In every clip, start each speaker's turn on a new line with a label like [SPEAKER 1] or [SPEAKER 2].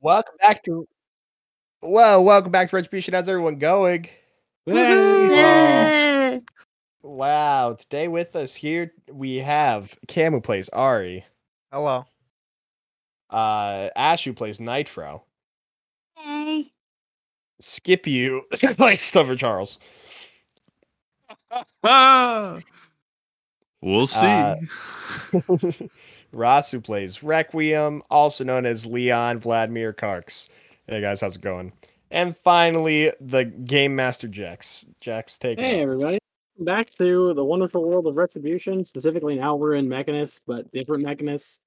[SPEAKER 1] Welcome back to well, welcome back to Retribution. How's everyone going?
[SPEAKER 2] Yay.
[SPEAKER 1] Wow! Today with us here we have Cam who plays Ari,
[SPEAKER 3] Hello.
[SPEAKER 1] uh, Ash who plays Nitro,
[SPEAKER 2] Yay.
[SPEAKER 1] Skip you plays Stuffer Charles,
[SPEAKER 4] Ah! We'll see.
[SPEAKER 1] Uh, Ross who plays Requiem, also known as Leon Vladimir Karks. Hey guys, how's it going? And finally, the Game Master Jax. Jax, take it
[SPEAKER 5] Hey
[SPEAKER 1] away.
[SPEAKER 5] everybody. Back to the wonderful world of retribution. Specifically now we're in Mechanus, but different Mechanus.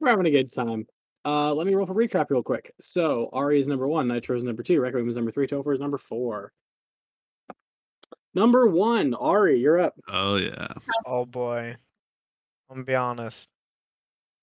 [SPEAKER 5] We're having a good time. Uh let me roll for recap real quick. So Ari is number one, Nitro is number two, Requiem is number three, Topher is number four. Number one, Ari, you're up.
[SPEAKER 4] oh yeah.
[SPEAKER 3] Oh boy. I'm gonna be honest.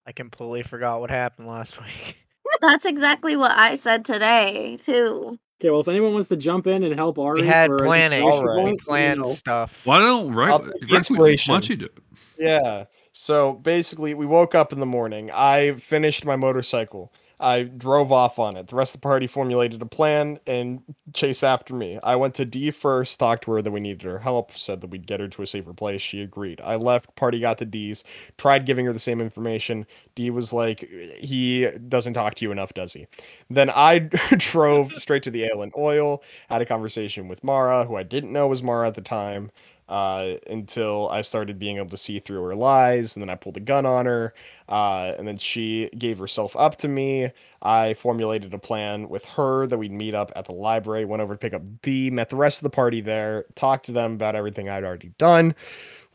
[SPEAKER 3] I completely forgot what happened last week.
[SPEAKER 2] That's exactly what I said today, too.
[SPEAKER 5] Okay, well if anyone wants to jump in and help Ari,
[SPEAKER 3] We had
[SPEAKER 5] for an
[SPEAKER 3] planning.
[SPEAKER 5] inspiration
[SPEAKER 1] Alright.
[SPEAKER 3] We
[SPEAKER 5] point,
[SPEAKER 3] planned
[SPEAKER 5] you know,
[SPEAKER 3] stuff.
[SPEAKER 4] Why don't right?
[SPEAKER 1] I'll take the
[SPEAKER 4] Requiem,
[SPEAKER 1] inspiration.
[SPEAKER 4] Why don't you do it?
[SPEAKER 1] Yeah. So basically, we woke up in the morning. I finished my motorcycle. I drove off on it. The rest of the party formulated a plan and chased after me. I went to D first, talked to her that we needed her help, said that we'd get her to a safer place. She agreed. I left, party got to D's, tried giving her the same information. D was like, he doesn't talk to you enough, does he? Then I drove straight to the Ale and Oil, had a conversation with Mara, who I didn't know was Mara at the time uh, until I started being able to see through her lies, and then I pulled a gun on her, uh, and then she gave herself up to me. I formulated a plan with her that we'd meet up at the library, went over to pick up D, met the rest of the party there, talked to them about everything I'd already done,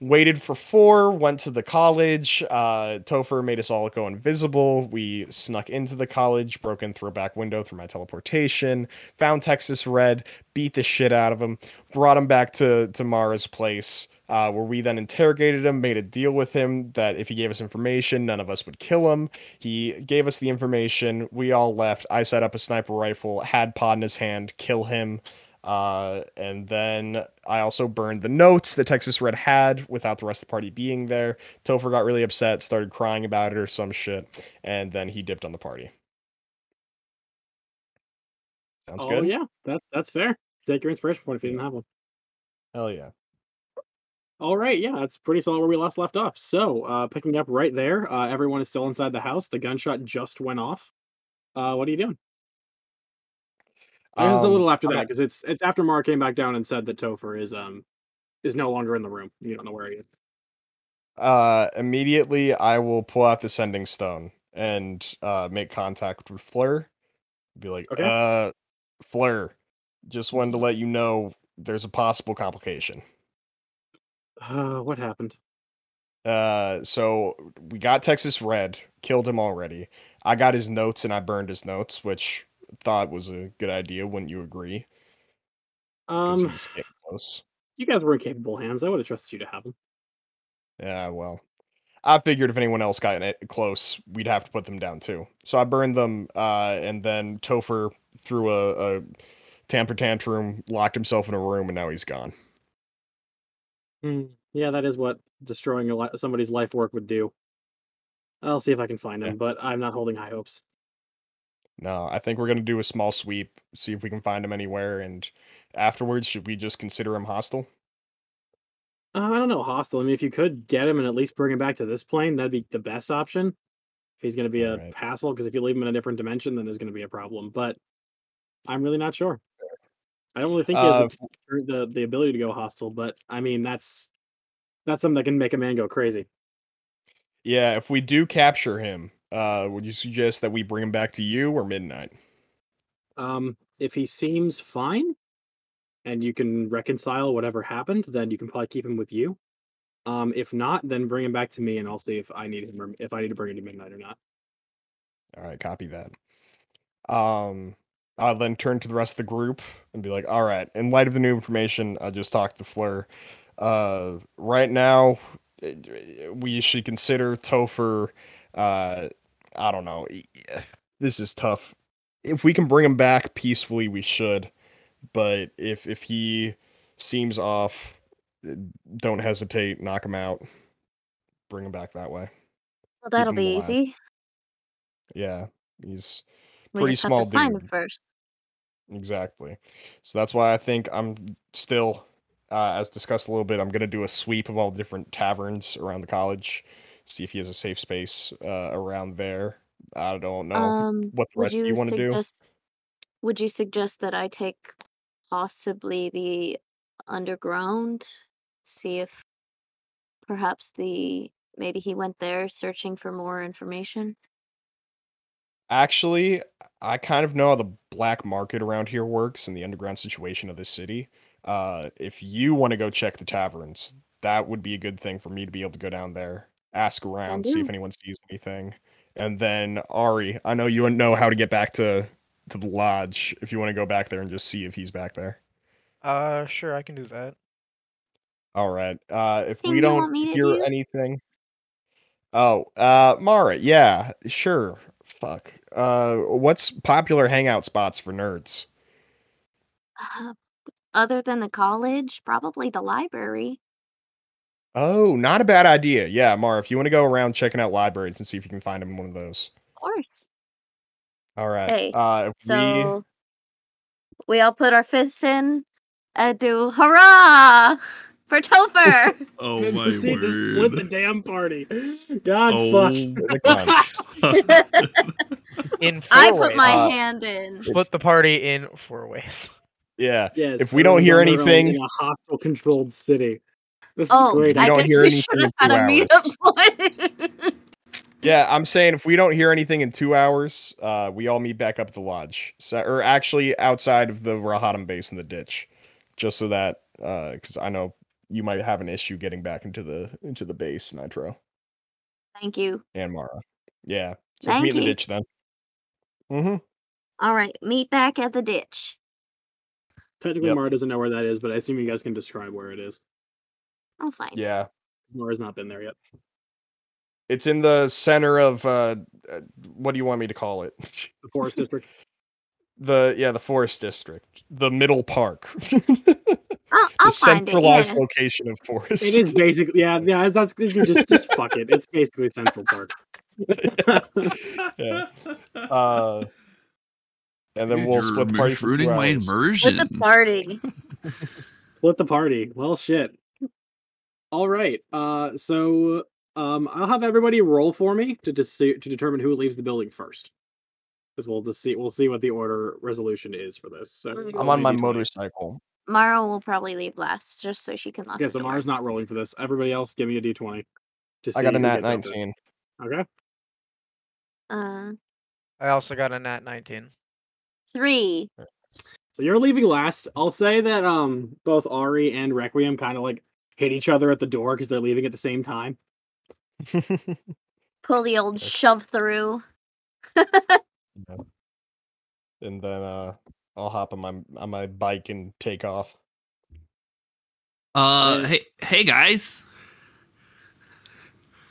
[SPEAKER 1] waited for four, went to the college. Uh, Topher made us all go invisible. We snuck into the college, broke in through a back window through my teleportation, found Texas Red, beat the shit out of him brought him back to to Mara's place, uh, where we then interrogated him, made a deal with him that if he gave us information, none of us would kill him. He gave us the information. We all left. I set up a sniper rifle, had Pod in his hand, kill him. Uh, and then I also burned the notes that Texas Red had without the rest of the party being there. Topher got really upset, started crying about it or some shit, and then he dipped on the party. Sounds
[SPEAKER 5] Oh
[SPEAKER 1] good.
[SPEAKER 5] yeah, that's that's fair. Take your inspiration point if you didn't have one.
[SPEAKER 1] Hell yeah.
[SPEAKER 5] All right, yeah, that's pretty solid where we last left off. So, uh, picking up right there, uh, everyone is still inside the house. The gunshot just went off. Uh, what are you doing? I guess it's a
[SPEAKER 1] Um,
[SPEAKER 5] little after
[SPEAKER 1] I'm
[SPEAKER 5] that
[SPEAKER 1] not-
[SPEAKER 5] because it's it's after Mar came back down and said that Topher is um is no longer in the room. You don't know where he is.
[SPEAKER 1] Uh, immediately, I will pull out the sending stone and uh, make contact with Fleur. Be like,
[SPEAKER 5] Okay.
[SPEAKER 1] uh, Fleur, just wanted to let you know there's a possible complication.
[SPEAKER 5] Uh, what happened?
[SPEAKER 1] Uh, so we got Texas Red, killed him already. I got his notes and I burned his notes, which thought was a good idea. Wouldn't you agree? 'Cause he
[SPEAKER 5] Um,
[SPEAKER 1] was getting close.
[SPEAKER 5] you guys were in capable hands. I would have trusted you to have him.
[SPEAKER 1] Yeah, well, I figured if anyone else got it close, we'd have to put them down too. So I burned them, uh, and then Topher threw a, a tamper tantrum, locked himself in a room, and now he's gone.
[SPEAKER 5] Hmm, Yeah, that is what destroying a li- somebody's life work would do. I'll see if I can find
[SPEAKER 1] Yeah.
[SPEAKER 5] him, but I'm not holding high hopes.
[SPEAKER 1] No, I think we're gonna do a small sweep, see if we can find him anywhere, and afterwards, should we just consider him hostile?
[SPEAKER 5] Uh, I don't know, hostile. I mean, if you could get him and at least bring him back to this plane, that'd be the best option. If he's going to be a
[SPEAKER 1] Alright.
[SPEAKER 5] hassle, because if you leave him in a different dimension, then there's going to be a problem. But I'm really not sure. I don't really think he has
[SPEAKER 1] Uh,
[SPEAKER 5] the, t- or the the ability to go hostile, but I mean, that's that's something that can make a man go crazy.
[SPEAKER 1] Yeah, if we do capture him, uh, would you suggest that we bring him back to you or Midnight?
[SPEAKER 5] Um, if he seems fine, and you can reconcile whatever happened, then you can probably keep him with you. Um, if not, then bring him back to me, and I'll see if I need him or if I need to bring him to midnight or not.
[SPEAKER 1] All right, copy that. Um, I'll then turn to the rest of the group and be like, all right, in light of the new information, I just talked to Fleur. Uh, right now, eh, eh, we should consider Topher. Uh, I don't know. e- eh, This is tough. If we can bring him back peacefully, we should. But if if he seems off, eh, don't hesitate. Knock him out. Bring him back that way.
[SPEAKER 2] Well, that'll
[SPEAKER 1] him
[SPEAKER 2] be
[SPEAKER 1] alive.
[SPEAKER 2] easy.
[SPEAKER 1] Yeah, he's
[SPEAKER 2] We
[SPEAKER 1] Pretty
[SPEAKER 2] just
[SPEAKER 1] small
[SPEAKER 2] have to find
[SPEAKER 1] dude.
[SPEAKER 2] him first.
[SPEAKER 1] Exactly. So that's why I think I'm still, uh, as discussed a little bit, I'm going to do a sweep of all the different taverns around the college, see if he has a safe space uh, around there. I don't know
[SPEAKER 2] um,
[SPEAKER 1] what the
[SPEAKER 2] would
[SPEAKER 1] rest of you want to do.
[SPEAKER 2] suggest, Would you suggest that I take possibly the underground? See if perhaps the maybe he went there searching for more information.
[SPEAKER 1] Actually, I kind of know how the black market around here works and the underground situation of this city. Uh, if you want to go check the taverns, that would be a good thing for me to be able to go down there, ask around, see if
[SPEAKER 2] do.
[SPEAKER 1] anyone sees anything. And then Ari, I know you know how to get back to to the lodge if you want to go back there and just see if he's back there.
[SPEAKER 3] Uh, sure, I can do that.
[SPEAKER 1] All right. Uh, if
[SPEAKER 2] Thing
[SPEAKER 1] we
[SPEAKER 2] you want
[SPEAKER 1] don't
[SPEAKER 2] me to
[SPEAKER 1] hear
[SPEAKER 2] do?
[SPEAKER 1] anything, oh, uh, Mara, yeah, sure. Fuck. Uh, what's popular hangout spots for nerds?
[SPEAKER 2] Uh, other than the college, probably the library.
[SPEAKER 1] Oh, not a bad idea. Yeah, Mara, if you want to go around checking out libraries and see if you can find him in one of those.
[SPEAKER 2] Of course.
[SPEAKER 1] All right.
[SPEAKER 2] Hey,
[SPEAKER 1] uh, if
[SPEAKER 2] So we all put our fists in and do hurrah for Topher.
[SPEAKER 4] Oh
[SPEAKER 5] and
[SPEAKER 4] my
[SPEAKER 5] proceed to split the
[SPEAKER 4] word.
[SPEAKER 5] damn party. God
[SPEAKER 4] Oh,
[SPEAKER 5] fuck.
[SPEAKER 1] we, the cunts.
[SPEAKER 3] In four
[SPEAKER 2] I put
[SPEAKER 3] ways.
[SPEAKER 2] my
[SPEAKER 1] Uh,
[SPEAKER 2] hand in.
[SPEAKER 3] Split the party in four ways.
[SPEAKER 1] yeah,
[SPEAKER 5] Yes.
[SPEAKER 1] If we don't
[SPEAKER 5] everyone's
[SPEAKER 1] hear
[SPEAKER 5] on their own
[SPEAKER 1] anything-
[SPEAKER 5] in a hostile controlled city. This is
[SPEAKER 2] Oh,
[SPEAKER 5] great.
[SPEAKER 1] I
[SPEAKER 2] I
[SPEAKER 1] don't
[SPEAKER 2] guess
[SPEAKER 1] hear
[SPEAKER 2] we
[SPEAKER 1] anything
[SPEAKER 2] should have
[SPEAKER 1] in
[SPEAKER 2] had a
[SPEAKER 1] two
[SPEAKER 2] meetup point.
[SPEAKER 1] yeah. I'm saying if we don't hear anything in two hours, uh, we all meet back up at the lodge, so, or actually outside of the Rahadam base in the ditch, just so that because I know you might have an issue getting back into the into the base, Nitro
[SPEAKER 2] Thank you.
[SPEAKER 1] and Mara. Yeah, so meet
[SPEAKER 2] Thank
[SPEAKER 1] in the
[SPEAKER 2] you.
[SPEAKER 1] ditch then. Mm-hmm.
[SPEAKER 2] All right, meet back at the ditch.
[SPEAKER 5] Technically,
[SPEAKER 1] Yep.
[SPEAKER 5] Mara doesn't know where that is, but I assume you guys can describe where it is.
[SPEAKER 2] I'll find it.
[SPEAKER 1] Yeah.
[SPEAKER 5] Mara's not been there yet.
[SPEAKER 1] It's in the center of uh, uh, what do you want me to call it?
[SPEAKER 5] The forest district.
[SPEAKER 1] The yeah, the forest district, the middle park,
[SPEAKER 2] I'll,
[SPEAKER 1] the
[SPEAKER 2] I'll find it.
[SPEAKER 1] centralized
[SPEAKER 2] Yeah.
[SPEAKER 1] location of forest.
[SPEAKER 5] It is basically yeah yeah. That's you can just just fuck it. It's basically Central Park.
[SPEAKER 1] Yeah. Uh, and then
[SPEAKER 4] Dude,
[SPEAKER 1] we'll
[SPEAKER 4] you're
[SPEAKER 1] split the party for
[SPEAKER 4] ruining
[SPEAKER 1] two
[SPEAKER 4] my
[SPEAKER 1] hours.
[SPEAKER 4] immersion.
[SPEAKER 2] With the party.
[SPEAKER 5] split the party. Well, shit. All right. Uh, so um, I'll have everybody roll for me to dis- to determine who leaves the building first. Because we'll just see we'll see what the order resolution is for this. So
[SPEAKER 2] I'm
[SPEAKER 1] I'm
[SPEAKER 5] roll
[SPEAKER 1] on
[SPEAKER 5] me
[SPEAKER 1] my
[SPEAKER 5] D20.
[SPEAKER 1] motorcycle.
[SPEAKER 2] Mara will probably leave last just so she can lock
[SPEAKER 5] Okay,
[SPEAKER 2] the
[SPEAKER 5] so
[SPEAKER 2] door.
[SPEAKER 5] Mara's not rolling for this. Everybody else, give me a D twenty.
[SPEAKER 1] I got a nat 19.
[SPEAKER 5] Okay.
[SPEAKER 2] Uh,
[SPEAKER 3] I also got a nat 19.
[SPEAKER 2] three.
[SPEAKER 5] So you're leaving last. I'll say that um both Ari and Requiem kind of like hit each other at the door because they're leaving at the same time.
[SPEAKER 2] Pull the old
[SPEAKER 1] Okay.
[SPEAKER 2] shove through.
[SPEAKER 1] and then uh, I'll hop on my on my bike and take off.
[SPEAKER 4] Uh,
[SPEAKER 5] Yeah.
[SPEAKER 4] hey, hey guys.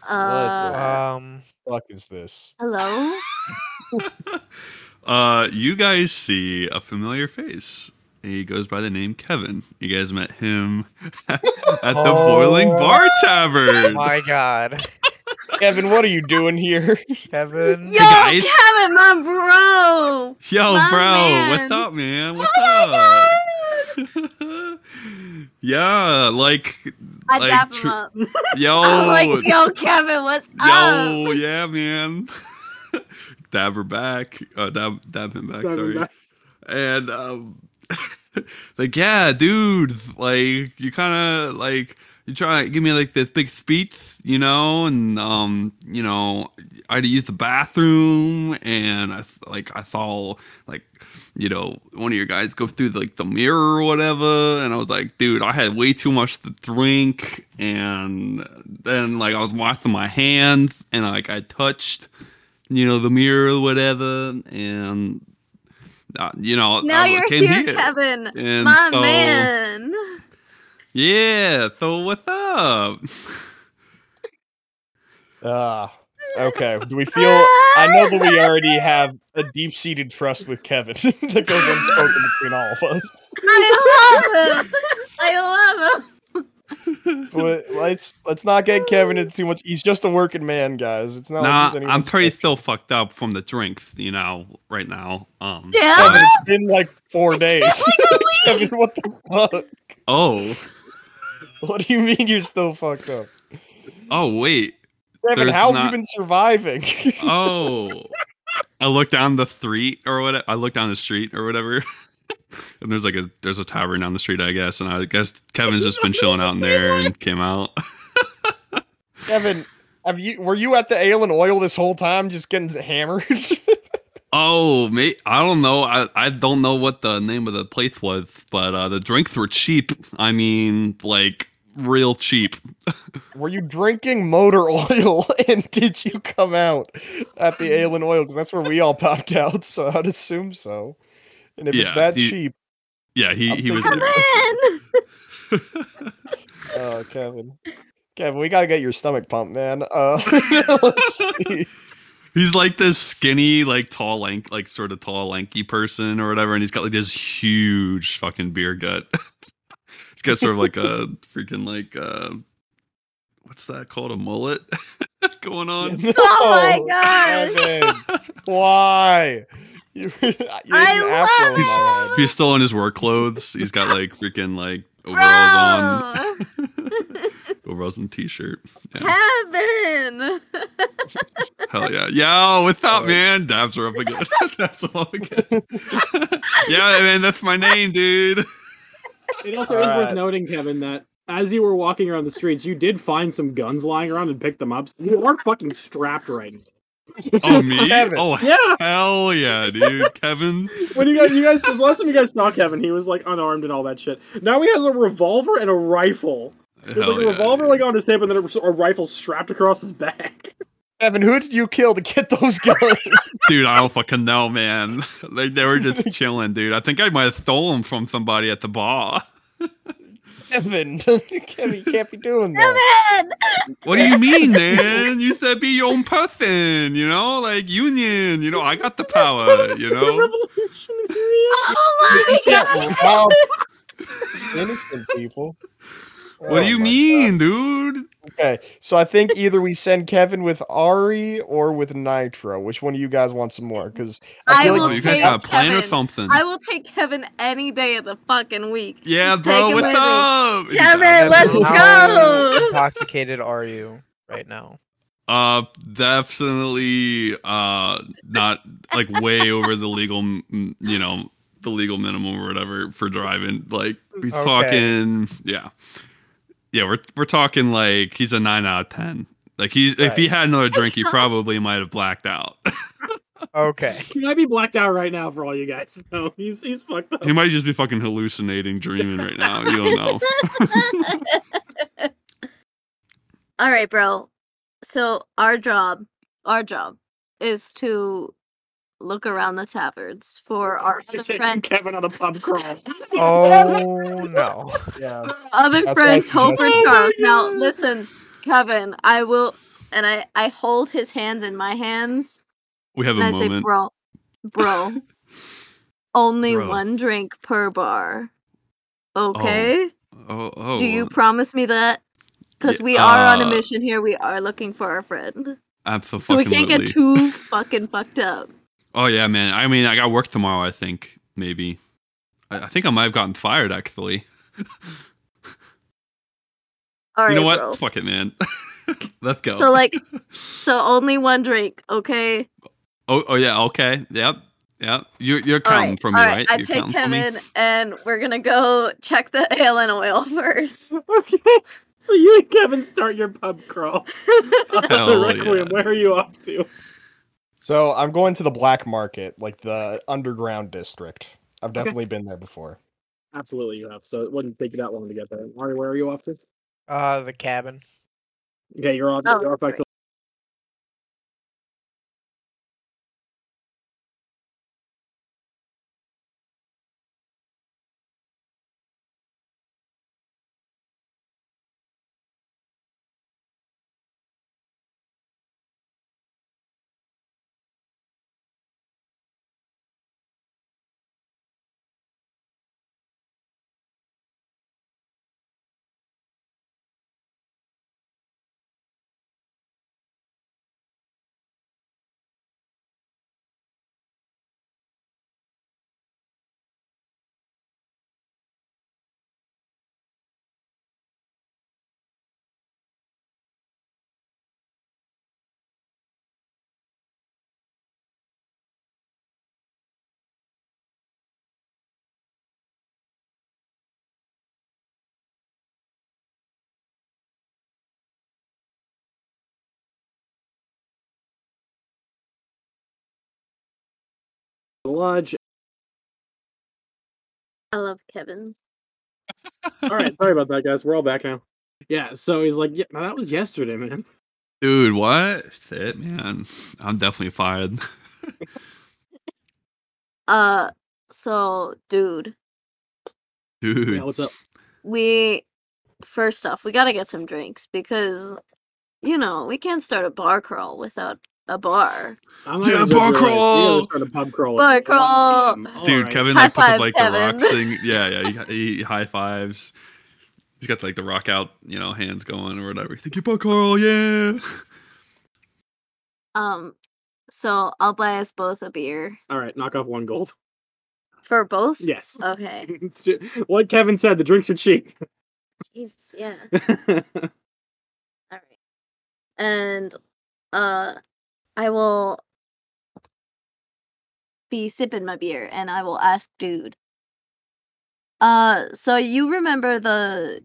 [SPEAKER 2] Uh,
[SPEAKER 3] Um,
[SPEAKER 1] Fuck is this?
[SPEAKER 2] hello?
[SPEAKER 4] uh, you guys see a familiar face. He goes by the name Kevin. You guys met him at the Boiling
[SPEAKER 3] Oh.
[SPEAKER 4] Bar Tavern.
[SPEAKER 3] my god.
[SPEAKER 1] Kevin, what are you doing here?
[SPEAKER 3] Kevin.
[SPEAKER 2] Yo,
[SPEAKER 4] guys.
[SPEAKER 2] Kevin, my bro!
[SPEAKER 4] Yo,
[SPEAKER 2] My
[SPEAKER 4] bro,
[SPEAKER 2] man.
[SPEAKER 4] what's up, man? What's
[SPEAKER 2] Oh
[SPEAKER 4] up? yeah, like,
[SPEAKER 2] I
[SPEAKER 4] Like,
[SPEAKER 2] dap him
[SPEAKER 4] tr-
[SPEAKER 2] up.
[SPEAKER 4] yo,
[SPEAKER 2] I'm like, yo, Kevin, what's
[SPEAKER 4] yo,
[SPEAKER 2] up?
[SPEAKER 4] yeah, man. dab her back, uh, dab, dab him back.
[SPEAKER 5] Dab him
[SPEAKER 4] sorry,
[SPEAKER 5] back.
[SPEAKER 4] and um, like, yeah, dude, like, you kind of like. You try to give me like this big speech, you know, and um, you know, I had to use the bathroom, and I th- like I saw like you know, one of your guys go through like the mirror or whatever. And I was like, dude, I had way too much to drink. And then like I was washing my hands and like I touched, you know, the mirror or whatever. And, uh, you know,
[SPEAKER 2] Now
[SPEAKER 4] I
[SPEAKER 2] you're
[SPEAKER 4] came
[SPEAKER 2] here, Kevin.
[SPEAKER 4] And
[SPEAKER 2] my
[SPEAKER 4] so,
[SPEAKER 2] man.
[SPEAKER 4] Yeah. So what's up?
[SPEAKER 1] Ah, okay. Do we feel? I know that we already have a deep-seated trust with Kevin that goes unspoken between all of us.
[SPEAKER 2] I love him. I love him.
[SPEAKER 1] But let's let's not get Kevin into too much. He's just a working man, guys. It's not.
[SPEAKER 4] nah,
[SPEAKER 1] like he's
[SPEAKER 4] I'm
[SPEAKER 1] anyone's
[SPEAKER 4] pretty
[SPEAKER 1] special.
[SPEAKER 4] still fucked up from the drinks, you know, right now. Um,
[SPEAKER 2] Yeah.
[SPEAKER 1] Kevin, it's been like four days.
[SPEAKER 2] believe-
[SPEAKER 1] Kevin, what the fuck?
[SPEAKER 4] oh,
[SPEAKER 1] What do you mean you're still fucked up?
[SPEAKER 4] oh, wait.
[SPEAKER 1] Kevin,
[SPEAKER 4] There's
[SPEAKER 1] how have
[SPEAKER 4] not-
[SPEAKER 1] you been surviving?
[SPEAKER 4] Oh, I looked down the street or whatever. I looked down the street or whatever. And there's like a there's a tavern down the street, I guess. And I guess Kevin's just been chilling out in there and came out.
[SPEAKER 1] Kevin, have you were you at the ale and oil this whole time just getting hammered?
[SPEAKER 4] Oh, mate, I don't know. I, I don't know what the name of the place was, but uh, the drinks were cheap. I mean, like real cheap.
[SPEAKER 1] were you drinking motor oil and did you come out at the ale and oil? Because that's where we all popped out, so I'd assume so. And if
[SPEAKER 4] Yeah,
[SPEAKER 1] it's that
[SPEAKER 4] you-
[SPEAKER 1] cheap,
[SPEAKER 4] Yeah, he,
[SPEAKER 1] I'm
[SPEAKER 4] he was
[SPEAKER 2] Come
[SPEAKER 1] thinking-
[SPEAKER 4] there.
[SPEAKER 2] in.
[SPEAKER 1] oh Kevin. Kevin, we gotta get your stomach pumped, man. Uh let's see.
[SPEAKER 4] He's like this skinny, like tall, lank, like sort of tall, lanky person or whatever, and he's got like this huge fucking beer gut. he's got sort of like a freaking like uh, what's that called? A mullet going on.
[SPEAKER 2] Oh my
[SPEAKER 1] No,
[SPEAKER 2] gosh.
[SPEAKER 1] Kevin, why? You, you had
[SPEAKER 2] I
[SPEAKER 1] an afro in my head.
[SPEAKER 2] love
[SPEAKER 4] He's still in his work clothes. He's got like freaking like
[SPEAKER 2] Bro.
[SPEAKER 4] overalls on. overalls and t-shirt. Yeah.
[SPEAKER 2] Heaven.
[SPEAKER 4] Hell yeah. Yeah, what's up,
[SPEAKER 1] Alright.
[SPEAKER 4] man? Dabs are up again. Dabs are up again. yeah, man, that's my name, dude.
[SPEAKER 5] It also
[SPEAKER 1] All
[SPEAKER 5] is
[SPEAKER 1] right.
[SPEAKER 5] worth noting, Kevin, that as you were walking around the streets, you did find some guns lying around and picked them up. So you are fucking strapped right now.
[SPEAKER 4] Oh me?
[SPEAKER 1] Kevin.
[SPEAKER 4] Oh
[SPEAKER 5] yeah.
[SPEAKER 4] hell yeah, dude. Kevin.
[SPEAKER 5] When you guys, you guys, the last time you guys saw Kevin, he was like unarmed and all that shit. Now he has a revolver and a rifle. There's
[SPEAKER 4] Hell
[SPEAKER 5] like a
[SPEAKER 4] yeah,
[SPEAKER 5] revolver
[SPEAKER 4] dude.
[SPEAKER 5] like on his hip, and then a, a rifle strapped across his back.
[SPEAKER 1] Kevin, who did you kill to get those guns?
[SPEAKER 4] Dude, I don't fucking know, man. Like they were just chilling, dude. I think I might have stolen from somebody at the bar.
[SPEAKER 1] Kevin, Kevin, you can't be doing that.
[SPEAKER 2] Heaven.
[SPEAKER 4] What do you mean, man? You said be your own person, you know? Like union, you know, I got the power, you
[SPEAKER 5] The
[SPEAKER 4] know?
[SPEAKER 5] revolution in Korea.
[SPEAKER 2] Oh my
[SPEAKER 1] Yeah,
[SPEAKER 2] god.
[SPEAKER 1] wow. Innocent people.
[SPEAKER 4] What do
[SPEAKER 1] Oh
[SPEAKER 4] you
[SPEAKER 1] my
[SPEAKER 4] mean, dude?
[SPEAKER 1] God. Okay, so I think either we send Kevin with Ari or with Nitro. Which one of you guys want some more? Because I
[SPEAKER 2] I
[SPEAKER 1] feel
[SPEAKER 2] will
[SPEAKER 1] like
[SPEAKER 4] you
[SPEAKER 1] you
[SPEAKER 4] guys
[SPEAKER 2] take-
[SPEAKER 4] got a plan or
[SPEAKER 2] Kevin.
[SPEAKER 4] something.
[SPEAKER 2] I will take Kevin any day of the fucking week.
[SPEAKER 4] yeah,
[SPEAKER 2] Take
[SPEAKER 4] bro,
[SPEAKER 2] him
[SPEAKER 4] what's
[SPEAKER 2] with me.
[SPEAKER 4] up?
[SPEAKER 2] Kevin,
[SPEAKER 4] Exactly.
[SPEAKER 2] let's
[SPEAKER 3] How
[SPEAKER 2] go.
[SPEAKER 3] intoxicated are you right now?
[SPEAKER 4] Uh, definitely uh, not like way over the legal, m- you know, the legal minimum or whatever for driving. Like he's
[SPEAKER 3] Okay.
[SPEAKER 4] talking, yeah, yeah. We're we're talking like he's a nine out of ten. Like he's if he
[SPEAKER 1] Right.
[SPEAKER 4] had another drink, he
[SPEAKER 2] not-
[SPEAKER 4] probably might have blacked out.
[SPEAKER 3] Okay.
[SPEAKER 5] He might be blacked out right now for all you guys. No, he's he's fucked up.
[SPEAKER 4] he might just be fucking hallucinating, dreaming right now. You don't know.
[SPEAKER 2] All right, bro. So our job, our job, is to look around the taverns for our
[SPEAKER 5] You're
[SPEAKER 2] other
[SPEAKER 5] taking
[SPEAKER 2] friend,
[SPEAKER 5] Kevin on a pub crawl.
[SPEAKER 3] Oh no.
[SPEAKER 1] Yeah.
[SPEAKER 2] our other
[SPEAKER 1] That's
[SPEAKER 2] friend
[SPEAKER 1] what I
[SPEAKER 2] Topher
[SPEAKER 1] suggested. Oh my
[SPEAKER 2] Charles. Now
[SPEAKER 1] God.
[SPEAKER 2] listen, Kevin, I will, and I I hold his hands in my hands,
[SPEAKER 4] We have a
[SPEAKER 2] and I say,
[SPEAKER 4] moment.
[SPEAKER 2] bro, bro, only
[SPEAKER 4] Bro.
[SPEAKER 2] one drink per bar, okay?
[SPEAKER 4] Oh, oh.
[SPEAKER 2] Do you promise me that? Because
[SPEAKER 4] Yeah,
[SPEAKER 2] we are on a
[SPEAKER 4] uh,
[SPEAKER 2] mission here. We are looking for our friend.
[SPEAKER 4] absolutely.
[SPEAKER 2] So we can't get too fucking fucked up.
[SPEAKER 4] Oh yeah, man. I mean, I got work tomorrow. I think maybe. I, I think I might have gotten fired actually.
[SPEAKER 2] All right,
[SPEAKER 4] you know what?
[SPEAKER 2] bro.
[SPEAKER 4] Fuck it, man. Let's go.
[SPEAKER 2] So like, so only one drink, okay?
[SPEAKER 4] oh, oh yeah. Okay. Yep. Yep. You're you're
[SPEAKER 2] All
[SPEAKER 4] counting for me,
[SPEAKER 2] all
[SPEAKER 4] right?
[SPEAKER 2] I
[SPEAKER 4] You're
[SPEAKER 2] take
[SPEAKER 4] counting for me?
[SPEAKER 2] Kevin, and we're gonna go check the ale and oil first.
[SPEAKER 5] Okay. So you and Kevin start your pub crawl.
[SPEAKER 4] Hell
[SPEAKER 5] Requiem,
[SPEAKER 4] yeah.
[SPEAKER 5] where are you off to?
[SPEAKER 1] So I'm going to the black market, like the underground district. I've definitely been there before.
[SPEAKER 5] Absolutely, you have. So it wouldn't take you that long to get there. Ari, where are you off to?
[SPEAKER 3] Uh, the cabin.
[SPEAKER 5] Okay, you're off.
[SPEAKER 2] Oh,
[SPEAKER 5] you're off
[SPEAKER 2] that's right.
[SPEAKER 5] back to the lodge.
[SPEAKER 2] I love Kevin.
[SPEAKER 5] All right, sorry about that, guys. We're all back now. Yeah, so he's like, yeah, now that was yesterday, man.
[SPEAKER 4] Dude, what? Shit, man. I'm definitely fired.
[SPEAKER 2] Uh, so dude,
[SPEAKER 4] Dude.
[SPEAKER 5] Yeah, what's up?
[SPEAKER 2] we first off we gotta get some drinks because you know we can't start a bar crawl without a bar.
[SPEAKER 5] I'm
[SPEAKER 4] Yeah,
[SPEAKER 5] gonna
[SPEAKER 4] bar
[SPEAKER 5] judge you guys. You guys
[SPEAKER 4] crawl!
[SPEAKER 5] are starting to pub crawl.
[SPEAKER 2] Bar
[SPEAKER 5] at 1
[SPEAKER 2] crawl!
[SPEAKER 5] p.m. All
[SPEAKER 4] Dude,
[SPEAKER 5] right.
[SPEAKER 4] Kevin
[SPEAKER 2] High
[SPEAKER 4] like puts up
[SPEAKER 2] five,
[SPEAKER 4] like the
[SPEAKER 2] Kevin.
[SPEAKER 4] rock thing. Yeah, yeah. He, he high fives. He's got like the rock out, you know, hands going or whatever. Thank you, Buck Carl. Yeah.
[SPEAKER 2] Um, so I'll buy us both a beer
[SPEAKER 5] All right, knock off one gold.
[SPEAKER 2] for both.
[SPEAKER 5] Yes.
[SPEAKER 2] Okay.
[SPEAKER 5] like Kevin said, the drinks are cheap.
[SPEAKER 2] Jesus. Yeah.
[SPEAKER 5] All
[SPEAKER 2] All right. And uh I will be sipping my beer and I will ask dude. Uh so you remember the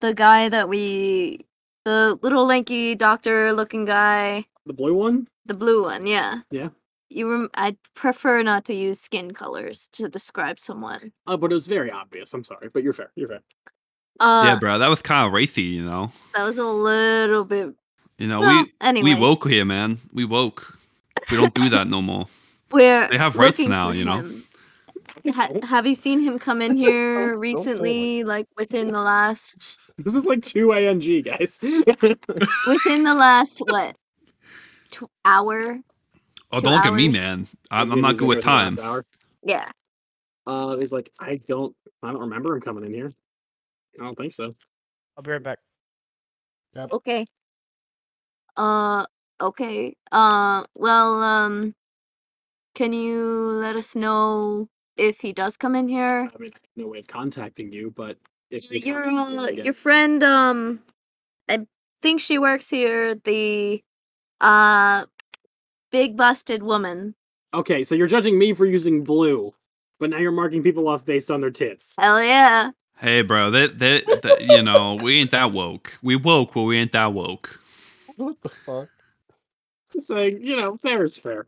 [SPEAKER 2] the guy that we the little lanky doctor looking guy,
[SPEAKER 5] The blue one?
[SPEAKER 2] the blue one, yeah.
[SPEAKER 5] Yeah.
[SPEAKER 2] You rem- I'd prefer not to use skin colors to describe someone.
[SPEAKER 5] Uh, but it was very obvious. I'm sorry, but you're fair. You're fair.
[SPEAKER 2] Uh
[SPEAKER 4] yeah, bro. That was kind of wraithy, you know.
[SPEAKER 2] that was a little bit
[SPEAKER 4] You know,
[SPEAKER 2] well,
[SPEAKER 4] Uh, we
[SPEAKER 2] anyways,
[SPEAKER 4] we woke here, man. We woke. We don't do that no more.
[SPEAKER 2] We're
[SPEAKER 4] They have rights
[SPEAKER 2] looking
[SPEAKER 4] now,
[SPEAKER 2] for
[SPEAKER 4] you know?
[SPEAKER 2] him. Ha-
[SPEAKER 5] Oh.
[SPEAKER 2] have you seen him come in here
[SPEAKER 1] Don't- don't say
[SPEAKER 2] recently? Like within the last,
[SPEAKER 5] This is like 2 ANG, guys.
[SPEAKER 2] within the last what? Two hour?
[SPEAKER 4] Oh,
[SPEAKER 2] Two
[SPEAKER 4] do don't look at me,
[SPEAKER 2] hours?
[SPEAKER 4] man. I'm,
[SPEAKER 5] His
[SPEAKER 4] I'm
[SPEAKER 5] name
[SPEAKER 4] not
[SPEAKER 5] is
[SPEAKER 4] good with
[SPEAKER 5] Nicholas Van
[SPEAKER 4] time.
[SPEAKER 5] Bauer.
[SPEAKER 2] Yeah.
[SPEAKER 5] Uh, he's like, I don't, I don't remember him coming in here. I don't think so.
[SPEAKER 3] I'll be right back.
[SPEAKER 2] Okay. Uh. Okay. Uh. Well. Um. Can you let us know if he does come in here?
[SPEAKER 5] I mean, I have no way of contacting you, but if you
[SPEAKER 2] Your
[SPEAKER 5] come, you
[SPEAKER 2] uh,
[SPEAKER 5] can get-
[SPEAKER 2] your friend. Um. I think she works here. The, uh, big busted woman.
[SPEAKER 5] okay, so you're judging me for using blue, but now you're marking people off based on their tits.
[SPEAKER 2] Hell yeah.
[SPEAKER 4] Hey, bro. That, that that you know, we ain't that woke. We woke, but we ain't that woke.
[SPEAKER 1] What the fuck?
[SPEAKER 5] Just saying, you know, fair is fair.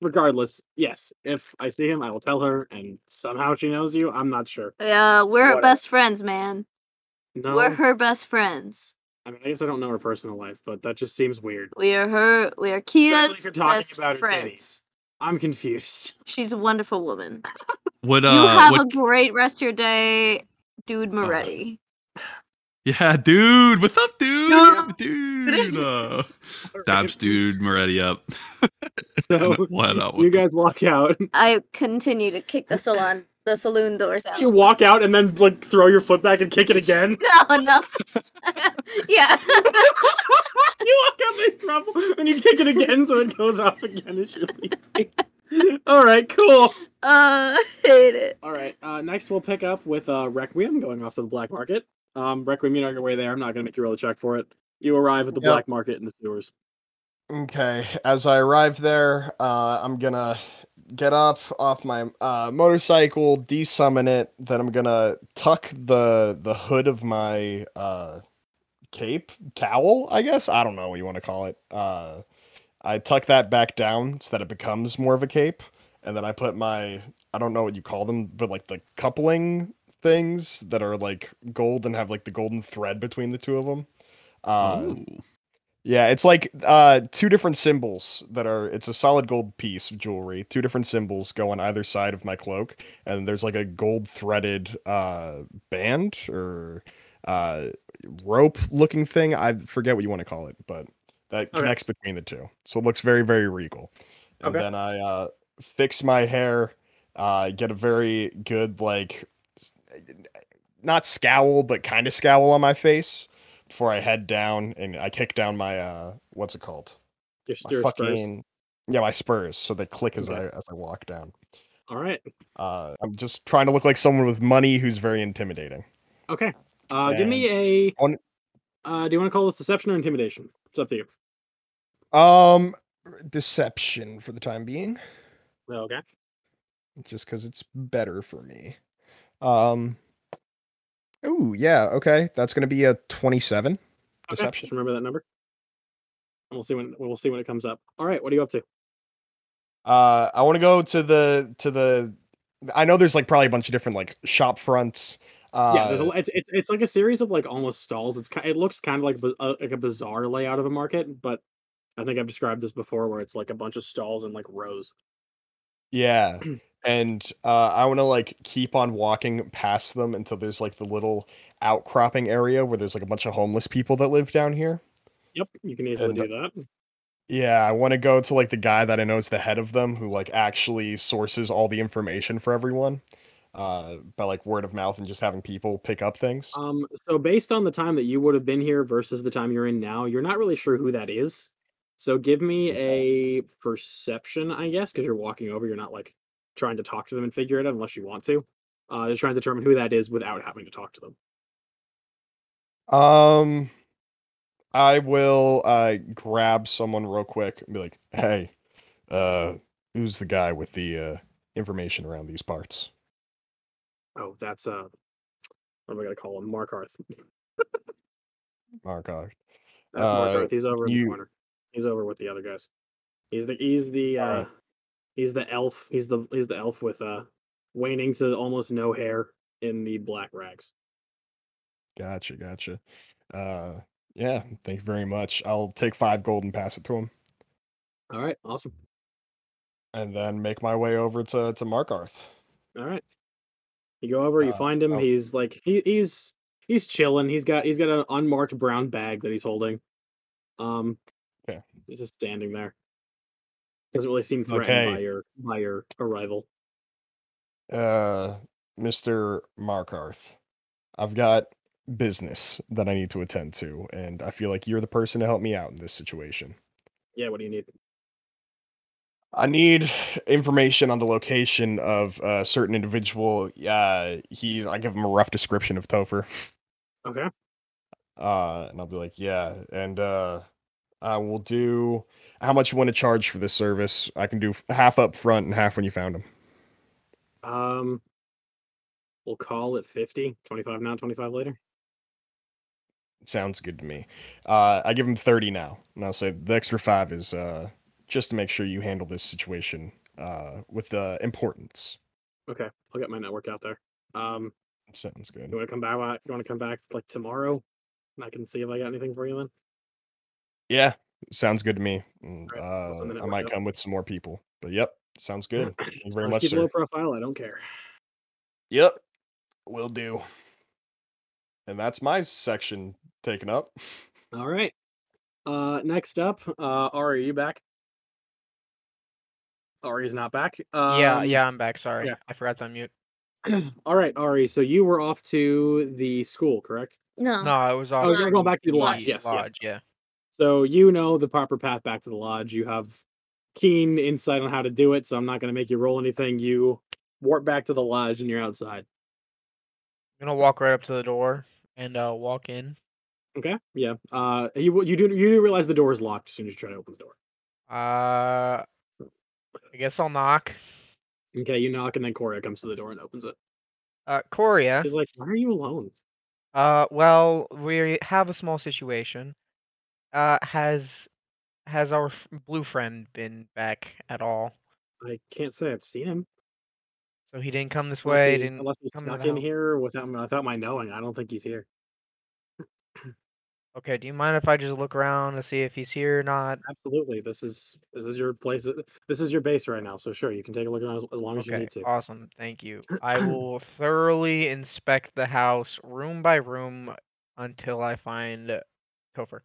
[SPEAKER 5] Regardless, yes, if I see him, I will tell her, and somehow she knows you. I'm not sure.
[SPEAKER 2] Yeah, we're her
[SPEAKER 5] Whatever.
[SPEAKER 2] best friends, man.
[SPEAKER 5] No,
[SPEAKER 2] We're her best friends.
[SPEAKER 5] I mean, I guess I don't know her personal life, but that just seems weird.
[SPEAKER 2] We are her. We are
[SPEAKER 5] Especially if
[SPEAKER 2] Kia's
[SPEAKER 5] you're talking
[SPEAKER 2] best
[SPEAKER 5] about her
[SPEAKER 2] friends.
[SPEAKER 5] I'm confused.
[SPEAKER 2] She's a wonderful woman.
[SPEAKER 4] What
[SPEAKER 2] you
[SPEAKER 4] uh?
[SPEAKER 2] have
[SPEAKER 4] What,
[SPEAKER 2] a great rest of your day, dude Moretti.
[SPEAKER 4] yeah, dude. What's up, dude?
[SPEAKER 2] No.
[SPEAKER 4] Dude. Uh, Dabs, dude. Moretti up.
[SPEAKER 5] So
[SPEAKER 4] What up?
[SPEAKER 5] you guys walk out.
[SPEAKER 2] I continue to kick the salon, the saloon doors out.
[SPEAKER 5] You walk out and then like throw your foot back and kick it again.
[SPEAKER 2] No, no. yeah.
[SPEAKER 5] you walk out and crumble, and you kick it again, so it goes off again as you're leaving. All right, cool.
[SPEAKER 2] uh, hate it.
[SPEAKER 5] All right. Uh, next, we'll pick up with uh, Requiem going off to the black market. Um, Requiem, you know your way there. I'm not going to make you roll a check for it. You arrive at the
[SPEAKER 1] Yep.
[SPEAKER 5] black market in the sewers.
[SPEAKER 1] Okay, as I arrive there, uh, I'm gonna get up off my uh, motorcycle, desummon it. Then I'm gonna tuck the the hood of my uh, cape cowl, I guess. I don't know what you want to call it. Uh, I tuck that back down so that it becomes more of a cape, and then I put my I don't know what you call them, but like the coupling things that are like gold and have like the golden thread between the two of them. Uh,
[SPEAKER 4] Ooh.
[SPEAKER 1] yeah, it's like uh two different symbols that are it's a solid gold piece of jewelry. Two different symbols go on either side of my cloak, and there's like a gold threaded uh band or uh rope looking thing. I forget what you want to call it, but that connects between the two. So it looks very, very regal. And
[SPEAKER 5] Okay.
[SPEAKER 1] then I uh fix my hair, uh get a very good like s- not scowl, but kind of scowl on my face before I head down and I kick down my uh what's it called?
[SPEAKER 5] Your
[SPEAKER 1] My
[SPEAKER 5] stirrups first.
[SPEAKER 1] fucking yeah, my spurs so they click as
[SPEAKER 5] Okay.
[SPEAKER 1] I as I walk down.
[SPEAKER 5] All right.
[SPEAKER 1] Uh I'm just trying to look like someone with money who's very intimidating.
[SPEAKER 5] Okay. Uh, give me a.
[SPEAKER 1] One-
[SPEAKER 5] Uh, do you want to call this deception or intimidation? It's up to you.
[SPEAKER 1] Um deception for the time being
[SPEAKER 5] Okay.
[SPEAKER 1] just cuz it's better for me. Um Ooh, yeah, okay. That's going to be a 27 deception.
[SPEAKER 5] Just remember that number. And we'll see when we'll see when it comes up. All right. What are you up to?
[SPEAKER 1] Uh, I want to go to the to the. I know there's like probably a bunch of different like shop fronts. Uh,
[SPEAKER 5] yeah, there's a, lo- it's, it's it's like a series of like almost stalls. It's ki- it looks kind of like bu- uh, like a bizarre layout of a market, but I think I've described this before, where it's like a bunch of stalls and like rows.
[SPEAKER 1] Yeah. And uh, I want to like keep on walking past them until there's like the little outcropping area where there's like a bunch of homeless people that live down here.
[SPEAKER 5] Yep, you can easily
[SPEAKER 1] And,
[SPEAKER 5] do that.
[SPEAKER 1] Yeah, I want to go to like the guy that I know is the head of them who like actually sources all the information for everyone uh, by like word of mouth and just having people pick up things.
[SPEAKER 5] Um, so based on the time that you would have been here versus the time you're in now, you're not really sure who that is. So give me a perception, I guess, because you're walking over. You're not like trying to talk to them and figure it out unless you want to. Uh, just trying to determine who that is without having to talk to them.
[SPEAKER 1] Um, I will uh grab someone real quick and be like, "Hey, uh, who's the guy with the uh information around these parts?"
[SPEAKER 5] Oh, that's uh, what am I gonna call him? Markarth.
[SPEAKER 1] Mark. Ock.
[SPEAKER 5] That's
[SPEAKER 1] Uh,
[SPEAKER 5] Markarth. He's over in
[SPEAKER 1] you-
[SPEAKER 5] the corner. He's over with the other guys. He's the he's the uh,
[SPEAKER 1] Alright.
[SPEAKER 5] he's the elf. He's the he's the elf with uh, waning to almost no hair in the black rags.
[SPEAKER 1] Gotcha, gotcha. Uh, yeah. Thank you very much. I'll take five gold and pass it to him,
[SPEAKER 5] All right, awesome.
[SPEAKER 1] and then make my way over to to Markarth.
[SPEAKER 5] All right. You go over, you
[SPEAKER 1] Uh,
[SPEAKER 5] find him.
[SPEAKER 1] oh.
[SPEAKER 5] He's like he, he's he's chilling. He's got he's got an unmarked brown bag that he's holding. Um,
[SPEAKER 1] Okay.
[SPEAKER 5] he's just standing there. Doesn't really seem threatened by
[SPEAKER 1] Okay.
[SPEAKER 5] your by your arrival.
[SPEAKER 1] Uh, Mister Markarth, I've got business that I need to attend to, and I feel like you're the person to help me out in this situation.
[SPEAKER 5] Yeah, what do you need?
[SPEAKER 1] I need information on the location of a certain individual. Uh, he's I give him a rough description of Topher,
[SPEAKER 5] Okay.
[SPEAKER 1] uh, and I'll be like, yeah, and uh, I will do how much you want to charge for this service. I can do f- half up front and half when you found him.
[SPEAKER 5] Um, we'll call it 50, 25 now, 25 later.
[SPEAKER 1] Sounds good to me. Uh, I give him thirty now, and I'll say the extra five is uh, just to make sure you handle this situation uh, with uh, importance.
[SPEAKER 5] Okay, I'll get my network out there. Um,
[SPEAKER 1] Sounds good.
[SPEAKER 5] you want to come back? uh, You want to come back like tomorrow? And I can see if I got anything for you then.
[SPEAKER 1] Yeah, sounds good to me. And,
[SPEAKER 5] Alright, I'll send the
[SPEAKER 1] uh, I
[SPEAKER 5] network
[SPEAKER 1] might
[SPEAKER 5] out.
[SPEAKER 1] come with some more people, but yep, sounds good. Thank you very
[SPEAKER 5] Let's
[SPEAKER 1] much,
[SPEAKER 5] keep
[SPEAKER 1] sir.
[SPEAKER 5] low profile. I don't care.
[SPEAKER 1] Yep, will do. And that's my section taken up.
[SPEAKER 5] All right. Uh, next up, uh, Ari, are you back? Ari's not back. Um,
[SPEAKER 3] yeah, yeah, I'm back. Sorry,
[SPEAKER 5] yeah.
[SPEAKER 3] I forgot to unmute.
[SPEAKER 5] All right, Ari. So you were off to the school, correct?
[SPEAKER 2] No.
[SPEAKER 3] No, I was off.
[SPEAKER 5] Oh, you're going back to the lodge, yes, yes.
[SPEAKER 3] lodge, Yeah.
[SPEAKER 5] So you know the proper path back to the lodge. You have keen insight on how to do it, so I'm not going to make you roll anything. You warp back to the lodge and you're outside.
[SPEAKER 3] I'm gonna walk right up to the door and uh, walk in.
[SPEAKER 5] Okay. Yeah. Uh, you you do you do realize the door is locked as soon as you try to open the door.
[SPEAKER 3] Uh, I guess I'll knock.
[SPEAKER 5] Okay. You knock and then Corey comes to the door and opens it.
[SPEAKER 3] Uh, Coria.
[SPEAKER 5] He's like, "Why are you alone?"
[SPEAKER 3] Uh, well, we have a small situation. Uh, has has our f- blue friend been back at all?
[SPEAKER 5] I can't say I've seen him.
[SPEAKER 3] So he didn't come this
[SPEAKER 5] Unless
[SPEAKER 3] way.
[SPEAKER 5] he-
[SPEAKER 3] Didn't.
[SPEAKER 5] unless he's
[SPEAKER 3] come to the
[SPEAKER 5] snuck in
[SPEAKER 3] house.
[SPEAKER 5] here without m- without my knowing. I don't think he's here.
[SPEAKER 3] Okay. Do you mind if I just look around to see if he's here or not?
[SPEAKER 5] Absolutely, this is this is your place. uh, This is your base right now. So sure, you can take a look around as, as long as you
[SPEAKER 3] Okay,
[SPEAKER 5] need to.
[SPEAKER 3] awesome. Thank you. I will thoroughly inspect the house room by room until I find Topher.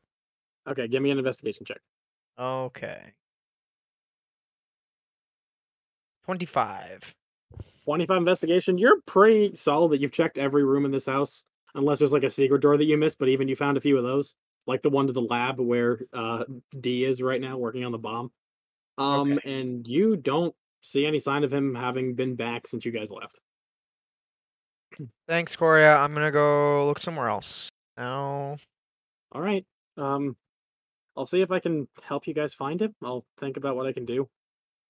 [SPEAKER 5] Okay, give me an investigation check.
[SPEAKER 3] Okay. 25.
[SPEAKER 5] Twenty five investigation. You're pretty solid that you've checked every room in this house, unless there's like a secret door that you missed. But even you found a few of those, like the one to the lab where uh, D is right now working on the bomb. Um, and you don't see any sign of him having been back since you guys left.
[SPEAKER 3] Thanks, Coria. I'm going to go look somewhere else. No.
[SPEAKER 5] All right. Um, I'll see if I can help you guys find him. I'll think about what I can do. you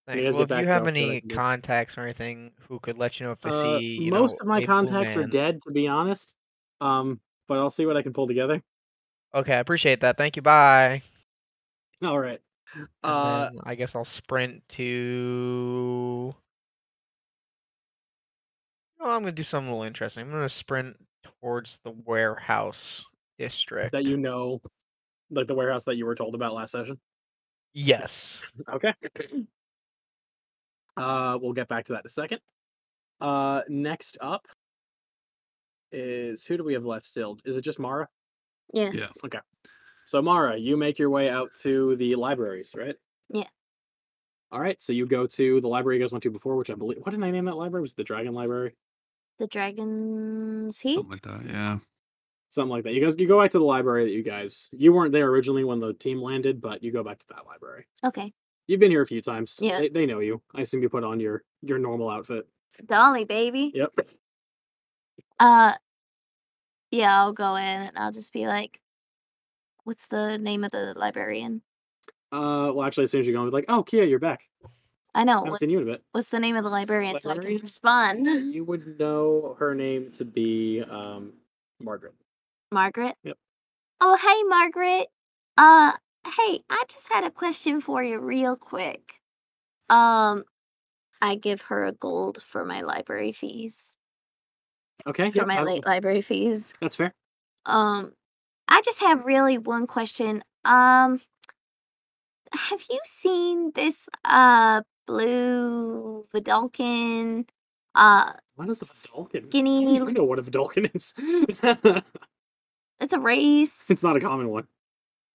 [SPEAKER 3] Thanks.
[SPEAKER 5] guys
[SPEAKER 3] Well,
[SPEAKER 5] get back
[SPEAKER 3] if you
[SPEAKER 5] to
[SPEAKER 3] have
[SPEAKER 5] us, then I
[SPEAKER 3] any
[SPEAKER 5] can do-
[SPEAKER 3] contacts or anything who could let you know if they
[SPEAKER 5] Uh,
[SPEAKER 3] see. you know,
[SPEAKER 5] most of my
[SPEAKER 3] a blue
[SPEAKER 5] contacts are
[SPEAKER 3] man-
[SPEAKER 5] dead, to be honest. Um, but I'll see what I can pull together.
[SPEAKER 3] Okay, I appreciate that. Thank you. Bye.
[SPEAKER 5] All right.
[SPEAKER 3] And
[SPEAKER 5] Uh,
[SPEAKER 3] then I guess I'll sprint to. No, I'm gonna do something a little interesting. I'm gonna sprint towards the warehouse district.
[SPEAKER 5] that you know, like the warehouse that you were told about last session.
[SPEAKER 3] Yes.
[SPEAKER 5] Okay. Uh, we'll get back to that in a second. Uh, next up is who do we have left still? Is it just Mara?
[SPEAKER 2] Yeah.
[SPEAKER 4] Yeah.
[SPEAKER 5] So Mara, you make your way out to the libraries, right?
[SPEAKER 2] Yeah.
[SPEAKER 5] All right. So you go to the library you guys went to before, which I believe. What did I name that library? Was it the Dragon Library?
[SPEAKER 2] The dragon's heat.
[SPEAKER 4] Something like that. Yeah.
[SPEAKER 5] Something like that. You guys, you go back to the library that you guys. You weren't there originally when the team landed, but you go back to that library.
[SPEAKER 2] Okay.
[SPEAKER 5] You've been here a few times.
[SPEAKER 2] Yeah.
[SPEAKER 5] They, they know you. I assume you put on your your normal outfit.
[SPEAKER 2] Dolly, baby.
[SPEAKER 5] Yep.
[SPEAKER 2] Uh, yeah, I'll go in and I'll just be like, "What's the name of the librarian?"
[SPEAKER 5] Uh, well, actually, as soon as you go, I'm like, "Oh, Kia, you're back.
[SPEAKER 2] I know.
[SPEAKER 5] I haven't
[SPEAKER 2] Oh, What,
[SPEAKER 5] seen you in a bit."
[SPEAKER 2] what's the name of the librarian so I can
[SPEAKER 5] Librarian?
[SPEAKER 2] respond?
[SPEAKER 5] You would know her name to be um, Margaret.
[SPEAKER 2] Margaret.
[SPEAKER 5] Yep.
[SPEAKER 2] Oh, hey, Margaret. Uh, hey, I just had a question for you, real quick. Um, I give her a gold for my library fees
[SPEAKER 5] Okay.
[SPEAKER 2] for
[SPEAKER 5] yep,
[SPEAKER 2] my
[SPEAKER 5] I-
[SPEAKER 2] late library fees.
[SPEAKER 5] That's fair.
[SPEAKER 2] Um, I just have really one question. Um, have you seen this uh blue Vidalkin uh
[SPEAKER 5] What is a Vidalkin?
[SPEAKER 2] skinny?
[SPEAKER 5] You know what a Vidalkin is.
[SPEAKER 2] It's a race.
[SPEAKER 5] it's not a common one.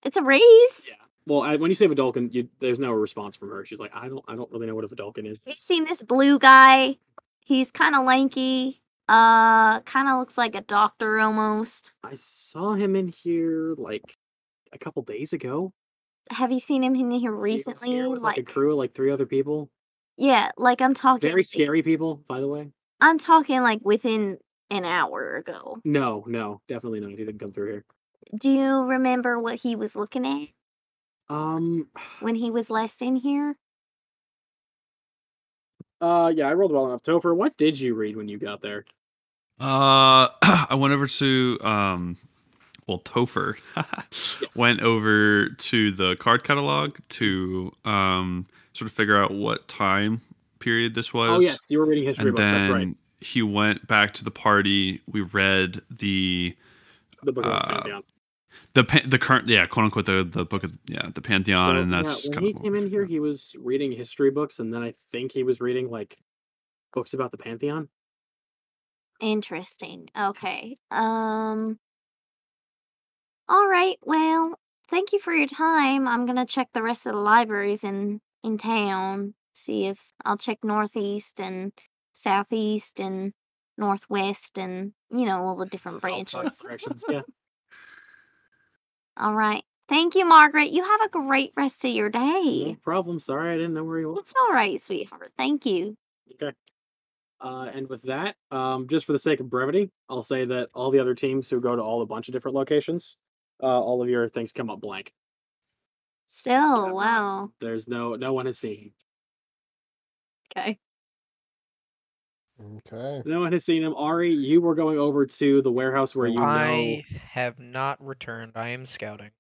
[SPEAKER 2] It's a race.
[SPEAKER 5] Yeah. Well, I, when you say Vidalkin, you, there's no response from her. She's like, I don't, I don't really know what a Vidalkin is.
[SPEAKER 2] Have you seen this blue guy? He's kind of lanky. Uh, kind of looks like a doctor almost.
[SPEAKER 5] I saw him in here like a couple days ago.
[SPEAKER 2] Have you seen him in here
[SPEAKER 5] He was here
[SPEAKER 2] recently?
[SPEAKER 5] with, like, a crew of like three other people.
[SPEAKER 2] yeah, like I'm talking.
[SPEAKER 5] Very
[SPEAKER 2] like-
[SPEAKER 5] scary people, by the way.
[SPEAKER 2] I'm talking like within an hour ago.
[SPEAKER 5] No, no, definitely not. He didn't come through here.
[SPEAKER 2] Do you remember what he was looking at
[SPEAKER 5] Um,
[SPEAKER 2] when he was last in here?
[SPEAKER 5] uh, yeah, I rolled well enough. Topher, what did you read when you got there?
[SPEAKER 4] Uh, I went over to um, well, Topher went over to the card catalog to um sort of figure out what time period this was.
[SPEAKER 5] Oh yes, you were reading history
[SPEAKER 4] and
[SPEAKER 5] books.
[SPEAKER 4] then
[SPEAKER 5] That's right.
[SPEAKER 4] he went back to the party. We read the
[SPEAKER 5] The book of
[SPEAKER 4] uh,
[SPEAKER 5] the Pantheon.
[SPEAKER 4] the pa- the current yeah quote unquote the the book of yeah the pantheon
[SPEAKER 5] Well,
[SPEAKER 4] and that's
[SPEAKER 5] yeah, when
[SPEAKER 4] kind
[SPEAKER 5] he
[SPEAKER 4] of what
[SPEAKER 5] came
[SPEAKER 4] we
[SPEAKER 5] in here,
[SPEAKER 4] found.
[SPEAKER 5] he was reading history books, and then I think he was reading like books about the Pantheon.
[SPEAKER 2] Interesting. Okay. Um All right. Well, thank you for your time. I'm going to check the rest of the libraries in in town. See if I'll check northeast and southeast and northwest and, you know, all the different branches.
[SPEAKER 5] Directions. Yeah.
[SPEAKER 2] All right. Thank you, Margaret. You have a great rest of your
[SPEAKER 5] No
[SPEAKER 2] day.
[SPEAKER 5] problem. Sorry, I didn't know where he was.
[SPEAKER 2] It's all right, sweetheart. Thank you.
[SPEAKER 5] Okay. Uh, and with that, um, just for the sake of brevity, I'll say that all the other teams who go to all a bunch of different locations, uh, all of your things come up blank.
[SPEAKER 2] Still, wow.
[SPEAKER 5] There's no no one has seen him.
[SPEAKER 2] Okay.
[SPEAKER 1] Okay.
[SPEAKER 5] No one has seen him. Ari, you were going over to the warehouse where you know.
[SPEAKER 3] I have not returned. I am scouting.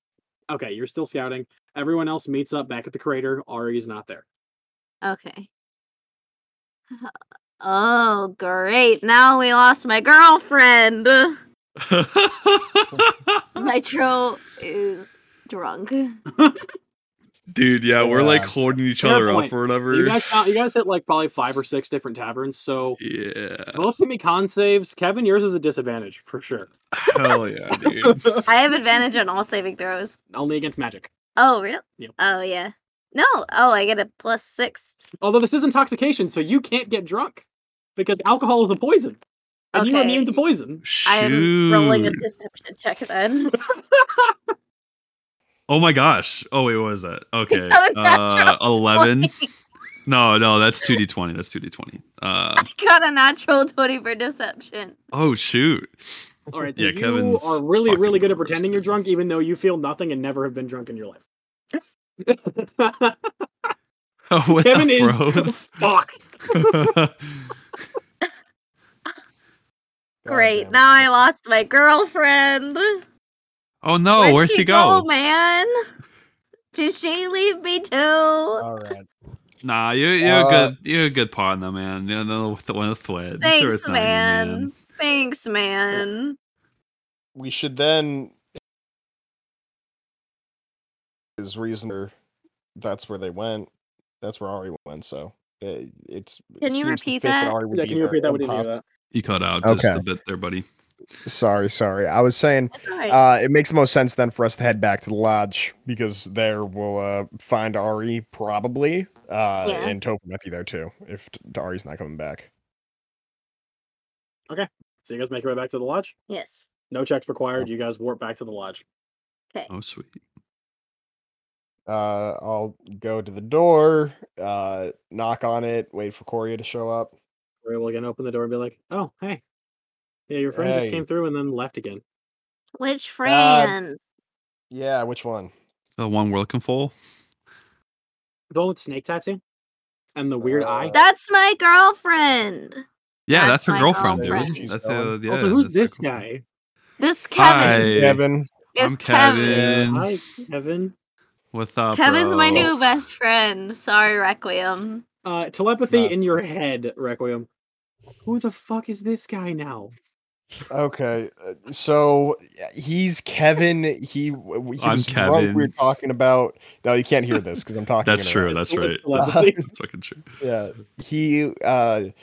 [SPEAKER 5] Okay, you're still scouting. Everyone else meets up back at the crater. Ari's not there.
[SPEAKER 2] Okay. Oh, great. Now we lost my girlfriend. Nitro is drunk.
[SPEAKER 4] dude yeah we're like
[SPEAKER 1] Yeah.
[SPEAKER 4] holding each
[SPEAKER 5] Fair
[SPEAKER 4] other
[SPEAKER 5] point.
[SPEAKER 4] up or whatever
[SPEAKER 5] You guys, found, you guys hit like probably five or six different taverns. So
[SPEAKER 4] yeah
[SPEAKER 5] both give me con saves. Kevin, yours is a disadvantage for sure.
[SPEAKER 4] hell yeah dude
[SPEAKER 2] I have advantage on all saving throws.
[SPEAKER 5] Only against magic.
[SPEAKER 2] Oh, really?
[SPEAKER 5] Yep.
[SPEAKER 2] Oh, yeah. No. Oh, I get a plus six.
[SPEAKER 5] Although this is intoxication, so you can't get drunk because alcohol is a poison, and you're immune to
[SPEAKER 2] Okay.
[SPEAKER 5] poison.
[SPEAKER 2] I am rolling a
[SPEAKER 4] Shoot.
[SPEAKER 2] deception check then.
[SPEAKER 4] oh my gosh oh wait what was that okay
[SPEAKER 2] That was
[SPEAKER 4] uh
[SPEAKER 2] natural
[SPEAKER 4] 11
[SPEAKER 2] 20.
[SPEAKER 4] no no that's 2d20 that's 2d20 uh
[SPEAKER 2] I got a natural 20 for deception.
[SPEAKER 4] oh shoot
[SPEAKER 5] All right, so
[SPEAKER 4] Yeah,
[SPEAKER 5] you
[SPEAKER 4] Kevin's
[SPEAKER 5] are really, really
[SPEAKER 4] fucking
[SPEAKER 5] good
[SPEAKER 4] the
[SPEAKER 5] at pretending
[SPEAKER 4] worst,
[SPEAKER 5] you're
[SPEAKER 4] dude.
[SPEAKER 5] drunk, even though you feel nothing and never have been drunk in your life.
[SPEAKER 4] oh what
[SPEAKER 5] Kevin
[SPEAKER 4] up,
[SPEAKER 5] is fuck.
[SPEAKER 4] bro?
[SPEAKER 1] God
[SPEAKER 2] Great.
[SPEAKER 1] damn it.
[SPEAKER 2] Now I lost my girlfriend.
[SPEAKER 4] oh no
[SPEAKER 2] Where'd Oh
[SPEAKER 4] where'd she go
[SPEAKER 2] man? Did she leave me too?
[SPEAKER 1] All right.
[SPEAKER 4] Nah, you're you're a
[SPEAKER 1] Uh,
[SPEAKER 4] good you're a good partner, man. You're the the one with sweat.
[SPEAKER 2] Thanks, man. Thanks, man.
[SPEAKER 1] We should then is reason or that's where they went. That's where Ari went. So uh, it's. it
[SPEAKER 2] Can
[SPEAKER 1] seems
[SPEAKER 2] you
[SPEAKER 1] to
[SPEAKER 2] repeat
[SPEAKER 1] fit
[SPEAKER 2] that?
[SPEAKER 1] Ari would
[SPEAKER 5] Yeah,
[SPEAKER 1] be
[SPEAKER 5] can you
[SPEAKER 1] there
[SPEAKER 5] repeat that?
[SPEAKER 1] and
[SPEAKER 5] We didn't hear
[SPEAKER 1] Pop-
[SPEAKER 5] that.
[SPEAKER 4] You cut out just
[SPEAKER 1] Okay.
[SPEAKER 4] a bit there, buddy.
[SPEAKER 1] Sorry, sorry. I was saying
[SPEAKER 2] That's all right.
[SPEAKER 1] uh, it makes the most sense then for us to head back to the lodge because there we'll uh, find Ari probably, uh,
[SPEAKER 2] Yeah.
[SPEAKER 1] and Toph might be there too if t- Ari's not coming back.
[SPEAKER 5] So you guys make your way back to the lodge.
[SPEAKER 2] yes.
[SPEAKER 5] No checks required.
[SPEAKER 1] Oh.
[SPEAKER 5] You guys warp back to the lodge.
[SPEAKER 2] Okay.
[SPEAKER 4] Oh sweet.
[SPEAKER 1] Uh, I'll go to the door, uh, knock on it, wait for Corey to show up.
[SPEAKER 5] We're able to again open the door and be like, "Oh, hey, yeah, your friend just
[SPEAKER 1] Hey.
[SPEAKER 5] came through and then left again."
[SPEAKER 1] uh,
[SPEAKER 2] Which friend?
[SPEAKER 1] Yeah, which one?
[SPEAKER 4] The one we're looking for.
[SPEAKER 5] The one with the snake tattoo and the weird eye.
[SPEAKER 1] Uh,
[SPEAKER 2] That's my girlfriend.
[SPEAKER 4] Yeah,
[SPEAKER 2] That's
[SPEAKER 4] that's, her
[SPEAKER 2] my
[SPEAKER 4] girlfriend,
[SPEAKER 1] girlfriend.
[SPEAKER 4] dude.
[SPEAKER 1] She's
[SPEAKER 4] That's
[SPEAKER 1] gone.
[SPEAKER 4] uh, yeah,
[SPEAKER 5] also, who's
[SPEAKER 4] that's her
[SPEAKER 5] this
[SPEAKER 4] girlfriend.
[SPEAKER 5] guy?
[SPEAKER 2] This Kevin.
[SPEAKER 1] This is
[SPEAKER 4] Hey.
[SPEAKER 1] Kevin.
[SPEAKER 2] This
[SPEAKER 4] I'm
[SPEAKER 2] Kevin.
[SPEAKER 5] Yeah,
[SPEAKER 4] Kevin.
[SPEAKER 5] hi, Kevin.
[SPEAKER 4] What's up? uh,
[SPEAKER 2] Kevin's my
[SPEAKER 4] bro?
[SPEAKER 2] new best friend. Sorry, Requiem.
[SPEAKER 5] Uh, telepathy
[SPEAKER 1] Not-
[SPEAKER 5] in your head, Requiem. Who the fuck is this guy now?
[SPEAKER 1] Okay, uh, so yeah, he's Kevin. He, w- w- he
[SPEAKER 4] I'm
[SPEAKER 1] was the drunk We were
[SPEAKER 4] Kevin.
[SPEAKER 1] talking about. No, you can't hear this because I'm talking.
[SPEAKER 4] That's
[SPEAKER 1] in a
[SPEAKER 4] true.
[SPEAKER 1] round.
[SPEAKER 4] That's
[SPEAKER 5] Who is
[SPEAKER 4] right. That's,
[SPEAKER 5] telepathy?
[SPEAKER 4] that's fucking true.
[SPEAKER 1] Yeah, he. Uh, w-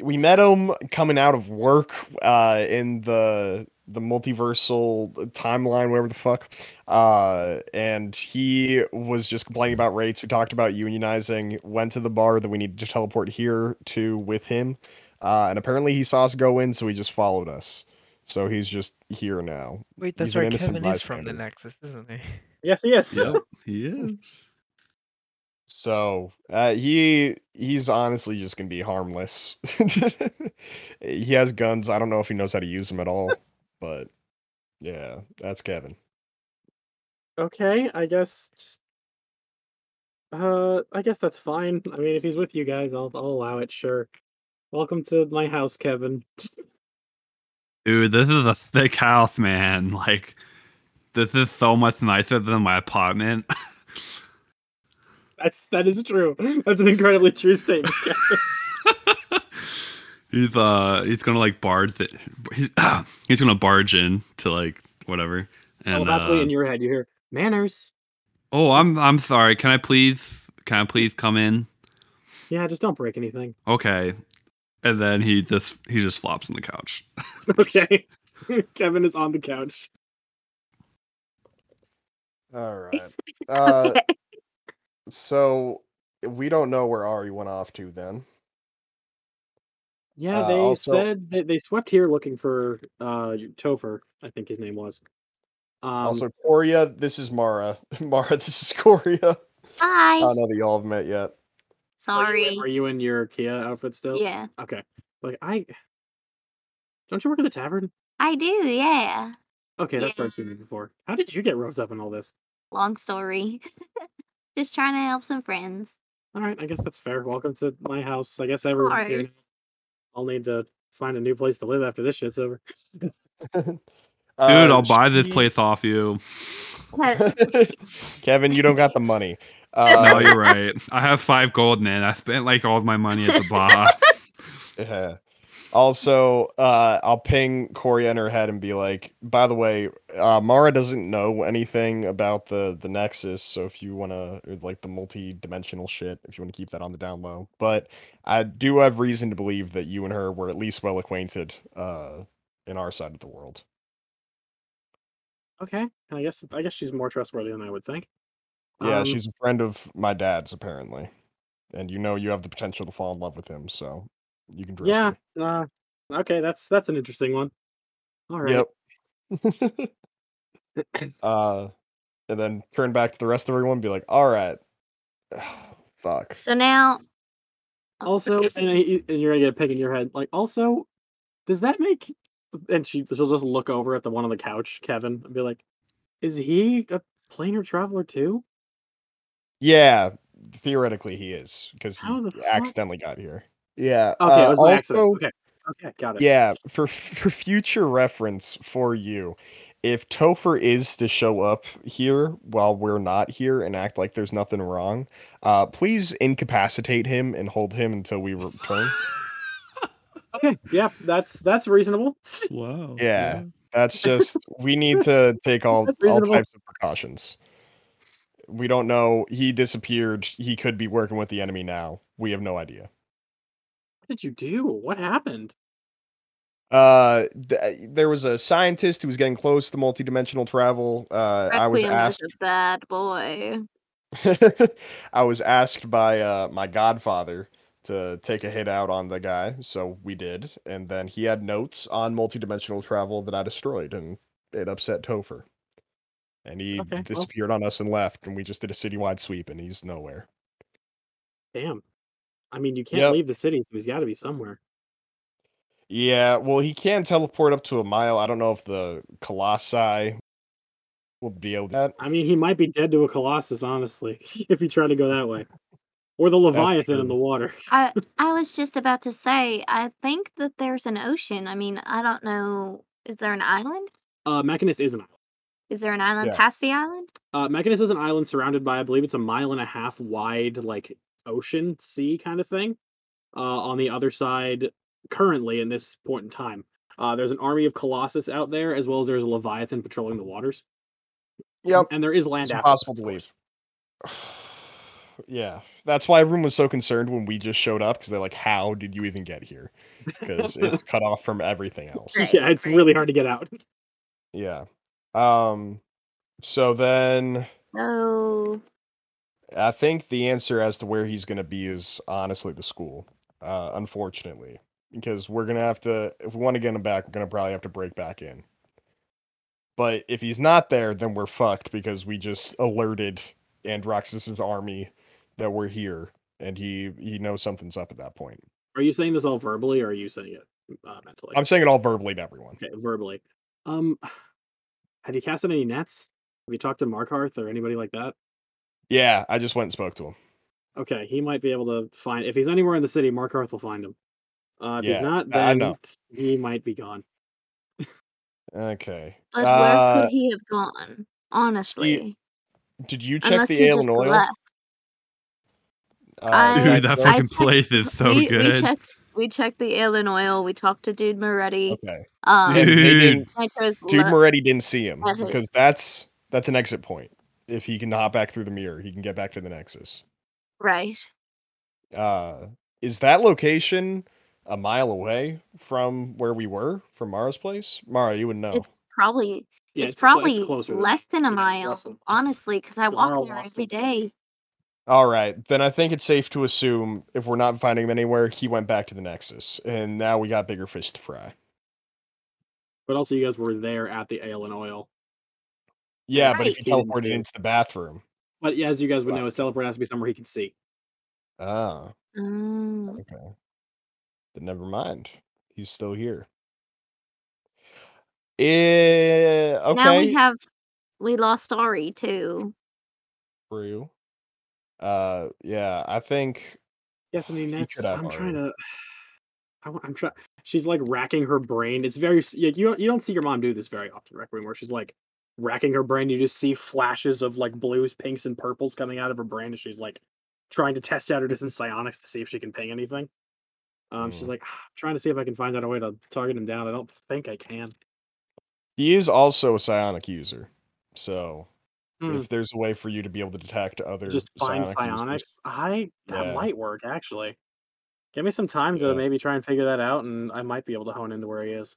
[SPEAKER 1] we met him coming out of work uh, in the the multiversal timeline, whatever the fuck. Uh, and he was just complaining about rates. We talked about unionizing. Went to the bar that we needed to teleport here to with him, uh, and apparently he saw us go in, so he just followed us. So he's just here now.
[SPEAKER 3] Wait, that's
[SPEAKER 1] He's an
[SPEAKER 3] where
[SPEAKER 1] innocent
[SPEAKER 3] Kevin is from the
[SPEAKER 1] bystander.
[SPEAKER 3] Nexus, isn't he?
[SPEAKER 5] Yes, yes.
[SPEAKER 4] yep, he is.
[SPEAKER 1] So uh, he he's honestly just gonna be harmless. he has guns. I don't know if he knows how to use them at all, but yeah, that's Kevin.
[SPEAKER 5] Okay, I guess just uh I guess that's fine. I mean if he's with you guys, I'll I'll allow it, sure. Welcome to my house, Kevin.
[SPEAKER 4] Dude, this is a thick house, man. Like, this is so much nicer than my apartment.
[SPEAKER 5] That's that is true. That's an incredibly true statement. Kevin.
[SPEAKER 4] he's uh, he's gonna like barge it. He's, he's gonna barge in to like whatever. And
[SPEAKER 5] Telepathically
[SPEAKER 4] uh,
[SPEAKER 5] in your head you hear manners.
[SPEAKER 4] oh, I'm I'm sorry. Can I please? Can I please come in?
[SPEAKER 5] Yeah, just don't break anything.
[SPEAKER 4] Okay. And then he just he just flops on the couch.
[SPEAKER 5] Okay. Kevin is on the couch.
[SPEAKER 1] All right. Uh,
[SPEAKER 2] okay.
[SPEAKER 1] So we don't know where Ari went off to then.
[SPEAKER 5] Yeah,
[SPEAKER 1] Uh,
[SPEAKER 5] they
[SPEAKER 1] also-
[SPEAKER 5] said that they swept here looking for uh Topher, I think his name was. Um,
[SPEAKER 1] also, Coria, this is Mara. Mara, this is Coria. I
[SPEAKER 2] Bye.
[SPEAKER 1] don't know that y'all have met yet.
[SPEAKER 5] are you in-
[SPEAKER 2] Sorry.
[SPEAKER 5] Are you in your Kia outfit still?
[SPEAKER 2] Yeah,
[SPEAKER 5] Okay. Like I don't you work at a tavern?
[SPEAKER 2] I do. Yeah.
[SPEAKER 5] Okay, that's what I've
[SPEAKER 2] Yeah.
[SPEAKER 5] seen it before. How did you get roped up in all this?
[SPEAKER 2] Long story. Just trying to help some friends.
[SPEAKER 5] All right, I guess that's fair. Welcome to my house. I guess everyone's here. now.
[SPEAKER 2] Ours.
[SPEAKER 5] I'll need to find a new place to live after this shit's over.
[SPEAKER 1] Uh,
[SPEAKER 4] Dude, I'll buy this
[SPEAKER 1] she-
[SPEAKER 4] place off you.
[SPEAKER 1] Kevin, you don't got the money.
[SPEAKER 4] no,
[SPEAKER 1] Uh,
[SPEAKER 4] you're right. I have five gold, man. I spent like all of my money at the bar.
[SPEAKER 1] Yeah. Also, uh, I'll ping Corey in her head and be like, "By the way, uh, Mara doesn't know anything about the the Nexus, so if you wanna or, like the multi-dimensional shit, if you wanna keep that on the down low, but I do have reason to believe that you and her were at least well acquainted uh, in our side of the world."
[SPEAKER 5] Okay. And I guess I guess she's more trustworthy than I would think.
[SPEAKER 1] Yeah,
[SPEAKER 5] Um,
[SPEAKER 1] she's a friend of my dad's apparently, and you know you have the potential to fall in love with him, so you can trust
[SPEAKER 5] Yeah.
[SPEAKER 1] her.
[SPEAKER 5] Uh, okay, that's that's an interesting one. All right.
[SPEAKER 1] Yep. uh, and then turn back to the rest of everyone. And be like, all right, fuck.
[SPEAKER 2] So now.
[SPEAKER 5] Also, and, I- you- and you're gonna get a pig in your head. Like, also, does that make? And she she'll just look over at the one on the couch, Kevin, and be like, "Is he a planar traveler too?"
[SPEAKER 1] Yeah, theoretically he is because
[SPEAKER 5] How the
[SPEAKER 1] he
[SPEAKER 5] fuck?
[SPEAKER 1] accidentally got here. Yeah.
[SPEAKER 5] Okay,
[SPEAKER 1] uh,
[SPEAKER 5] it was an accident. Okay, okay, got it.
[SPEAKER 1] yeah, for for future reference for you, if Topher is to show up here while we're not here and act like there's nothing wrong, uh, please incapacitate him and hold him until we return.
[SPEAKER 5] Okay. Yeah, that's that's reasonable.
[SPEAKER 4] Wow.
[SPEAKER 1] Yeah. That's just we need to take all
[SPEAKER 5] That's
[SPEAKER 1] all
[SPEAKER 5] reasonable.
[SPEAKER 1] types of precautions. We don't know. He disappeared. He could be working with the enemy now. We have no idea.
[SPEAKER 5] What did you do? What happened?
[SPEAKER 1] Uh, th- there was a scientist who was getting close to multidimensional travel. Uh, I was
[SPEAKER 2] Requiem
[SPEAKER 1] asked.
[SPEAKER 2] a bad boy.
[SPEAKER 1] I was asked by uh, my godfather to take a hit out on the guy, so we did. And then he had notes on multidimensional travel that I destroyed, and it upset Topher. And he
[SPEAKER 5] Okay, well-
[SPEAKER 1] disappeared on us and left, and we just did a citywide sweep, and he's nowhere.
[SPEAKER 5] Damn. I mean, you can't
[SPEAKER 1] Yep.
[SPEAKER 5] leave the city, so he's got to be somewhere.
[SPEAKER 1] Yeah, well, he can teleport up to a mile. I don't know if the Colossi will be able to. That.
[SPEAKER 5] I mean, he might be dead to a colossus, honestly, if you try to go that way, or the leviathan in
[SPEAKER 1] true.
[SPEAKER 5] the water.
[SPEAKER 2] I I was just about to say I think that there's an ocean. I mean, I don't know. Is there an island?
[SPEAKER 5] Uh, Mechanus is an island.
[SPEAKER 2] Is there an island
[SPEAKER 1] Yeah.
[SPEAKER 2] past the island?
[SPEAKER 5] Uh, Mechanus is an island surrounded by, I believe, it's a mile and a half wide, like ocean, sea kind of thing. Uh, on the other side, currently in this point in time, uh, there's an army of colossus out there, as well as there's a leviathan patrolling the waters.
[SPEAKER 1] Yep,
[SPEAKER 5] And there is land.
[SPEAKER 1] it's
[SPEAKER 5] after
[SPEAKER 1] impossible
[SPEAKER 5] that,
[SPEAKER 1] to
[SPEAKER 5] of course.
[SPEAKER 1] leave. yeah, that's why everyone was so concerned when we just showed up because they're like, "How did you even get here?" Because it's cut off from everything else.
[SPEAKER 2] Right,
[SPEAKER 5] yeah, it's
[SPEAKER 2] right.
[SPEAKER 5] really hard to get out.
[SPEAKER 1] Yeah. Um. So then,
[SPEAKER 2] Oh,
[SPEAKER 1] I think the answer as to where he's going to be is honestly the school. Uh, unfortunately, because we're gonna have to if we want to get him back, we're gonna probably have to break back in. But if he's not there, then we're fucked because we just alerted Androxus's army that we're here, and he he knows something's up at that point.
[SPEAKER 5] Are you saying this all verbally, or are you saying it uh, mentally?
[SPEAKER 1] I'm saying it all verbally to everyone.
[SPEAKER 5] Okay, verbally. Um, have you casted any nets? Have you talked to Markarth or anybody like that?
[SPEAKER 1] Yeah, I just went and spoke to him.
[SPEAKER 5] Okay, he might be able to find. If he's anywhere in the city, Markarth will find him. Uh, if
[SPEAKER 1] Yeah,
[SPEAKER 5] he's not,
[SPEAKER 1] I- I
[SPEAKER 5] then
[SPEAKER 1] know.
[SPEAKER 5] he might be gone.
[SPEAKER 1] Okay.
[SPEAKER 2] but
[SPEAKER 1] Uh,
[SPEAKER 2] where could he have gone? Honestly,
[SPEAKER 1] did you check
[SPEAKER 2] unless
[SPEAKER 1] the
[SPEAKER 2] he
[SPEAKER 1] ale
[SPEAKER 2] just
[SPEAKER 1] and oil?
[SPEAKER 2] left.
[SPEAKER 1] Uh,
[SPEAKER 2] I-
[SPEAKER 1] yeah,
[SPEAKER 4] Dude, that
[SPEAKER 1] no?
[SPEAKER 2] I
[SPEAKER 4] fucking
[SPEAKER 2] checked-
[SPEAKER 4] place is so
[SPEAKER 2] we, we
[SPEAKER 4] good.
[SPEAKER 2] checked. We checked the ale and oil. We talked to Dude Moretti.
[SPEAKER 1] Okay.
[SPEAKER 2] Um,
[SPEAKER 1] And they
[SPEAKER 4] Dude.
[SPEAKER 1] didn't-
[SPEAKER 2] Nitro's
[SPEAKER 1] Dude
[SPEAKER 2] le-
[SPEAKER 1] Moretti didn't see him
[SPEAKER 2] That is-
[SPEAKER 1] because that's that's an exit point. If he can hop back through the mirror, he can get back to the Nexus.
[SPEAKER 2] right.
[SPEAKER 1] Uh, is that location a mile away from where we were from Mara's place? Mara, you would know.
[SPEAKER 2] It's probably
[SPEAKER 5] Yeah,
[SPEAKER 2] it's,
[SPEAKER 5] clo-
[SPEAKER 2] probably
[SPEAKER 5] closer than-
[SPEAKER 2] less than a
[SPEAKER 5] yeah, it's
[SPEAKER 2] mile,
[SPEAKER 5] less than-
[SPEAKER 2] honestly, because I
[SPEAKER 5] It's all
[SPEAKER 2] walk there
[SPEAKER 5] lost
[SPEAKER 2] every
[SPEAKER 5] over.
[SPEAKER 2] day.
[SPEAKER 1] All right, then I think it's safe to assume if we're not finding him anywhere, he went back to the Nexus, and now we got bigger fish to fry.
[SPEAKER 5] But also, you guys were there at the ale and oil.
[SPEAKER 1] Yeah, but if
[SPEAKER 2] Right.
[SPEAKER 1] he
[SPEAKER 5] He didn't see
[SPEAKER 1] teleported
[SPEAKER 5] him.
[SPEAKER 1] into the bathroom,
[SPEAKER 5] But yeah, as you guys would
[SPEAKER 1] Right.
[SPEAKER 5] know, his teleport has to be somewhere he can see.
[SPEAKER 1] oh,
[SPEAKER 2] Mm.
[SPEAKER 1] okay, then never mind. He's still here. Eh, okay.
[SPEAKER 2] Now we have we lost Ari too.
[SPEAKER 1] True. Uh, yeah, I think
[SPEAKER 5] Yes, I mean
[SPEAKER 1] He
[SPEAKER 5] that's.
[SPEAKER 1] could have
[SPEAKER 5] I'm trying
[SPEAKER 1] already.
[SPEAKER 5] to. I, am trying. She's like racking her brain. It's very. s- Yeah, you don't. You don't see your mom do this very often, Requiem, where she's like racking her brain. You just see flashes of like blues, pinks, and purples coming out of her brain, and she's like trying to test out her distance psionics to see if she can ping anything. Um, she's
[SPEAKER 1] Mm.
[SPEAKER 5] like "Ah, trying to see if I can find out a way to target him down. I don't think I can.
[SPEAKER 1] he is also a psionic user. So
[SPEAKER 5] Hmm,
[SPEAKER 1] if there's a way for you to be able to detect other
[SPEAKER 5] just find
[SPEAKER 1] users-
[SPEAKER 5] psionics. I that
[SPEAKER 1] Yeah.
[SPEAKER 5] might work actually. Give me some time
[SPEAKER 1] Yeah.
[SPEAKER 5] to maybe try and figure that out, and I might be able to hone into where he is.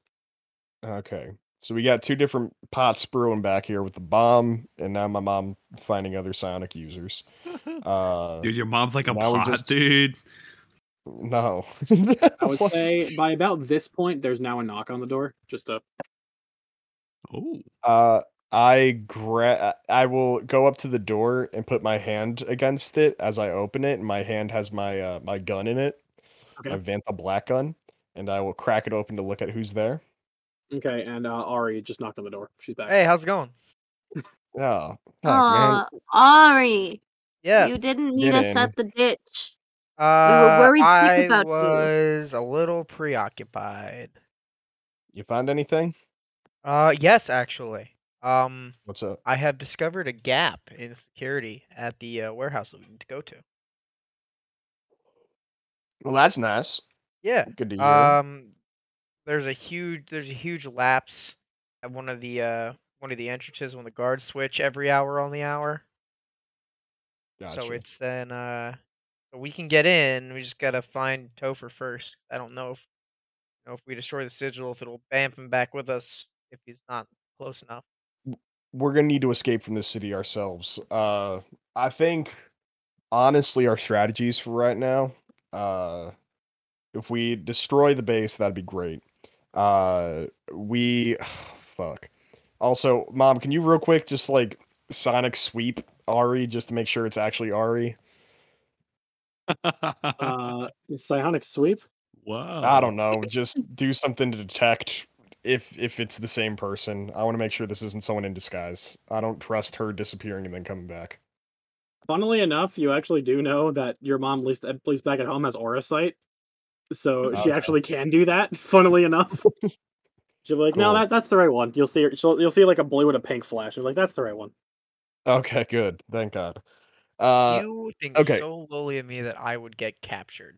[SPEAKER 1] Okay. So we got two different pots brewing back here with the bomb, and now my mom finding other psionic users. Uh,
[SPEAKER 4] Dude, your mom's like a
[SPEAKER 1] Now we
[SPEAKER 4] pot,
[SPEAKER 1] just-
[SPEAKER 4] dude.
[SPEAKER 1] no.
[SPEAKER 5] I would
[SPEAKER 1] What?
[SPEAKER 5] say by about this point, there's now a knock on the door. Just a
[SPEAKER 4] Oh.
[SPEAKER 1] Uh, I gra- I will go up to the door and put my hand against it as I open it, and my hand has my uh, my gun in it,
[SPEAKER 5] Okay.
[SPEAKER 1] my Vanta Black gun, and I will crack it open to look at who's there.
[SPEAKER 5] okay, and uh, Ari just knocked on the door. She's back.
[SPEAKER 3] Hey, how's it going?
[SPEAKER 1] Oh, fuck, man.
[SPEAKER 2] Oh, Ari,
[SPEAKER 3] Yeah.
[SPEAKER 2] you didn't need
[SPEAKER 1] Get
[SPEAKER 2] us
[SPEAKER 1] in.
[SPEAKER 2] at the ditch.
[SPEAKER 3] Uh,
[SPEAKER 2] worried sick
[SPEAKER 3] I
[SPEAKER 2] about you.
[SPEAKER 3] was a little preoccupied.
[SPEAKER 1] You find anything?
[SPEAKER 3] Uh, yes, actually. Um,
[SPEAKER 1] What's up?
[SPEAKER 3] I have discovered a gap in security at the uh, warehouse that we need to go to.
[SPEAKER 1] Well, that's nice.
[SPEAKER 3] Yeah.
[SPEAKER 1] Good to hear.
[SPEAKER 3] Um, there's a huge there's a huge lapse at one of the uh one of the entrances when the guards switch every hour on the hour. So
[SPEAKER 1] Gotcha.
[SPEAKER 3] it's then uh so we can get in. We just gotta find Topher first. I don't know if you know if we destroy the sigil if it'll bamf him back with us if he's not close enough.
[SPEAKER 1] we're gonna need to escape from this city ourselves. Uh, I think honestly, our strategies for right now, uh, if we destroy the base, that'd be great. Uh, we fuck. Also, mom, can you real quick just like sonic sweep Ari just to make sure it's actually Ari?
[SPEAKER 5] Uh, psionic sweep.
[SPEAKER 4] wow.
[SPEAKER 1] I don't know. Just do something to detect if if it's the same person. I want to make sure this isn't someone in disguise. I don't trust her disappearing and then coming back.
[SPEAKER 5] Funnily enough, you actually do know that your mom, at least, at least back at home, has aura sight, so she
[SPEAKER 1] Okay.
[SPEAKER 5] actually can do that. Funnily enough, she'll be like, "No,
[SPEAKER 1] Cool.
[SPEAKER 5] that that's the right one." You'll see, her, she'll, you'll see like a blue and a pink flash, and like that's the right one.
[SPEAKER 1] Okay, good. Thank God. Uh,
[SPEAKER 3] you think
[SPEAKER 1] okay.
[SPEAKER 3] so lowly of me that I would get captured.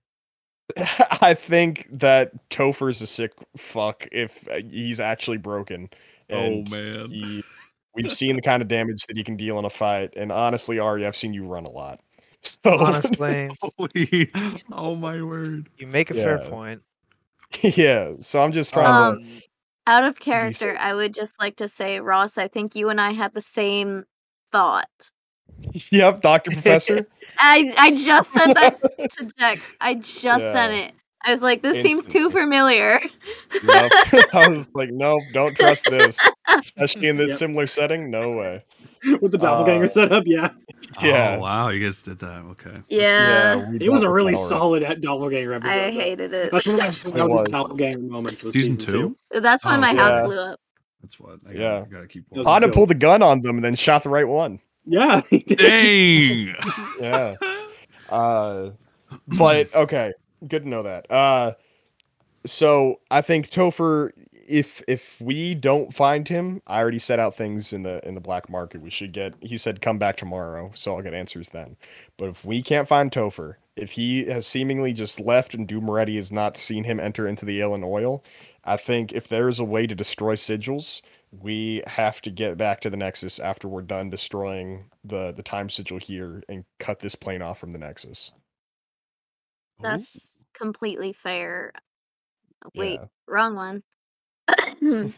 [SPEAKER 1] I think that Topher's a sick fuck if uh, he's actually broken.
[SPEAKER 4] Oh
[SPEAKER 1] and
[SPEAKER 4] man.
[SPEAKER 1] he- we've seen the kind of damage that he can deal in a fight, and honestly, Ari, I've seen you run a lot. So
[SPEAKER 3] Honestly,
[SPEAKER 4] Holy, oh my word.
[SPEAKER 3] you make a fair
[SPEAKER 1] Yeah.
[SPEAKER 3] point.
[SPEAKER 1] yeah, so I'm just trying
[SPEAKER 2] Um,
[SPEAKER 1] to.
[SPEAKER 2] Out of
[SPEAKER 1] you
[SPEAKER 2] character, I would just like to say, Ross, I think you and I had the same thought.
[SPEAKER 1] Yep, Doctor Professor.
[SPEAKER 2] I I just said that to Jex. I just said
[SPEAKER 1] Yeah.
[SPEAKER 2] it. I was like, this seems too
[SPEAKER 1] Instantly.
[SPEAKER 2] familiar.
[SPEAKER 1] Yep. I was like, nope, don't trust this, especially in this
[SPEAKER 5] Yep.
[SPEAKER 1] similar setting. No way.
[SPEAKER 5] With the doppelganger
[SPEAKER 1] Uh,
[SPEAKER 5] setup, yeah,
[SPEAKER 1] Yeah.
[SPEAKER 4] Oh, wow, you guys did that. Okay.
[SPEAKER 2] Yeah.
[SPEAKER 1] we
[SPEAKER 5] it
[SPEAKER 1] dealt
[SPEAKER 5] was a
[SPEAKER 1] with
[SPEAKER 5] really
[SPEAKER 1] that already.
[SPEAKER 5] solid at doppelganger episode.
[SPEAKER 2] I
[SPEAKER 5] though.
[SPEAKER 2] hated it.
[SPEAKER 5] That's one of my proudest
[SPEAKER 1] was.
[SPEAKER 5] doppelganger moments. Was
[SPEAKER 4] Season, two?
[SPEAKER 2] That's when
[SPEAKER 4] Oh,
[SPEAKER 2] my house
[SPEAKER 1] yeah.
[SPEAKER 2] blew up.
[SPEAKER 4] That's what. I gotta,
[SPEAKER 1] Yeah.
[SPEAKER 4] I gotta keep.
[SPEAKER 5] Those
[SPEAKER 4] watching.
[SPEAKER 1] Hana pulled the gun on them and then shot the right one.
[SPEAKER 5] Yeah, he did.
[SPEAKER 4] Dang.
[SPEAKER 1] Yeah. Uh, but okay, good to know that. Uh, so I think Topher, if if we don't find him, I already set out things in the in the black market. We should get. He said come back tomorrow, so I'll get answers then. But if we can't find Topher, if he has seemingly just left and Doomeretti has not seen him enter into the ale and oil, I think if there is a way to destroy sigils. We have to get back to the Nexus after we're done destroying the the time sigil here and cut this plane off from the Nexus. Mm-hmm.
[SPEAKER 2] That's completely fair. Wait,
[SPEAKER 1] Yeah.
[SPEAKER 2] wrong one.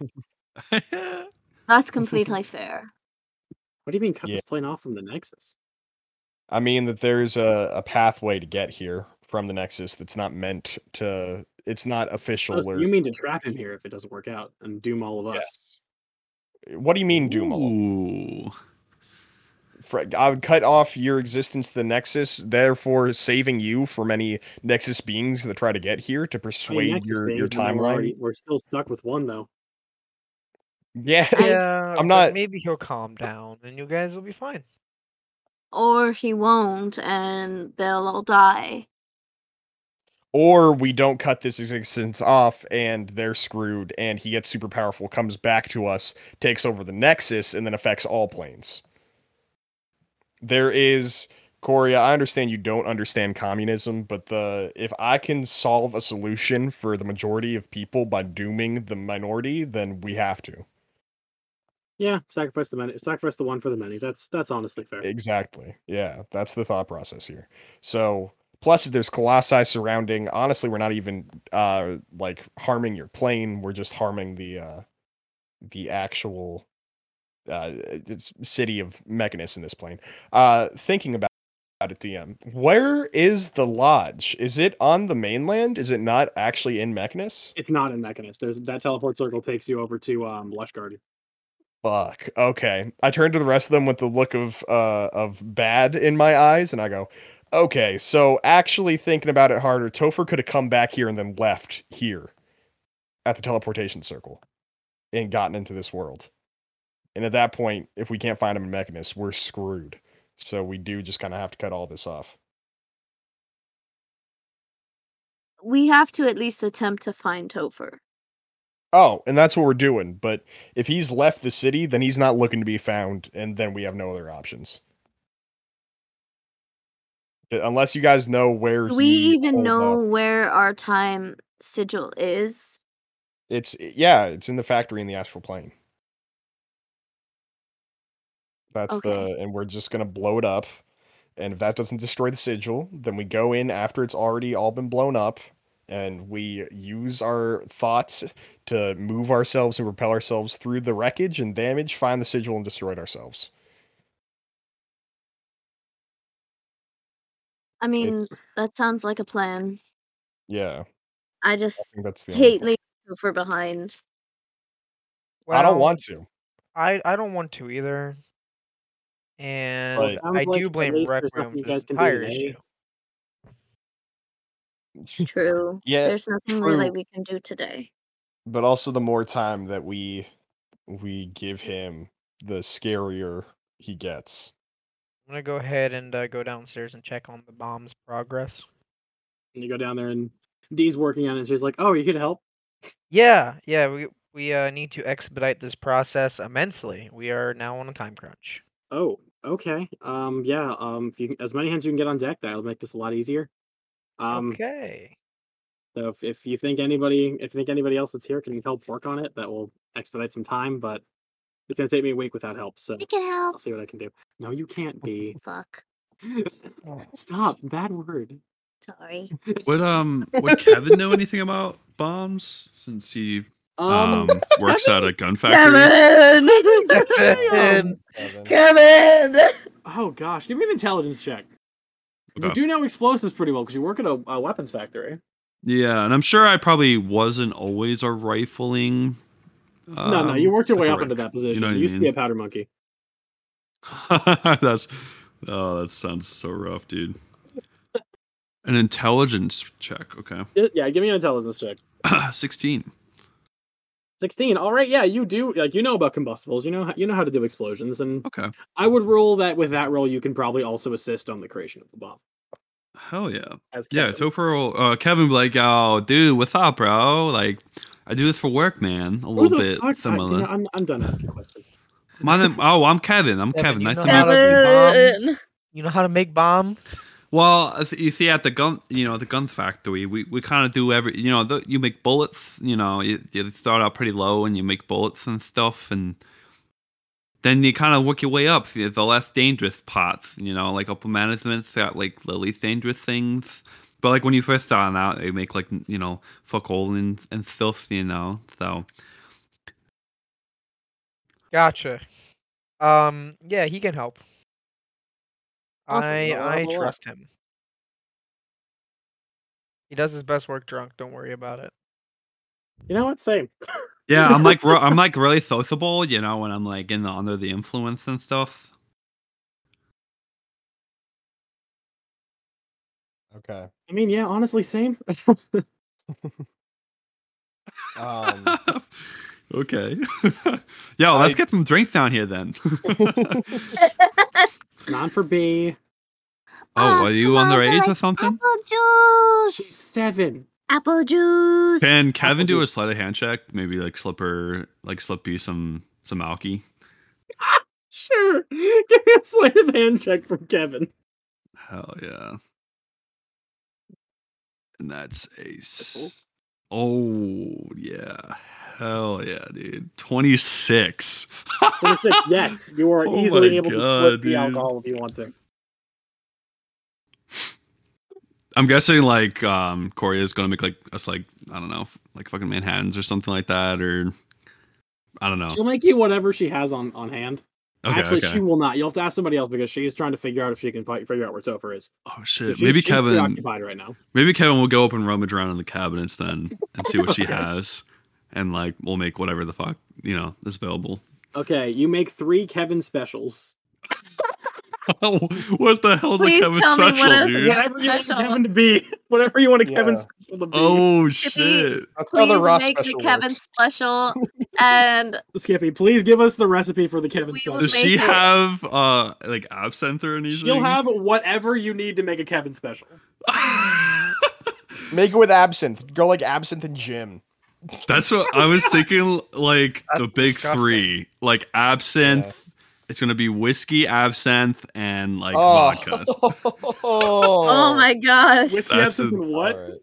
[SPEAKER 2] That's completely fair.
[SPEAKER 5] What do you mean cut
[SPEAKER 1] Yeah.
[SPEAKER 5] this plane off from the Nexus?
[SPEAKER 1] I mean that there's a, a pathway to get here from the Nexus that's not meant to. It's not official.
[SPEAKER 5] Oh, so
[SPEAKER 1] or,
[SPEAKER 5] you mean to trap him here if it doesn't work out and doom all of us?
[SPEAKER 1] Yes. What do you mean, doom all?
[SPEAKER 4] Ooh.
[SPEAKER 1] Fr- I would cut off your existence to the Nexus, therefore saving you from any Nexus beings that try to get here to
[SPEAKER 5] I mean,
[SPEAKER 1] persuade
[SPEAKER 5] Nexus
[SPEAKER 1] your,
[SPEAKER 5] being,
[SPEAKER 1] your
[SPEAKER 5] you know, We're,
[SPEAKER 1] timeline.
[SPEAKER 5] already- we're still stuck with one though.
[SPEAKER 1] Yeah.
[SPEAKER 2] I-
[SPEAKER 3] Yeah, but
[SPEAKER 1] not-
[SPEAKER 3] Maybe he'll calm down, and you guys will be fine.
[SPEAKER 2] Or he won't, and they'll all die.
[SPEAKER 1] or we don't cut this existence off and they're screwed and he gets super powerful, comes back to us, takes over the Nexus, and then affects all planes. There is Corey, I understand you don't understand communism, but the if I can solve a solution for the majority of people by dooming the minority, then we have to.
[SPEAKER 5] Yeah, sacrifice the many, sacrifice the one for the many. That's that's honestly fair.
[SPEAKER 1] Exactly. Yeah, that's the thought process here. So, plus, if there's colossi surrounding, honestly, we're not even uh like harming your plane. We're just harming the uh the actual uh it's city of Mechanus in this plane. Uh, thinking about about it, DM, where is the lodge? Is it on the mainland? Is it not actually in Mechanus?
[SPEAKER 5] It's not in Mechanist. There's that teleport circle takes you over to um Lush Garden.
[SPEAKER 1] Fuck. Okay. I turn to the rest of them with the look of uh of bad in my eyes, and I go, okay. So actually, thinking about it harder, Topher could have come back here and then left here at the teleportation circle and gotten into this world. And at that point, if we can't find him in Mechanus, we're screwed. So we do just kind of have to cut all this off.
[SPEAKER 2] We have to at least attempt to find Topher.
[SPEAKER 1] Oh, and that's what we're doing. But if he's left the city, then he's not looking to be found, and then we have no other options. Uh, Unless you guys know where
[SPEAKER 2] Do we
[SPEAKER 1] he
[SPEAKER 2] even
[SPEAKER 1] holed
[SPEAKER 2] know
[SPEAKER 1] up.
[SPEAKER 2] where our time sigil is?
[SPEAKER 1] It's eh, yeah, it's in the factory in the astral plane. That's
[SPEAKER 2] Okay.
[SPEAKER 1] the and we're just gonna blow it up. And if that doesn't destroy the sigil, then we go in after it's already all been blown up and we use our thoughts to move ourselves and propel ourselves through the wreckage and damage, find the sigil and destroy it ourselves.
[SPEAKER 2] I mean,
[SPEAKER 1] It's-
[SPEAKER 2] that sounds like a plan.
[SPEAKER 1] yeah,
[SPEAKER 2] I
[SPEAKER 1] I
[SPEAKER 2] just
[SPEAKER 1] think that's the only
[SPEAKER 2] hate
[SPEAKER 1] plan.
[SPEAKER 2] leaving Topher behind.
[SPEAKER 1] I don't
[SPEAKER 3] Well,
[SPEAKER 1] want to.
[SPEAKER 3] I I don't want to either. And
[SPEAKER 1] Right.
[SPEAKER 3] I
[SPEAKER 5] Sounds like
[SPEAKER 3] do
[SPEAKER 5] at
[SPEAKER 3] blame
[SPEAKER 5] least
[SPEAKER 3] Rec
[SPEAKER 5] there's
[SPEAKER 3] Room
[SPEAKER 5] nothing you
[SPEAKER 3] for this
[SPEAKER 5] guys can do,
[SPEAKER 3] entire
[SPEAKER 5] eh?
[SPEAKER 3] issue.
[SPEAKER 2] True.
[SPEAKER 1] Yeah,
[SPEAKER 2] There's nothing really
[SPEAKER 1] true.
[SPEAKER 2] we can do today.
[SPEAKER 1] but also the more time that we we give him, the scarier he gets.
[SPEAKER 3] I'm gonna go ahead and uh, go downstairs and check on the bomb's progress.
[SPEAKER 5] And you go down there, and Dee's working on it. And she's like, "Oh, you could help."
[SPEAKER 3] Yeah, yeah, we we uh, need to expedite this process immensely. We are now on a time crunch.
[SPEAKER 5] Oh, okay. Um, yeah. Um, if you, as many hands you can get on deck, that'll make this a lot easier. Um,
[SPEAKER 3] okay.
[SPEAKER 5] so if, if you think anybody, if you think anybody else that's here can help work on it, that will expedite some time. But it's gonna take me a week without help, so
[SPEAKER 2] We can
[SPEAKER 5] I'll
[SPEAKER 2] help.
[SPEAKER 5] see what I can do. No, you can't be.
[SPEAKER 2] Fuck.
[SPEAKER 5] Stop. Bad word.
[SPEAKER 2] Sorry.
[SPEAKER 4] Would um would Kevin know anything about bombs since he um, works at a gun factory?
[SPEAKER 2] Kevin!
[SPEAKER 3] Kevin!
[SPEAKER 1] Evan.
[SPEAKER 2] Kevin!
[SPEAKER 5] Oh gosh, give me an intelligence check. You
[SPEAKER 4] Okay.
[SPEAKER 5] do know explosives pretty well because you work at a, a weapons factory.
[SPEAKER 4] Yeah, and I'm sure I probably wasn't always a rifling.
[SPEAKER 5] no, no, you
[SPEAKER 4] um,
[SPEAKER 5] worked your
[SPEAKER 4] like
[SPEAKER 5] way
[SPEAKER 4] a
[SPEAKER 5] up into
[SPEAKER 4] rif-
[SPEAKER 5] that position. You,
[SPEAKER 4] know what I
[SPEAKER 5] used to be a
[SPEAKER 4] mean?
[SPEAKER 5] powder monkey.
[SPEAKER 4] That's oh, that sounds so rough, dude. An intelligence check, okay.
[SPEAKER 5] Y- Yeah, give me an intelligence check.
[SPEAKER 4] Sixteen.
[SPEAKER 5] 16. All right, yeah, you do like you know about combustibles. You know how- you know how to do explosions and
[SPEAKER 4] Okay.
[SPEAKER 5] I would rule that with that role you can probably also assist on the creation of the bomb.
[SPEAKER 4] Hell yeah.
[SPEAKER 5] As
[SPEAKER 4] Yeah,
[SPEAKER 5] Kevin.
[SPEAKER 4] Topher will, uh, Kevin be like, oh, dude, what's up, bro? Like, I do this for work, man. A
[SPEAKER 5] Who
[SPEAKER 4] little
[SPEAKER 5] the
[SPEAKER 4] bit
[SPEAKER 5] fuck- I, you
[SPEAKER 4] similar.
[SPEAKER 5] know, I'm, I'm done asking questions.
[SPEAKER 4] My name, oh, I'm Kevin. I'm
[SPEAKER 3] Kevin,
[SPEAKER 4] Kevin.
[SPEAKER 3] you
[SPEAKER 4] Nice
[SPEAKER 3] know
[SPEAKER 4] to
[SPEAKER 3] how to
[SPEAKER 4] meet you.
[SPEAKER 2] Kevin!
[SPEAKER 3] You know how to make bombs?
[SPEAKER 4] Well, I th- you see, at the gun, you know, the gun factory, we, we kind of do every, you know, the, you make bullets, you know, you, you start out pretty low and you make bullets and stuff, and then you kind of work your way up to the less dangerous parts, you know, like upper management's got like the least dangerous things. But like when you first start out, they make like, you know, fuck all and, and stuff, you know, so.
[SPEAKER 3] Gotcha. Um, yeah, he can help.
[SPEAKER 5] Awesome,
[SPEAKER 3] I
[SPEAKER 5] well, I'll
[SPEAKER 3] I
[SPEAKER 5] level up.
[SPEAKER 3] trust him. He does his best work drunk. Don't worry about it.
[SPEAKER 5] You know what? Same.
[SPEAKER 4] Yeah, I'm like, re- I'm like really sociable, you know, when I'm like in the, under the influence and stuff.
[SPEAKER 1] Okay.
[SPEAKER 5] I mean, yeah, honestly, same.
[SPEAKER 1] Um,
[SPEAKER 4] okay. Yo, let's
[SPEAKER 1] I-
[SPEAKER 4] get some drinks down here then. oh,
[SPEAKER 5] Not for B.
[SPEAKER 2] Ah,
[SPEAKER 4] are Oh, you
[SPEAKER 2] come on,
[SPEAKER 4] underage
[SPEAKER 2] like
[SPEAKER 4] or something?
[SPEAKER 2] Apple
[SPEAKER 5] She's
[SPEAKER 2] juice!
[SPEAKER 5] seven.
[SPEAKER 2] Apple juice!
[SPEAKER 4] Can Kevin do a
[SPEAKER 5] juice.
[SPEAKER 4] sleight of hand check? Maybe like slip her, like slip you some some alky.
[SPEAKER 5] Sure. Give me a sleight of hand check from Kevin.
[SPEAKER 4] Hell yeah. And that's ace. Oh yeah. Hell yeah, dude. Twenty six.
[SPEAKER 5] 26, yes, you are
[SPEAKER 4] Oh
[SPEAKER 5] easily
[SPEAKER 4] my
[SPEAKER 5] able to
[SPEAKER 4] God,
[SPEAKER 5] slip
[SPEAKER 4] dude.
[SPEAKER 5] the alcohol if you want to.
[SPEAKER 4] I'm guessing like um Corey is gonna make like us like I don't know like fucking Manhattan's or something like that or I don't know.
[SPEAKER 5] She'll make you whatever she has on, on hand.
[SPEAKER 4] Oh. Okay,
[SPEAKER 5] Actually,
[SPEAKER 4] okay.
[SPEAKER 5] she will not. You'll have to ask somebody else because she is trying to figure out if she can fi- figure out where Topher is.
[SPEAKER 4] oh
[SPEAKER 5] So
[SPEAKER 4] shit.
[SPEAKER 5] she's-
[SPEAKER 4] Maybe
[SPEAKER 5] she's
[SPEAKER 4] Kevin.
[SPEAKER 5] preoccupied right now.
[SPEAKER 4] Maybe Kevin will go up and rummage around in the cabinets then and see what she has, and like we'll make whatever the fuck you know is available.
[SPEAKER 5] Okay, you make three Kevin specials.
[SPEAKER 4] what the hell's
[SPEAKER 2] Please
[SPEAKER 4] a Kevin
[SPEAKER 2] tell me what
[SPEAKER 4] special,
[SPEAKER 2] else-
[SPEAKER 4] dude?
[SPEAKER 2] yeah.
[SPEAKER 5] Whatever you want
[SPEAKER 2] Special.
[SPEAKER 5] Kevin to be. Whatever you want a Kevin
[SPEAKER 1] Yeah.
[SPEAKER 5] special to be.
[SPEAKER 4] Oh shit.
[SPEAKER 1] that's how the
[SPEAKER 2] Please
[SPEAKER 1] raw
[SPEAKER 2] make the
[SPEAKER 1] special
[SPEAKER 2] Kevin
[SPEAKER 1] works.
[SPEAKER 2] special and
[SPEAKER 5] Skippy, please give us the recipe for the Kevin
[SPEAKER 2] We
[SPEAKER 5] special.
[SPEAKER 2] will
[SPEAKER 4] Does she
[SPEAKER 2] make it.
[SPEAKER 4] have uh like absinthe or anything?
[SPEAKER 5] She'll have whatever you need to make a Kevin special.
[SPEAKER 1] Make it with absinthe. Go like absinthe and gin.
[SPEAKER 4] That's what I was thinking. Like the
[SPEAKER 3] That's
[SPEAKER 4] big
[SPEAKER 3] disgusting.
[SPEAKER 4] three, like absinthe. It's gonna be whiskey, absinthe, and like
[SPEAKER 1] Oh,
[SPEAKER 4] vodka.
[SPEAKER 2] Oh my gosh.
[SPEAKER 5] Whiskey
[SPEAKER 4] That's
[SPEAKER 5] absinthe
[SPEAKER 4] a-
[SPEAKER 5] and what?
[SPEAKER 1] Alright.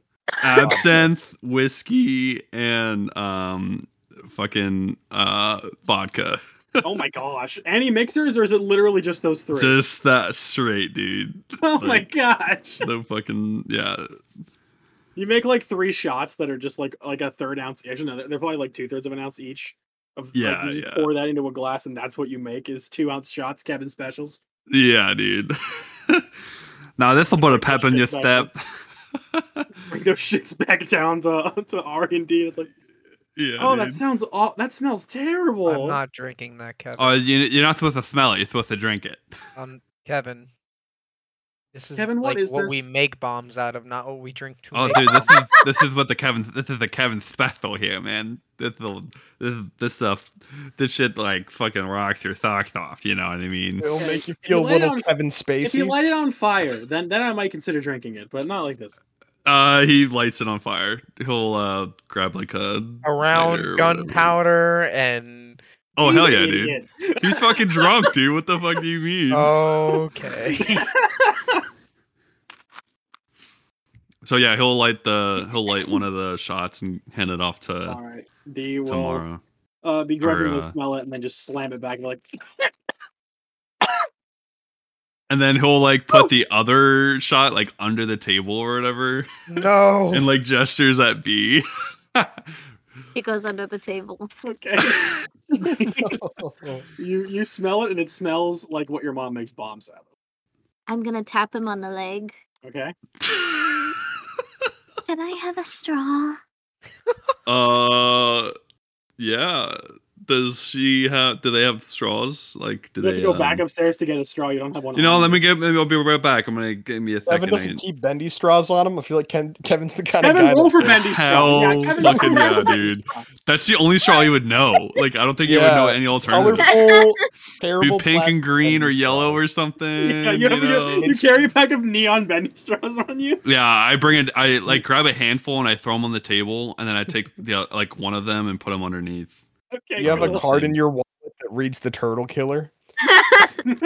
[SPEAKER 4] Absinthe, whiskey, and um, fucking uh, vodka.
[SPEAKER 5] Oh my gosh. Any mixers or is it literally just those three?
[SPEAKER 4] Just that straight, dude.
[SPEAKER 5] oh my
[SPEAKER 4] like-
[SPEAKER 5] gosh.
[SPEAKER 4] The fucking yeah.
[SPEAKER 5] You make like three shots that are just like like a third ounce each. No, they're- they're probably like two thirds of an ounce each. Of, like,
[SPEAKER 4] Yeah,
[SPEAKER 5] you just
[SPEAKER 4] yeah.
[SPEAKER 5] Pour that into a glass, and that's what you make is two ounce shots, Kevin specials.
[SPEAKER 4] Yeah, dude. now this'll put a pep in your step.
[SPEAKER 5] Bring those shits back down to to R and D. It's like,
[SPEAKER 4] yeah.
[SPEAKER 5] oh,
[SPEAKER 4] dude.
[SPEAKER 5] that sounds aw- that smells terrible.
[SPEAKER 3] I'm not drinking that, Kevin.
[SPEAKER 4] Oh, you, you're not supposed to smell it. You're supposed to drink it.
[SPEAKER 3] um, Kevin. This is
[SPEAKER 5] Kevin, what
[SPEAKER 3] like
[SPEAKER 5] is
[SPEAKER 3] what we
[SPEAKER 5] this?
[SPEAKER 3] make bombs out of, not what we drink to.
[SPEAKER 4] Oh,
[SPEAKER 3] make
[SPEAKER 4] dude,
[SPEAKER 3] bombs.
[SPEAKER 4] this is this is what the Kevin this is the Kevin special here, man. This will- this this stuff this shit like fucking rocks your socks off. You know what I mean?
[SPEAKER 1] It'll
[SPEAKER 5] Okay,
[SPEAKER 1] make you
[SPEAKER 5] if you
[SPEAKER 1] feel
[SPEAKER 5] light it
[SPEAKER 1] little
[SPEAKER 5] on-
[SPEAKER 1] Kevin
[SPEAKER 5] If you
[SPEAKER 1] Spacey.
[SPEAKER 5] light it on fire, then then I might consider drinking it, but not like this.
[SPEAKER 4] Uh, he lights it on fire. He'll uh grab like a lighter
[SPEAKER 3] around
[SPEAKER 4] or whatever.
[SPEAKER 3] gunpowder and
[SPEAKER 4] Oh
[SPEAKER 5] He's
[SPEAKER 4] hell
[SPEAKER 5] an
[SPEAKER 4] yeah, dude!
[SPEAKER 5] idiot.
[SPEAKER 4] He's fucking drunk, dude. What the fuck do you mean?
[SPEAKER 3] Uh, okay.
[SPEAKER 4] so yeah, he'll light the he'll light one of the shots and hand it off to
[SPEAKER 5] All right, D will
[SPEAKER 4] tomorrow.
[SPEAKER 5] uh, be grumpy
[SPEAKER 4] Or,
[SPEAKER 5] will
[SPEAKER 4] uh,
[SPEAKER 5] smell it and then just slam it back and be like,
[SPEAKER 4] And then he'll like put the other shot like under the table or whatever,
[SPEAKER 3] no.
[SPEAKER 4] and like gestures at B.
[SPEAKER 2] It goes under the table.
[SPEAKER 5] okay. You you smell it and it smells like what your mom makes bombs out of.
[SPEAKER 2] I'm gonna tap him on the leg.
[SPEAKER 5] Okay.
[SPEAKER 2] Can I have a straw?
[SPEAKER 4] Uh, yeah. Does she have? Do they have straws? Like, do
[SPEAKER 5] You have
[SPEAKER 4] they
[SPEAKER 5] to go back
[SPEAKER 4] um,
[SPEAKER 5] upstairs to get a straw. You don't have one.
[SPEAKER 4] You
[SPEAKER 5] on
[SPEAKER 4] know,
[SPEAKER 5] you.
[SPEAKER 4] let me get. Maybe I'll be right back. I'm gonna give me a
[SPEAKER 1] Kevin
[SPEAKER 4] second. I-
[SPEAKER 1] doesn't keep bendy straws on him. I feel like Ken, Kevin's the kind
[SPEAKER 5] Kevin
[SPEAKER 1] of guy.
[SPEAKER 5] roll for
[SPEAKER 1] that-
[SPEAKER 5] Bendy's straw.
[SPEAKER 4] Hell
[SPEAKER 5] Kevin,
[SPEAKER 4] fucking
[SPEAKER 5] roll for
[SPEAKER 4] yeah,
[SPEAKER 5] Bendy's
[SPEAKER 4] dude.
[SPEAKER 5] straw.
[SPEAKER 4] That's the only straw you would know. Like, I don't think you would know
[SPEAKER 1] Yeah,
[SPEAKER 4] any alternative.
[SPEAKER 1] colorful, terrible.
[SPEAKER 4] Dude, pink and
[SPEAKER 1] plastic
[SPEAKER 4] green or
[SPEAKER 1] bendy
[SPEAKER 4] yellow
[SPEAKER 1] straws.
[SPEAKER 4] or something.
[SPEAKER 5] Yeah, you,
[SPEAKER 4] you
[SPEAKER 5] have, you-
[SPEAKER 4] know?
[SPEAKER 5] you carry a pack of neon Bendy straws on you.
[SPEAKER 4] Yeah, I bring it. I like grab a handful and I throw them on the table, and then I take the like one of them and put them underneath.
[SPEAKER 5] Okay.
[SPEAKER 1] You have a
[SPEAKER 4] Awesome.
[SPEAKER 1] card in your wallet that reads the Turtle Killer.
[SPEAKER 5] you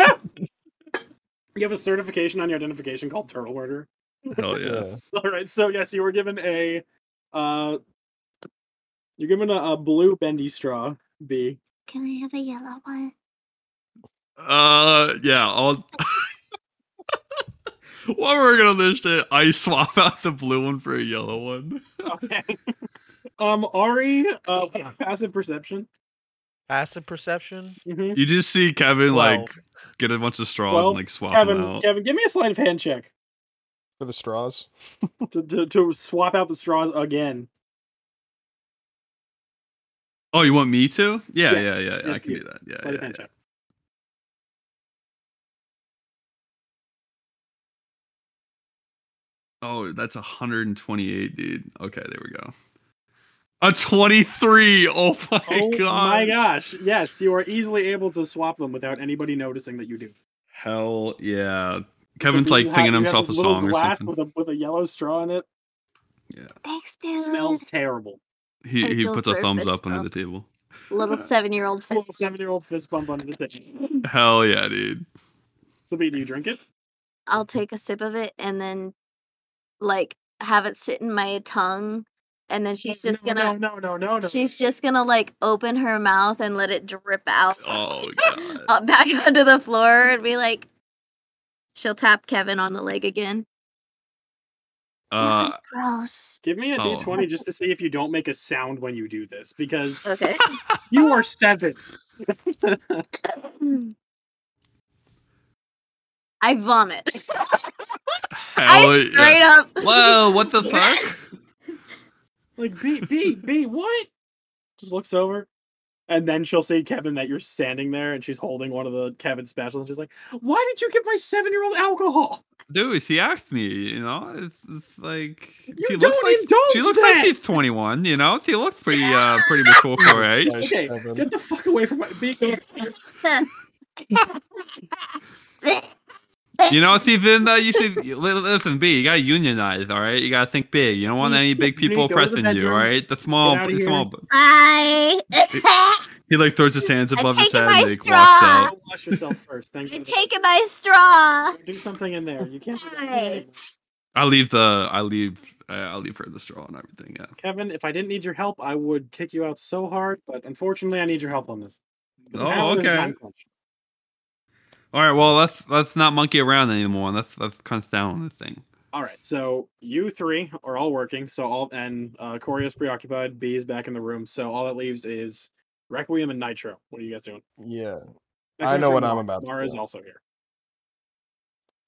[SPEAKER 5] have a certification on your identification called turtle murder.
[SPEAKER 4] Hell yeah.
[SPEAKER 5] All right. So yes, you were given a, uh, you're given a, a blue bendy straw. B.
[SPEAKER 2] Can I have a yellow one?
[SPEAKER 4] Uh, yeah. I'll. While we're working on this shit, I swap out the blue one for a yellow one.
[SPEAKER 5] Okay. um, Ari, uh, passive perception.
[SPEAKER 3] Passive perception.
[SPEAKER 5] Mm-hmm.
[SPEAKER 4] You just see Kevin
[SPEAKER 3] Twelve.
[SPEAKER 4] like get a bunch of straws
[SPEAKER 5] Well,
[SPEAKER 4] and like swap them
[SPEAKER 5] Kevin,
[SPEAKER 4] out.
[SPEAKER 5] Kevin, give me a sleight of hand check
[SPEAKER 1] For the straws.
[SPEAKER 5] to, to, to swap out the straws again.
[SPEAKER 4] Oh, you want me to? Yeah,
[SPEAKER 5] Yes.
[SPEAKER 4] yeah, yeah. yeah,
[SPEAKER 5] Yes,
[SPEAKER 4] I can
[SPEAKER 5] you.
[SPEAKER 4] do that. Yeah,
[SPEAKER 5] sleight of
[SPEAKER 4] yeah,
[SPEAKER 5] hand
[SPEAKER 4] yeah.
[SPEAKER 5] check.
[SPEAKER 4] Oh, that's 128, dude. Okay, there we go. A 23. Oh my
[SPEAKER 5] Oh
[SPEAKER 4] god.
[SPEAKER 5] my gosh! Yes, you are easily able to swap them without anybody noticing that you do.
[SPEAKER 4] Hell yeah.
[SPEAKER 5] So
[SPEAKER 4] Kevin's
[SPEAKER 5] do
[SPEAKER 4] like
[SPEAKER 5] you have-
[SPEAKER 4] singing
[SPEAKER 5] you have
[SPEAKER 4] himself a
[SPEAKER 5] this little
[SPEAKER 4] song or
[SPEAKER 5] glass
[SPEAKER 4] something.
[SPEAKER 5] With a, with a yellow straw in it.
[SPEAKER 2] Thanks, dude.
[SPEAKER 5] Smells terrible.
[SPEAKER 4] He
[SPEAKER 2] I
[SPEAKER 4] he
[SPEAKER 2] feel
[SPEAKER 4] puts a
[SPEAKER 2] very
[SPEAKER 4] thumbs up
[SPEAKER 2] pissed
[SPEAKER 4] under
[SPEAKER 2] off.
[SPEAKER 4] the table.
[SPEAKER 2] Little seven-year-old
[SPEAKER 5] Little
[SPEAKER 2] fist.
[SPEAKER 5] seven-year-old fist bump under the table.
[SPEAKER 4] Hell yeah, dude.
[SPEAKER 5] Sabine, do you drink it?
[SPEAKER 2] I'll take a sip of it and then, like, have it sit in my tongue, and then she's just
[SPEAKER 5] no,
[SPEAKER 2] gonna.
[SPEAKER 5] No, no, no, no. no.
[SPEAKER 2] She's just gonna like open her mouth and let it drip out
[SPEAKER 4] Oh god.
[SPEAKER 2] uh, back onto the floor and be like, she'll tap Kevin on the leg again.
[SPEAKER 4] Uh,
[SPEAKER 2] that was
[SPEAKER 5] Give me a
[SPEAKER 4] Oh.
[SPEAKER 5] twenty just to see if you don't make a sound when you do this, because
[SPEAKER 2] gross. Okay.
[SPEAKER 5] you are seven.
[SPEAKER 2] Hmm. I vomit.
[SPEAKER 4] hell yeah.
[SPEAKER 2] Straight up.
[SPEAKER 4] Whoa, what the fuck?
[SPEAKER 5] Like B, B, B, what? Just looks over, and then she'll see Kevin that you're standing there, and she's holding one of the Kevin specials, and she's like, "Why did you give my seven-year-old alcohol?
[SPEAKER 4] Dude, she asked me, you know, it's, it's like she
[SPEAKER 5] don't
[SPEAKER 4] looks like she
[SPEAKER 5] indulge
[SPEAKER 4] looks
[SPEAKER 5] that!
[SPEAKER 4] like she's 21, you know. She looks pretty uh pretty mature for her age.
[SPEAKER 1] Christ,
[SPEAKER 5] Okay,
[SPEAKER 1] Kevin.
[SPEAKER 5] Get the fuck away from my B."
[SPEAKER 2] Blech.
[SPEAKER 4] You know, see, then that you should li- listen. B, you gotta unionize, all right? You gotta think big. You don't want
[SPEAKER 5] You-
[SPEAKER 4] any big
[SPEAKER 5] you need to
[SPEAKER 4] people
[SPEAKER 5] go to the
[SPEAKER 4] pressing you,
[SPEAKER 5] bedroom.
[SPEAKER 4] all right? The small,
[SPEAKER 5] outta
[SPEAKER 4] the
[SPEAKER 5] here.
[SPEAKER 4] small.
[SPEAKER 6] I
[SPEAKER 4] He like throws his hands above his
[SPEAKER 6] taking
[SPEAKER 4] head
[SPEAKER 6] my
[SPEAKER 4] and like, walks
[SPEAKER 6] straw.
[SPEAKER 4] out.
[SPEAKER 5] Go wash yourself first. Thank
[SPEAKER 6] I'm
[SPEAKER 5] you.
[SPEAKER 6] taking my straw.
[SPEAKER 5] Do something in there. You can't. do that.
[SPEAKER 6] Hey.
[SPEAKER 4] I leave the, I leave, uh, I leave her the straw and everything. Yeah,
[SPEAKER 5] Kevin, if I didn't need your help, I would kick you out so hard. But unfortunately, I need your help on this. 'Cause
[SPEAKER 4] Oh,
[SPEAKER 5] now there's a
[SPEAKER 4] okay.
[SPEAKER 5] time crunch.
[SPEAKER 4] All right, well let's let's not monkey around anymore. Let's let's cut down on this thing.
[SPEAKER 5] All right, so you three are all working. So all and uh, Corey is preoccupied. B is back in the room. So all that leaves is Requiem and Nitro. What are you guys doing?
[SPEAKER 1] Yeah.
[SPEAKER 5] Actually,
[SPEAKER 1] I know
[SPEAKER 5] actually,
[SPEAKER 1] what I'm
[SPEAKER 5] Mar-
[SPEAKER 1] about to
[SPEAKER 5] Mara is
[SPEAKER 1] do.
[SPEAKER 5] also here.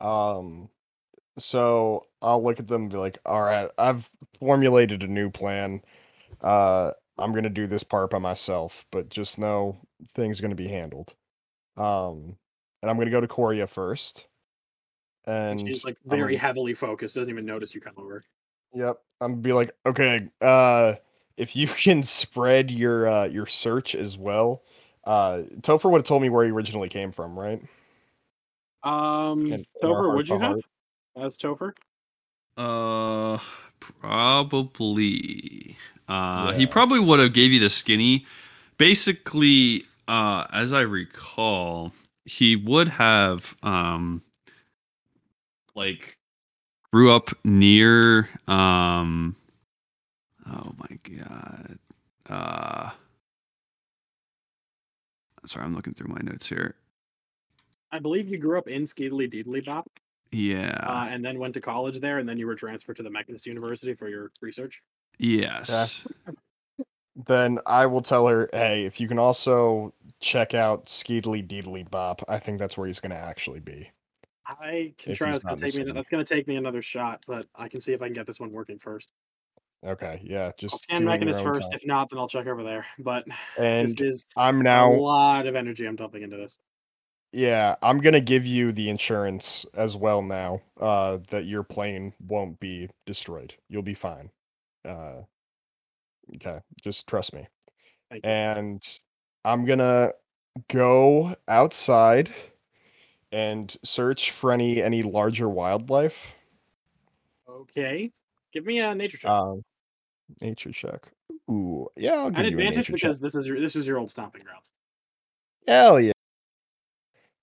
[SPEAKER 1] Um, so I'll look at them and be like, all right, I've formulated a new plan. Uh, I'm gonna do this part by myself, but just know things are gonna be handled. Um, and I'm gonna go to Coria first.
[SPEAKER 5] And
[SPEAKER 1] And
[SPEAKER 5] she's like
[SPEAKER 1] I'm
[SPEAKER 5] very
[SPEAKER 1] like-
[SPEAKER 5] heavily focused. Doesn't even notice you come over.
[SPEAKER 1] Yep. I'm gonna be like, okay, uh if you can spread your uh your search as well. Uh Topher would have told me where he originally came from, right?
[SPEAKER 5] Um,
[SPEAKER 1] And from our
[SPEAKER 5] Topher,
[SPEAKER 1] heart
[SPEAKER 5] would
[SPEAKER 1] to
[SPEAKER 5] you have
[SPEAKER 1] heart.
[SPEAKER 5] as Topher?
[SPEAKER 4] Uh, probably. Uh, he
[SPEAKER 1] Yeah.
[SPEAKER 4] probably would have gave you the skinny. Basically, uh, as I recall, he would have um, like grew up near um, oh my god. Uh, sorry, I'm looking through my notes here.
[SPEAKER 5] I believe you grew up in Skeetily Deedly Bop,
[SPEAKER 4] Yeah,
[SPEAKER 1] Ah.
[SPEAKER 5] uh, and then went to college there, and then you were transferred to the Mechanist University for your research.
[SPEAKER 4] yes.
[SPEAKER 1] Then I will tell her, hey, if you can also check out Skeedly Deedly Bop, I think that's where he's gonna actually be.
[SPEAKER 5] I can
[SPEAKER 1] If
[SPEAKER 5] try.
[SPEAKER 1] he's
[SPEAKER 5] That's gonna
[SPEAKER 1] not
[SPEAKER 5] take me.
[SPEAKER 1] listening.
[SPEAKER 5] That's gonna take me another shot, but I can see if I can get this one working first.
[SPEAKER 1] Okay, yeah,
[SPEAKER 5] I'll
[SPEAKER 1] just do it in
[SPEAKER 5] scan
[SPEAKER 1] your
[SPEAKER 5] Mechanist
[SPEAKER 1] own
[SPEAKER 5] first.
[SPEAKER 1] time.
[SPEAKER 5] If not, then I'll check over there. But this
[SPEAKER 1] And
[SPEAKER 5] is
[SPEAKER 1] I'm
[SPEAKER 5] a
[SPEAKER 1] now
[SPEAKER 5] lot of energy I'm dumping into this.
[SPEAKER 1] yeah, I'm gonna give you the insurance as well now, uh, that your plane won't be destroyed. You'll be fine. Uh, okay, just trust me.
[SPEAKER 5] Thank you.
[SPEAKER 1] And I'm gonna go outside and search for any any larger wildlife.
[SPEAKER 5] Okay, give me a nature check.
[SPEAKER 1] Um, nature check. Ooh, yeah, I'll give
[SPEAKER 5] An
[SPEAKER 1] you a
[SPEAKER 5] advantage
[SPEAKER 1] nature check.
[SPEAKER 5] because this is your this is your old stomping grounds.
[SPEAKER 1] Hell yeah.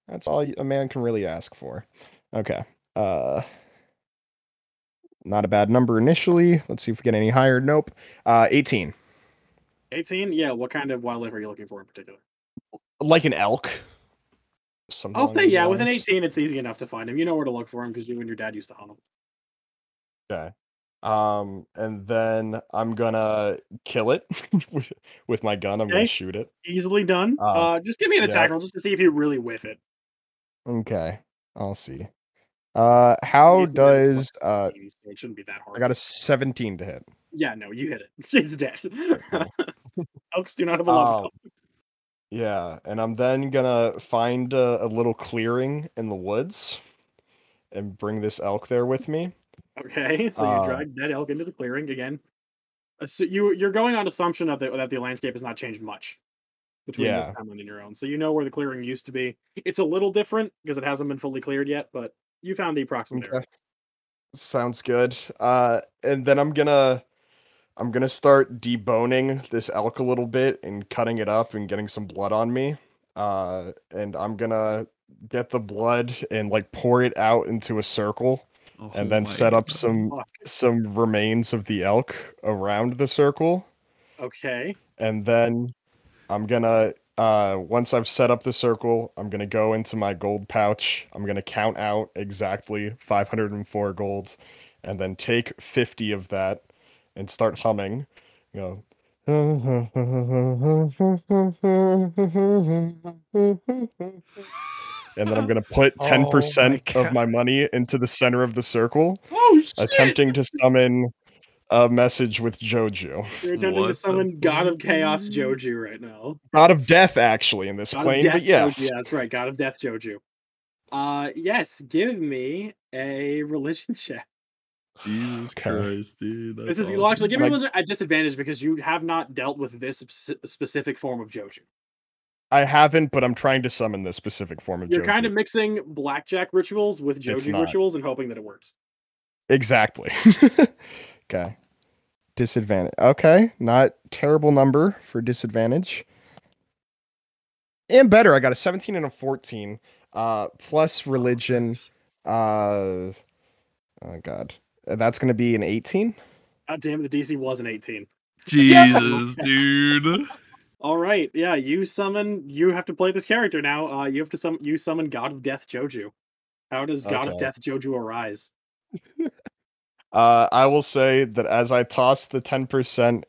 [SPEAKER 1] That's all y- a man can really ask for. Okay. Uh not a bad number initially. Let's see if we get any higher. Nope. Uh 18.
[SPEAKER 5] 18. Yeah. What kind of wildlife are you looking for in particular?
[SPEAKER 1] Like an elk. Something
[SPEAKER 5] I'll
[SPEAKER 1] along
[SPEAKER 5] say
[SPEAKER 1] those
[SPEAKER 5] yeah. With an
[SPEAKER 1] lines.
[SPEAKER 5] 18, it's easy enough to find him. You know where to look for him because you and your dad used to hunt him.
[SPEAKER 1] Okay. Um and then I'm gonna kill it with- with my gun. I'm
[SPEAKER 5] Okay.
[SPEAKER 1] gonna shoot it.
[SPEAKER 5] Easily done.
[SPEAKER 1] Uh,
[SPEAKER 5] uh, just give me an
[SPEAKER 1] yeah.
[SPEAKER 5] attack roll just to see if you really whiff it.
[SPEAKER 1] Okay. I'll see. Uh how
[SPEAKER 5] Easily done. It's
[SPEAKER 1] does
[SPEAKER 5] like
[SPEAKER 1] uh
[SPEAKER 5] 18, so It shouldn't be that hard.
[SPEAKER 1] I got a 17 to hit.
[SPEAKER 5] Yeah. No, you hit it. It's dead.
[SPEAKER 1] Okay.
[SPEAKER 5] Elks do not have a lot. of
[SPEAKER 1] Um, Yeah, and I'm then gonna find a, a little clearing in the woods and bring this elk there with me.
[SPEAKER 5] Okay, so
[SPEAKER 1] Uh,
[SPEAKER 5] you drag dead elk into the clearing again. Uh, So you you're going on assumption that the, that the landscape has not changed much between this
[SPEAKER 1] Yeah.
[SPEAKER 5] timeline and your own. So you know where the clearing used to be. It's a little different because it hasn't been fully cleared yet, but you found the approximate area.
[SPEAKER 1] Okay. Sounds good. Uh, and then I'm gonna I'm gonna start deboning this elk a little bit and cutting it up and getting some blood on me. Uh, and I'm gonna get the blood and like pour it out into a circle
[SPEAKER 4] Oh
[SPEAKER 1] and then
[SPEAKER 4] my
[SPEAKER 1] set up
[SPEAKER 4] God.
[SPEAKER 1] some
[SPEAKER 5] Fuck.
[SPEAKER 1] some remains of the elk around the circle.
[SPEAKER 5] Okay,
[SPEAKER 1] and then I'm gonna uh once I've set up the circle, I'm gonna go into my gold pouch. I'm gonna count out exactly 504 golds, and then take 50 of that and start humming. You know. And then I'm gonna put
[SPEAKER 3] Oh my
[SPEAKER 1] 10% of
[SPEAKER 3] God.
[SPEAKER 1] my money into the center of the circle,
[SPEAKER 3] Oh,
[SPEAKER 1] attempting to summon a message with Jojo.
[SPEAKER 5] you're attempting
[SPEAKER 4] What the
[SPEAKER 5] to summon God of Chaos Joju right now.
[SPEAKER 1] God of Death, actually, in this
[SPEAKER 5] God
[SPEAKER 1] plane.
[SPEAKER 5] of Death
[SPEAKER 1] But yes,
[SPEAKER 5] Joju. Yeah, that's right. God of Death Joju. Uh, yes. Give me a religion check.
[SPEAKER 4] Jesus
[SPEAKER 1] Okay.
[SPEAKER 4] Christ, dude.
[SPEAKER 5] This
[SPEAKER 4] that's
[SPEAKER 5] is
[SPEAKER 4] awesome.
[SPEAKER 5] well, actually give me a
[SPEAKER 1] Like-
[SPEAKER 5] religion at disadvantage because you have not dealt with this sp- specific form of Joju.
[SPEAKER 1] I haven't, but I'm trying to summon this specific form of
[SPEAKER 5] You're kind
[SPEAKER 1] Joji.
[SPEAKER 5] of mixing blackjack rituals with Joji
[SPEAKER 1] not.
[SPEAKER 5] rituals and hoping that it works.
[SPEAKER 1] Exactly. okay. Disadvantage. Okay. Not terrible number for disadvantage. And better. I got a 17 and a 14. Uh plus religion. Uh oh god. Uh, That's gonna be an 18.
[SPEAKER 5] God damn it, the DC was an 18.
[SPEAKER 4] Jesus, dude.
[SPEAKER 5] All right, yeah, you summon. You have to play this character now. Uh, you have to summon. You summon God of Death Joju. How does God of
[SPEAKER 1] Okay.
[SPEAKER 5] Death Joju arise?
[SPEAKER 1] Uh I will say that as I toss the 10% in-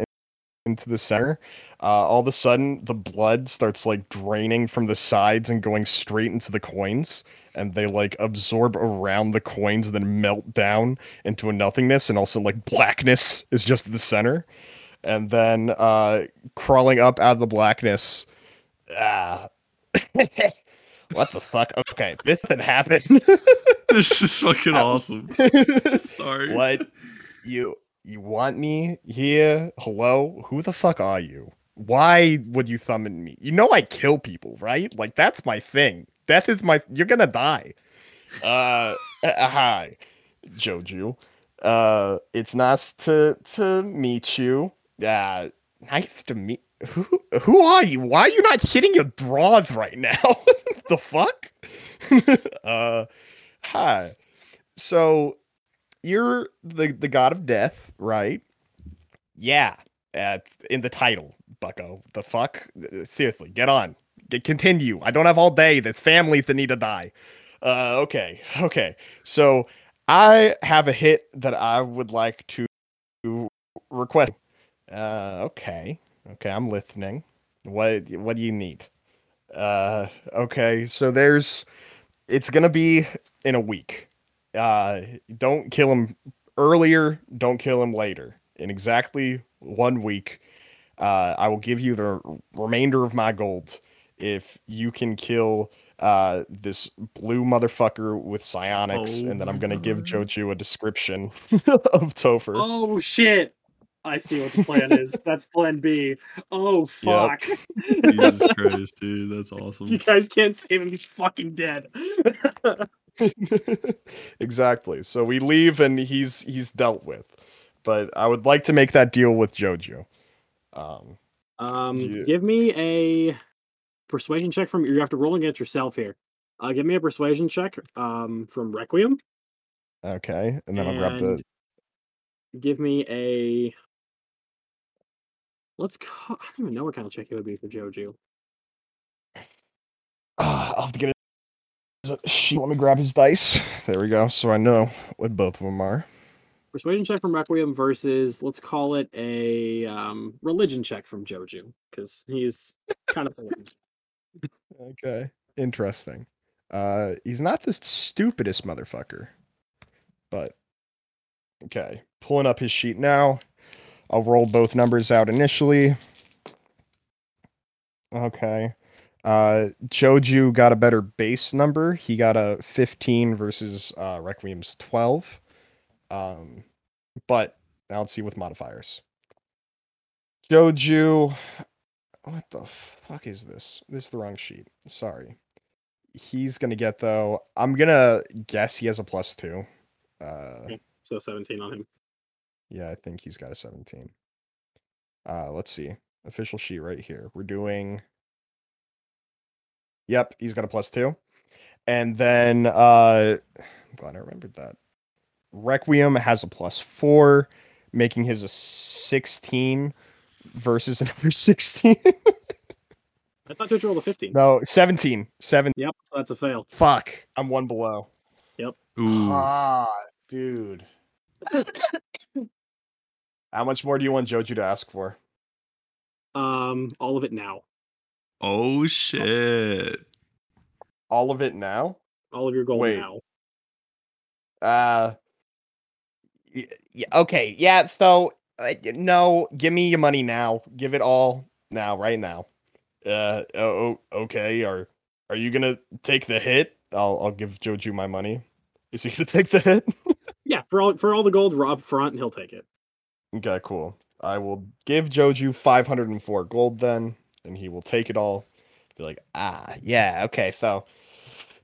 [SPEAKER 1] into the center, uh all of a sudden the blood starts like draining from the sides and going straight into the coins. and they like absorb around the coins and then melt down into a nothingness and also like blackness is just at the center and then uh crawling up out of the blackness ah what the fuck okay this didn't happen
[SPEAKER 4] This is fucking awesome. Sorry.
[SPEAKER 1] what you you want me here hello who the fuck are you why would you summon me you know i kill people right like that's my thing death is my you're gonna die uh uh, hi joju uh it's nice to to meet you uh nice to meet who who are you why are you not shitting your drawers right now the fuck uh hi so you're the the god of death, right? Yeah, uh, in the title, Bucko. The fuck? Seriously, get on. Get, continue. I don't have all day. There's families that need to die. Uh, okay, okay. So I have a hit that I would like to request. Uh, okay, okay. I'm listening. What what do you need? Uh, okay. So there's. It's gonna be in a week uh, don't kill him earlier, don't kill him later. In exactly one week, uh, I will give you the r- remainder of my gold if you can kill uh, this blue motherfucker with psionics,
[SPEAKER 4] Oh
[SPEAKER 1] and then
[SPEAKER 4] my
[SPEAKER 1] I'm gonna give
[SPEAKER 4] God.
[SPEAKER 1] Joju a description of Topher.
[SPEAKER 5] Oh shit! I see what the plan is. That's Plan B. Oh fuck!
[SPEAKER 4] Jesus Christ, dude. That's
[SPEAKER 5] You
[SPEAKER 4] awesome.
[SPEAKER 5] guys can't save him. He's fucking dead.
[SPEAKER 1] exactly. So we leave, and he's he's dealt with. But I would like to make that deal with Jojo. Um,
[SPEAKER 5] Um,
[SPEAKER 1] Yeah.
[SPEAKER 5] give me a persuasion check from. You have to roll against yourself here. Uh, give me a persuasion check. Um, from Requiem.
[SPEAKER 1] okay, and then I'll grab the
[SPEAKER 5] and Give me a. Let's. Call, I don't even know what kind of check it would be for Joju.
[SPEAKER 1] Ah, I'll have to get it. She let me grab his dice. There we go. So I know what both of them are.
[SPEAKER 5] Persuasion check from Requiem versus let's call it a um, religion check from Joju because he's kind of forms.
[SPEAKER 1] Okay. Interesting. Uh, he's not the stupidest motherfucker, but okay. Pulling up his sheet now. I'll roll both numbers out initially. Okay. Uh, Joju got a better base number. He got a 15 versus uh, Requiem's 12. Um, but now let's see with modifiers. Joju, what the fuck is this? This is the wrong sheet. Sorry. He's gonna get though. I'm gonna guess he has a plus two. Uh,
[SPEAKER 5] So seventeen on him.
[SPEAKER 1] yeah, I think he's got a 17. Uh, let's see. Official sheet right here. We're doing. Yep, he's got a plus two. And then uh I'm glad I remembered that. Requiem has a plus four, making his a 16 versus another 16.
[SPEAKER 5] I thought Joju rolled a fifteen.
[SPEAKER 1] no, 17. Seven.
[SPEAKER 5] Yep, so that's a fail.
[SPEAKER 1] Fuck. I'm one below.
[SPEAKER 4] Ooh.
[SPEAKER 1] Ah, dude. How much more do you want Joju to ask for?
[SPEAKER 5] Um, all of it now.
[SPEAKER 4] Oh shit.
[SPEAKER 1] all of it now
[SPEAKER 5] All of your gold
[SPEAKER 1] Wait.
[SPEAKER 5] now.
[SPEAKER 1] uh y- yeah, okay yeah so uh, y- no give me your money now give it all now right now uh oh oh, okay are are you gonna take the hit i'll i'll give joju my money is he gonna take the hit
[SPEAKER 5] Yeah, for all for all the gold Rob front, he'll take it.
[SPEAKER 1] okay cool i will give joju 504 gold then and he will take it all Be like, ah, yeah, okay, so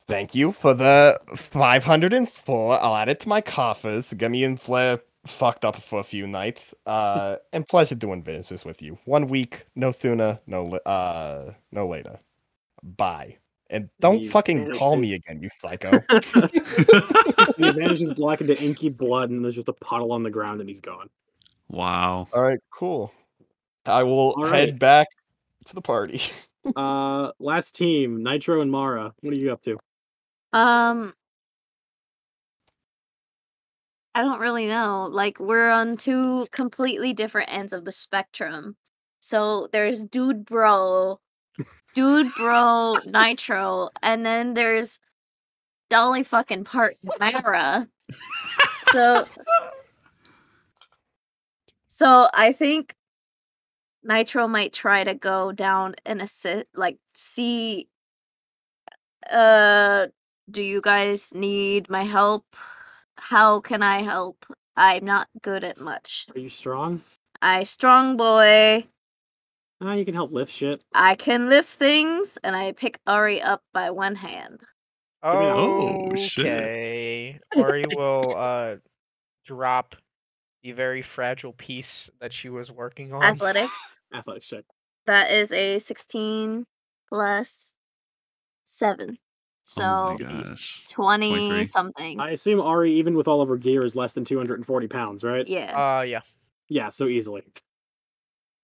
[SPEAKER 1] thank you for the 504. I'll add it to my coffers. Gummy and Flair fucked up for a few nights. Uh, and pleasure doing business with you. One week, no sooner, no li- uh, no later. Bye. And don't
[SPEAKER 5] You
[SPEAKER 1] fucking
[SPEAKER 5] managed
[SPEAKER 1] call
[SPEAKER 5] this.
[SPEAKER 1] me again, you psycho.
[SPEAKER 5] The advantage is black into inky blood, and there's just a puddle on the ground, and he's gone.
[SPEAKER 4] wow. Oh
[SPEAKER 1] All right, cool. I will
[SPEAKER 5] All
[SPEAKER 1] head
[SPEAKER 5] right.
[SPEAKER 1] back to the party.
[SPEAKER 5] Uh, last team, Nitro and Mara. What are you up to?
[SPEAKER 2] Um, I don't really know. Like we're on two completely different ends of the spectrum. So there's dude bro, dude bro nitro, and then there's Dolly fucking part Mara. so So I think Nitro might try to go down and assist like see uh do you guys need my help? How can I help? I'm not good at much.
[SPEAKER 5] Are you strong?
[SPEAKER 2] I strong boy.
[SPEAKER 5] Ah, you can help lift shit.
[SPEAKER 2] I can lift things, and I pick Ari up by one hand.
[SPEAKER 4] Oh, shit.
[SPEAKER 3] okay. Ari will uh, drop the very fragile piece that she was working
[SPEAKER 4] Oh.
[SPEAKER 3] on.
[SPEAKER 2] Athletics.
[SPEAKER 5] Athletics check.
[SPEAKER 2] That is a 16 plus seven,
[SPEAKER 4] oh my
[SPEAKER 2] so
[SPEAKER 4] gosh.
[SPEAKER 2] 20
[SPEAKER 4] 23.
[SPEAKER 2] something.
[SPEAKER 5] I assume Ari, even with all of her gear, is less than 240 pounds, right?
[SPEAKER 2] Yeah,
[SPEAKER 3] Uh, yeah.
[SPEAKER 5] Yeah, so easily.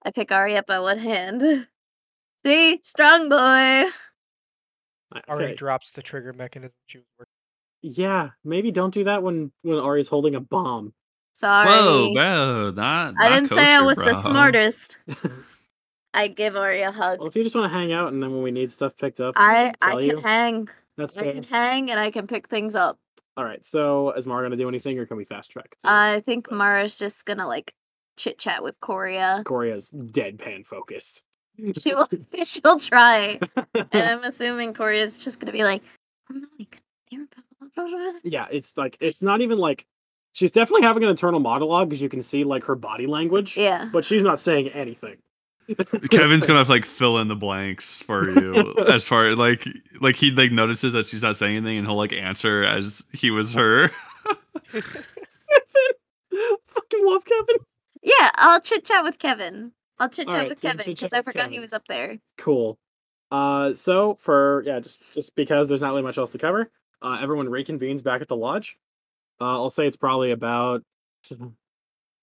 [SPEAKER 2] I pick Ari up by one hand. See, strong boy.
[SPEAKER 3] Ari
[SPEAKER 5] Okay.
[SPEAKER 3] drops the trigger mechanism she was working.
[SPEAKER 5] Yeah, maybe don't do that when when Ari's holding a bomb.
[SPEAKER 2] Sorry,
[SPEAKER 4] Whoa, bro. Not, not
[SPEAKER 2] I didn't say I
[SPEAKER 4] kosher,
[SPEAKER 2] was the
[SPEAKER 4] bro.
[SPEAKER 2] smartest.
[SPEAKER 5] well,
[SPEAKER 2] I give Ari a hug.
[SPEAKER 5] if you just want to hang out and then when we need stuff picked up,
[SPEAKER 2] I I
[SPEAKER 5] tell
[SPEAKER 2] can
[SPEAKER 5] you.
[SPEAKER 2] hang.
[SPEAKER 5] that's
[SPEAKER 2] I
[SPEAKER 5] fair.
[SPEAKER 2] can hang and I can pick things up.
[SPEAKER 5] All right. So, is Mara gonna do anything, or can we fast track? to
[SPEAKER 2] I think Mara's just gonna like chit chat with Coria.
[SPEAKER 5] Coria's deadpan focused.
[SPEAKER 2] She will. she'll try, and uh, I'm assuming Coria's just gonna be like, "Oh no, I couldn't hear it."
[SPEAKER 5] yeah, it's like it's not even like she's definitely having an internal monologue because you can see like her body language,
[SPEAKER 2] Yeah.
[SPEAKER 5] but she's not saying anything.
[SPEAKER 4] Kevin's gonna have to, like fill in the blanks for you as far like like he like notices that she's not saying anything and he'll like answer as he was her.
[SPEAKER 5] Fucking love Kevin.
[SPEAKER 2] Yeah, I'll chit chat with Kevin. I'll chit chat
[SPEAKER 5] Alright,
[SPEAKER 2] with
[SPEAKER 5] so you
[SPEAKER 2] Kevin
[SPEAKER 5] chit-chat
[SPEAKER 2] because I
[SPEAKER 5] with
[SPEAKER 2] forgot he
[SPEAKER 5] Kevin.
[SPEAKER 2] was up there.
[SPEAKER 5] Cool. Uh, so for yeah, just just because there's not really much else to cover, uh, everyone reconvenes back at the lodge. Uh, I'll say it's probably about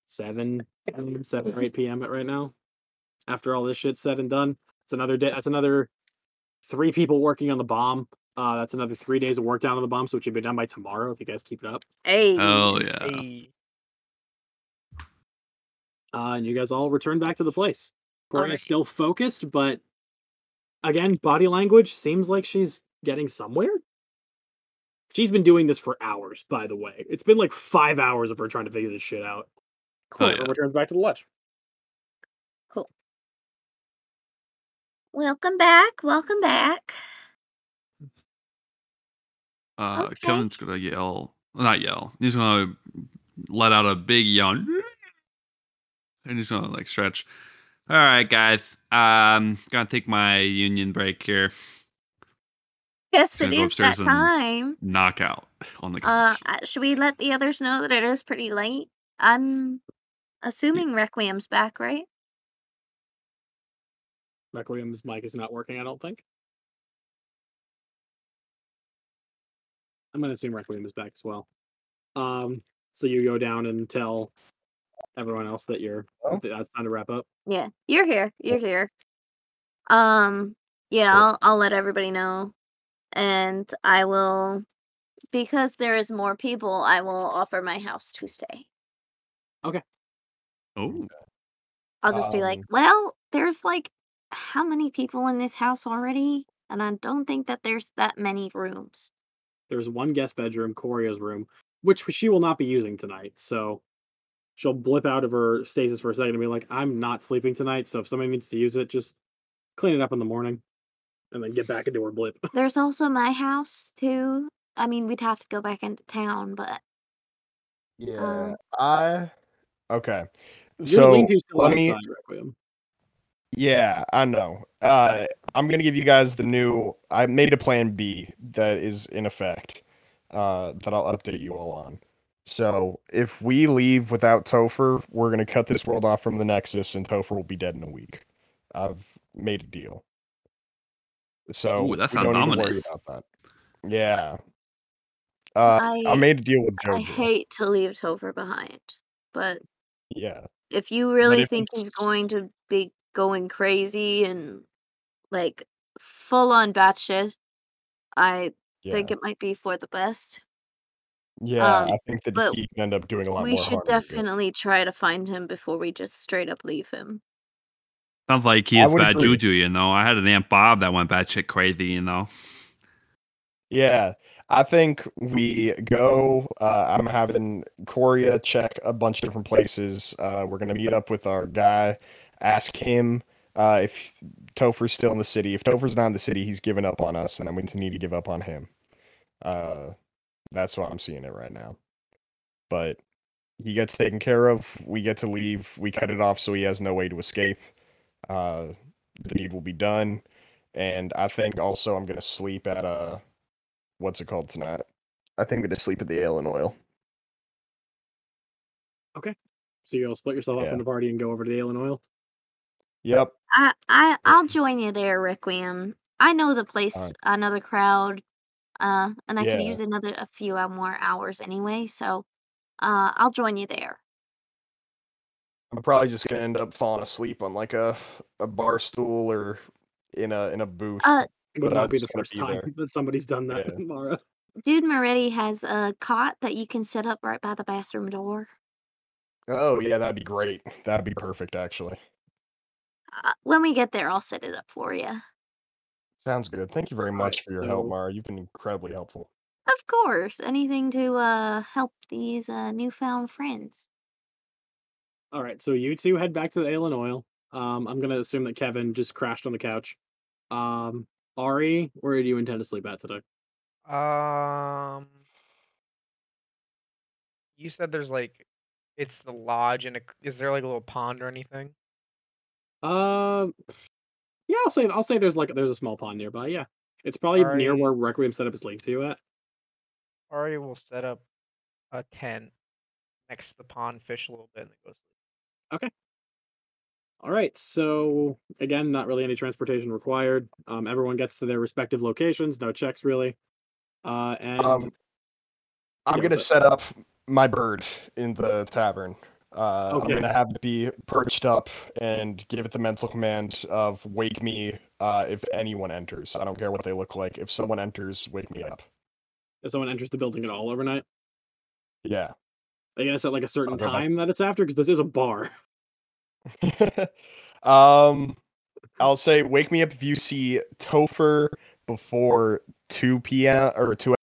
[SPEAKER 5] seven, um, seven or eight p.m. at right now. After all this shit's said and done, it's another day. That's another three people working on the bomb. Uh, that's another three days of work down on the bomb, so it should be done by tomorrow if you guys keep it up.
[SPEAKER 2] Hey.
[SPEAKER 4] Hell
[SPEAKER 1] Oh.
[SPEAKER 4] yeah.
[SPEAKER 3] Hey,
[SPEAKER 5] Uh, and you guys all return back to the place. Corey
[SPEAKER 2] Alright.
[SPEAKER 5] is still focused, but again, body language seems like she's getting somewhere. She's been doing this for hours, by the way. It's been like five hours of her trying to figure this shit out.
[SPEAKER 4] Oh,
[SPEAKER 5] Everyone
[SPEAKER 4] yeah.
[SPEAKER 5] returns back to the lodge.
[SPEAKER 6] Welcome back. Welcome back.
[SPEAKER 4] Uh,
[SPEAKER 6] Okay.
[SPEAKER 4] Kevin's gonna yell, not yell. He's gonna let out a big yawn, and he's gonna like stretch. All right, guys. Um, gonna take my union break here.
[SPEAKER 2] Yes,
[SPEAKER 4] gonna
[SPEAKER 2] it
[SPEAKER 4] go
[SPEAKER 2] is that
[SPEAKER 4] upstairs and-
[SPEAKER 2] time.
[SPEAKER 4] Knockout on the
[SPEAKER 2] Uh,
[SPEAKER 4] couch.
[SPEAKER 2] uh, should we let the others know that it is pretty late? I'm assuming Requiem's back, right?
[SPEAKER 5] Requiem's mic is not working, I don't think. I'm gonna assume Requiem is back as well. Um, so you go down and tell everyone else that you're
[SPEAKER 1] Well.
[SPEAKER 5] that it's time to wrap up.
[SPEAKER 2] Yeah, you're here. You're here. Um, yeah, I'll I'll let everybody know, and I will, because there is more people. I will offer my house to stay.
[SPEAKER 4] oh,
[SPEAKER 2] I'll just be like,
[SPEAKER 1] Um,
[SPEAKER 2] well, there's like how many people in this house already, and I don't think that there's that many rooms.
[SPEAKER 5] There's one guest bedroom, Coria's room, which she will not be using tonight. So she'll blip out of her stasis for a second and be like, I'm not sleeping tonight. So if somebody needs to use it, just clean it up in the morning and then get back into her blip.
[SPEAKER 2] There's also my house too. I mean, we'd have to go back into town, but
[SPEAKER 1] Yeah. I okay.
[SPEAKER 2] Uh,
[SPEAKER 5] Your
[SPEAKER 1] so
[SPEAKER 5] lean-to's still
[SPEAKER 1] let me
[SPEAKER 5] outside, Requiem.
[SPEAKER 1] Yeah, I know. Uh, I'm gonna give you guys the new. I made a plan B that is in effect. Uh, that I'll update you all on. So if we leave without Topher, we're gonna cut this world off from the Nexus, and Topher will be dead in a week. I've made a deal. So
[SPEAKER 4] Ooh, that
[SPEAKER 1] we
[SPEAKER 4] sounds
[SPEAKER 1] don't even worry
[SPEAKER 4] ominous.
[SPEAKER 1] about that. Yeah. Uh, I,
[SPEAKER 2] I-
[SPEAKER 1] made a deal with Jojo.
[SPEAKER 2] I hate to leave Topher behind, but
[SPEAKER 1] yeah.
[SPEAKER 2] if you really
[SPEAKER 1] if
[SPEAKER 2] think he's
[SPEAKER 1] it's-
[SPEAKER 2] going to be going crazy and like full on batshit, I
[SPEAKER 1] Yeah.
[SPEAKER 2] think it might be for the best.
[SPEAKER 1] yeah.
[SPEAKER 2] um,
[SPEAKER 1] I think that
[SPEAKER 2] but
[SPEAKER 1] he can end up doing a lot
[SPEAKER 2] We
[SPEAKER 1] more
[SPEAKER 2] should
[SPEAKER 1] harm than good.
[SPEAKER 2] definitely try to find him before we just straight up leave him.
[SPEAKER 4] Sounds like he
[SPEAKER 1] I
[SPEAKER 4] is
[SPEAKER 1] would
[SPEAKER 4] bad
[SPEAKER 1] agree.
[SPEAKER 4] juju, you know. I had an Aunt Bob that went batshit crazy, you know.
[SPEAKER 1] Yeah, I think we go. Uh, I'm having Coria check a bunch of different places. Uh, we're gonna meet up with our guy, ask him uh, if Topher's still in the city. If Topher's not in the city, he's given up on us, and then we need to give up on him. Uh, that's why I'm seeing it right now. But he gets taken care of. We get to leave. We cut it off so he has no way to escape. Uh, the deed will be done. And I think also I'm gonna sleep at uh, a what's it called tonight? I think I'm gonna sleep at the Ale and Oil.
[SPEAKER 5] So you'll split yourself up
[SPEAKER 1] Yeah.
[SPEAKER 5] in the party and go over to the Illinois.
[SPEAKER 1] Yep.
[SPEAKER 2] I, I I'll join you there, Requiem. I know the place, another crowd, uh, and I could
[SPEAKER 1] Yeah.
[SPEAKER 2] use another a few ou- more hours anyway. So, uh, I'll join you there.
[SPEAKER 1] I'm probably just gonna end up falling asleep on like a a bar stool or in a in a booth.
[SPEAKER 2] Uh,
[SPEAKER 5] Would
[SPEAKER 1] But
[SPEAKER 5] not
[SPEAKER 1] I'm
[SPEAKER 5] be the
[SPEAKER 1] just gonna
[SPEAKER 5] first
[SPEAKER 1] be
[SPEAKER 5] time
[SPEAKER 1] there.
[SPEAKER 5] that somebody's done that,
[SPEAKER 1] Yeah.
[SPEAKER 5] Mara.
[SPEAKER 2] Dude Moretti has a cot that you can set up right by the bathroom door.
[SPEAKER 1] oh yeah, that'd be great. That'd be perfect actually.
[SPEAKER 2] Uh, when we get there, I'll set it up for you.
[SPEAKER 1] Sounds good. Thank you very much for your help,
[SPEAKER 5] so-
[SPEAKER 1] Mara. You've been incredibly helpful.
[SPEAKER 2] Of course, anything to uh help these uh newfound friends.
[SPEAKER 5] All right, so you two head back to the Illinois. Um, I'm gonna assume that Kevin just crashed on the couch. Um, Ari, where do you intend to sleep at today?
[SPEAKER 3] Um, you said there's like, it's the lodge, and a, is there like a little pond or anything?
[SPEAKER 5] Um, yeah, I'll say I'll say there's like there's a small pond nearby. Yeah, it's probably near
[SPEAKER 3] Ari-
[SPEAKER 5] where Requiem set up his league to you at.
[SPEAKER 3] Ari will set up a tent next to the pond, fish a little bit, and then go sleep.
[SPEAKER 5] All right, so again, not really any transportation required. Um, everyone gets to their respective locations, no checks really. Uh, and
[SPEAKER 1] Um I'm
[SPEAKER 5] Yeah,
[SPEAKER 1] gonna
[SPEAKER 5] what's
[SPEAKER 1] set up my bird in the tavern. Uh,
[SPEAKER 5] Okay.
[SPEAKER 1] I'm gonna have it be perched up and give it the mental command of wake me uh, if anyone enters. I don't care what they look like. If someone enters, wake me up.
[SPEAKER 5] if someone enters the building at all overnight,
[SPEAKER 1] Yeah.
[SPEAKER 5] they gotta set like a certain
[SPEAKER 1] Okay.
[SPEAKER 5] time that it's after because this is a bar.
[SPEAKER 1] um, I'll say, wake me up if you see Topher before 2 p.m. or 2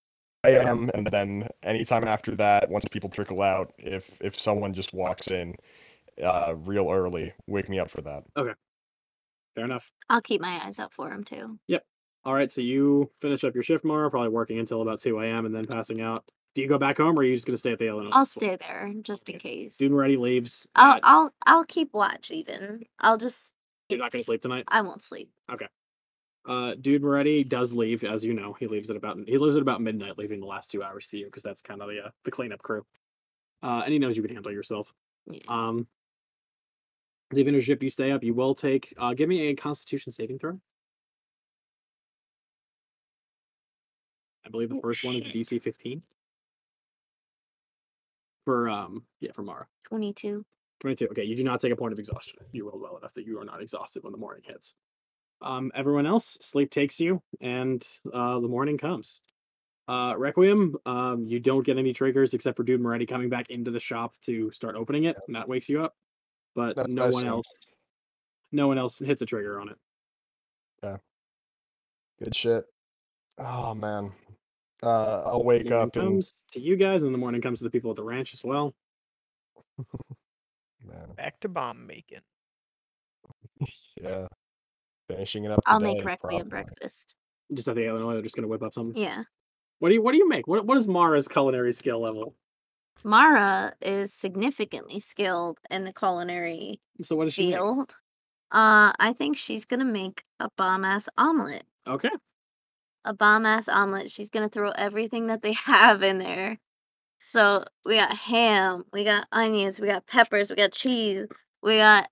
[SPEAKER 1] a.m. and then anytime after that, once people trickle out, if if someone just walks in uh, real early, wake me up for that.
[SPEAKER 5] Fair enough.
[SPEAKER 2] I'll keep my eyes out for him too.
[SPEAKER 5] All right, so you finish up your shift tomorrow, probably working until about 2 a.m. and then passing out. Do you go back home or are you just going to stay at the Illinois?
[SPEAKER 2] I'll stay there just in case.
[SPEAKER 5] Dude already leaves.
[SPEAKER 2] I'll
[SPEAKER 5] at-
[SPEAKER 2] I'll I'll keep watch even. I'll just
[SPEAKER 5] You're not going to sleep tonight.
[SPEAKER 2] I won't sleep.
[SPEAKER 5] Uh, dude Moretti does leave, as you know. He leaves at about he leaves at about midnight, leaving the last two hours to you because that's kind of the uh, the cleanup crew. Uh, and he knows you can handle yourself.
[SPEAKER 2] Yeah.
[SPEAKER 5] Um, so even if you stay up, you will take. Uh, give me a Constitution saving throw. I believe the
[SPEAKER 2] Oh,
[SPEAKER 5] first one is a
[SPEAKER 2] shit.
[SPEAKER 5] DC 15. For um, yeah, for Mara.
[SPEAKER 2] Twenty two.
[SPEAKER 5] 22. Okay, you do not take a point of exhaustion. You rolled well enough that you are not exhausted when the morning hits. Um, everyone else, sleep takes you, and uh, the morning comes. Uh, Requiem, um, you don't get any triggers except for Dude Moretti coming back into the shop to start opening it, and that wakes you up. But
[SPEAKER 1] That's what I
[SPEAKER 5] no one
[SPEAKER 1] assumed.
[SPEAKER 5] else, no one else hits a trigger on it.
[SPEAKER 1] Good shit. Oh man, uh, I'll wake
[SPEAKER 5] Evening
[SPEAKER 1] up and
[SPEAKER 5] comes to you guys, and the morning comes to the people at the ranch as well.
[SPEAKER 1] man,
[SPEAKER 3] Back to bomb making.
[SPEAKER 1] yeah, finishing it up.
[SPEAKER 2] I'll
[SPEAKER 1] today,
[SPEAKER 2] make Requiem
[SPEAKER 1] probably.
[SPEAKER 2] breakfast.
[SPEAKER 5] Just at the Illinois, they're just gonna whip up something.
[SPEAKER 2] Yeah.
[SPEAKER 5] What do you What do you make? What What is Mara's culinary skill level?
[SPEAKER 2] Mara is significantly skilled in the culinary
[SPEAKER 5] So what does she? make?
[SPEAKER 2] field. Uh, I think she's gonna make a bomb ass omelet.
[SPEAKER 5] Okay.
[SPEAKER 2] A bomb ass omelet. She's gonna throw everything that they have in there. So we got ham, we got onions, we got peppers, we got cheese, we got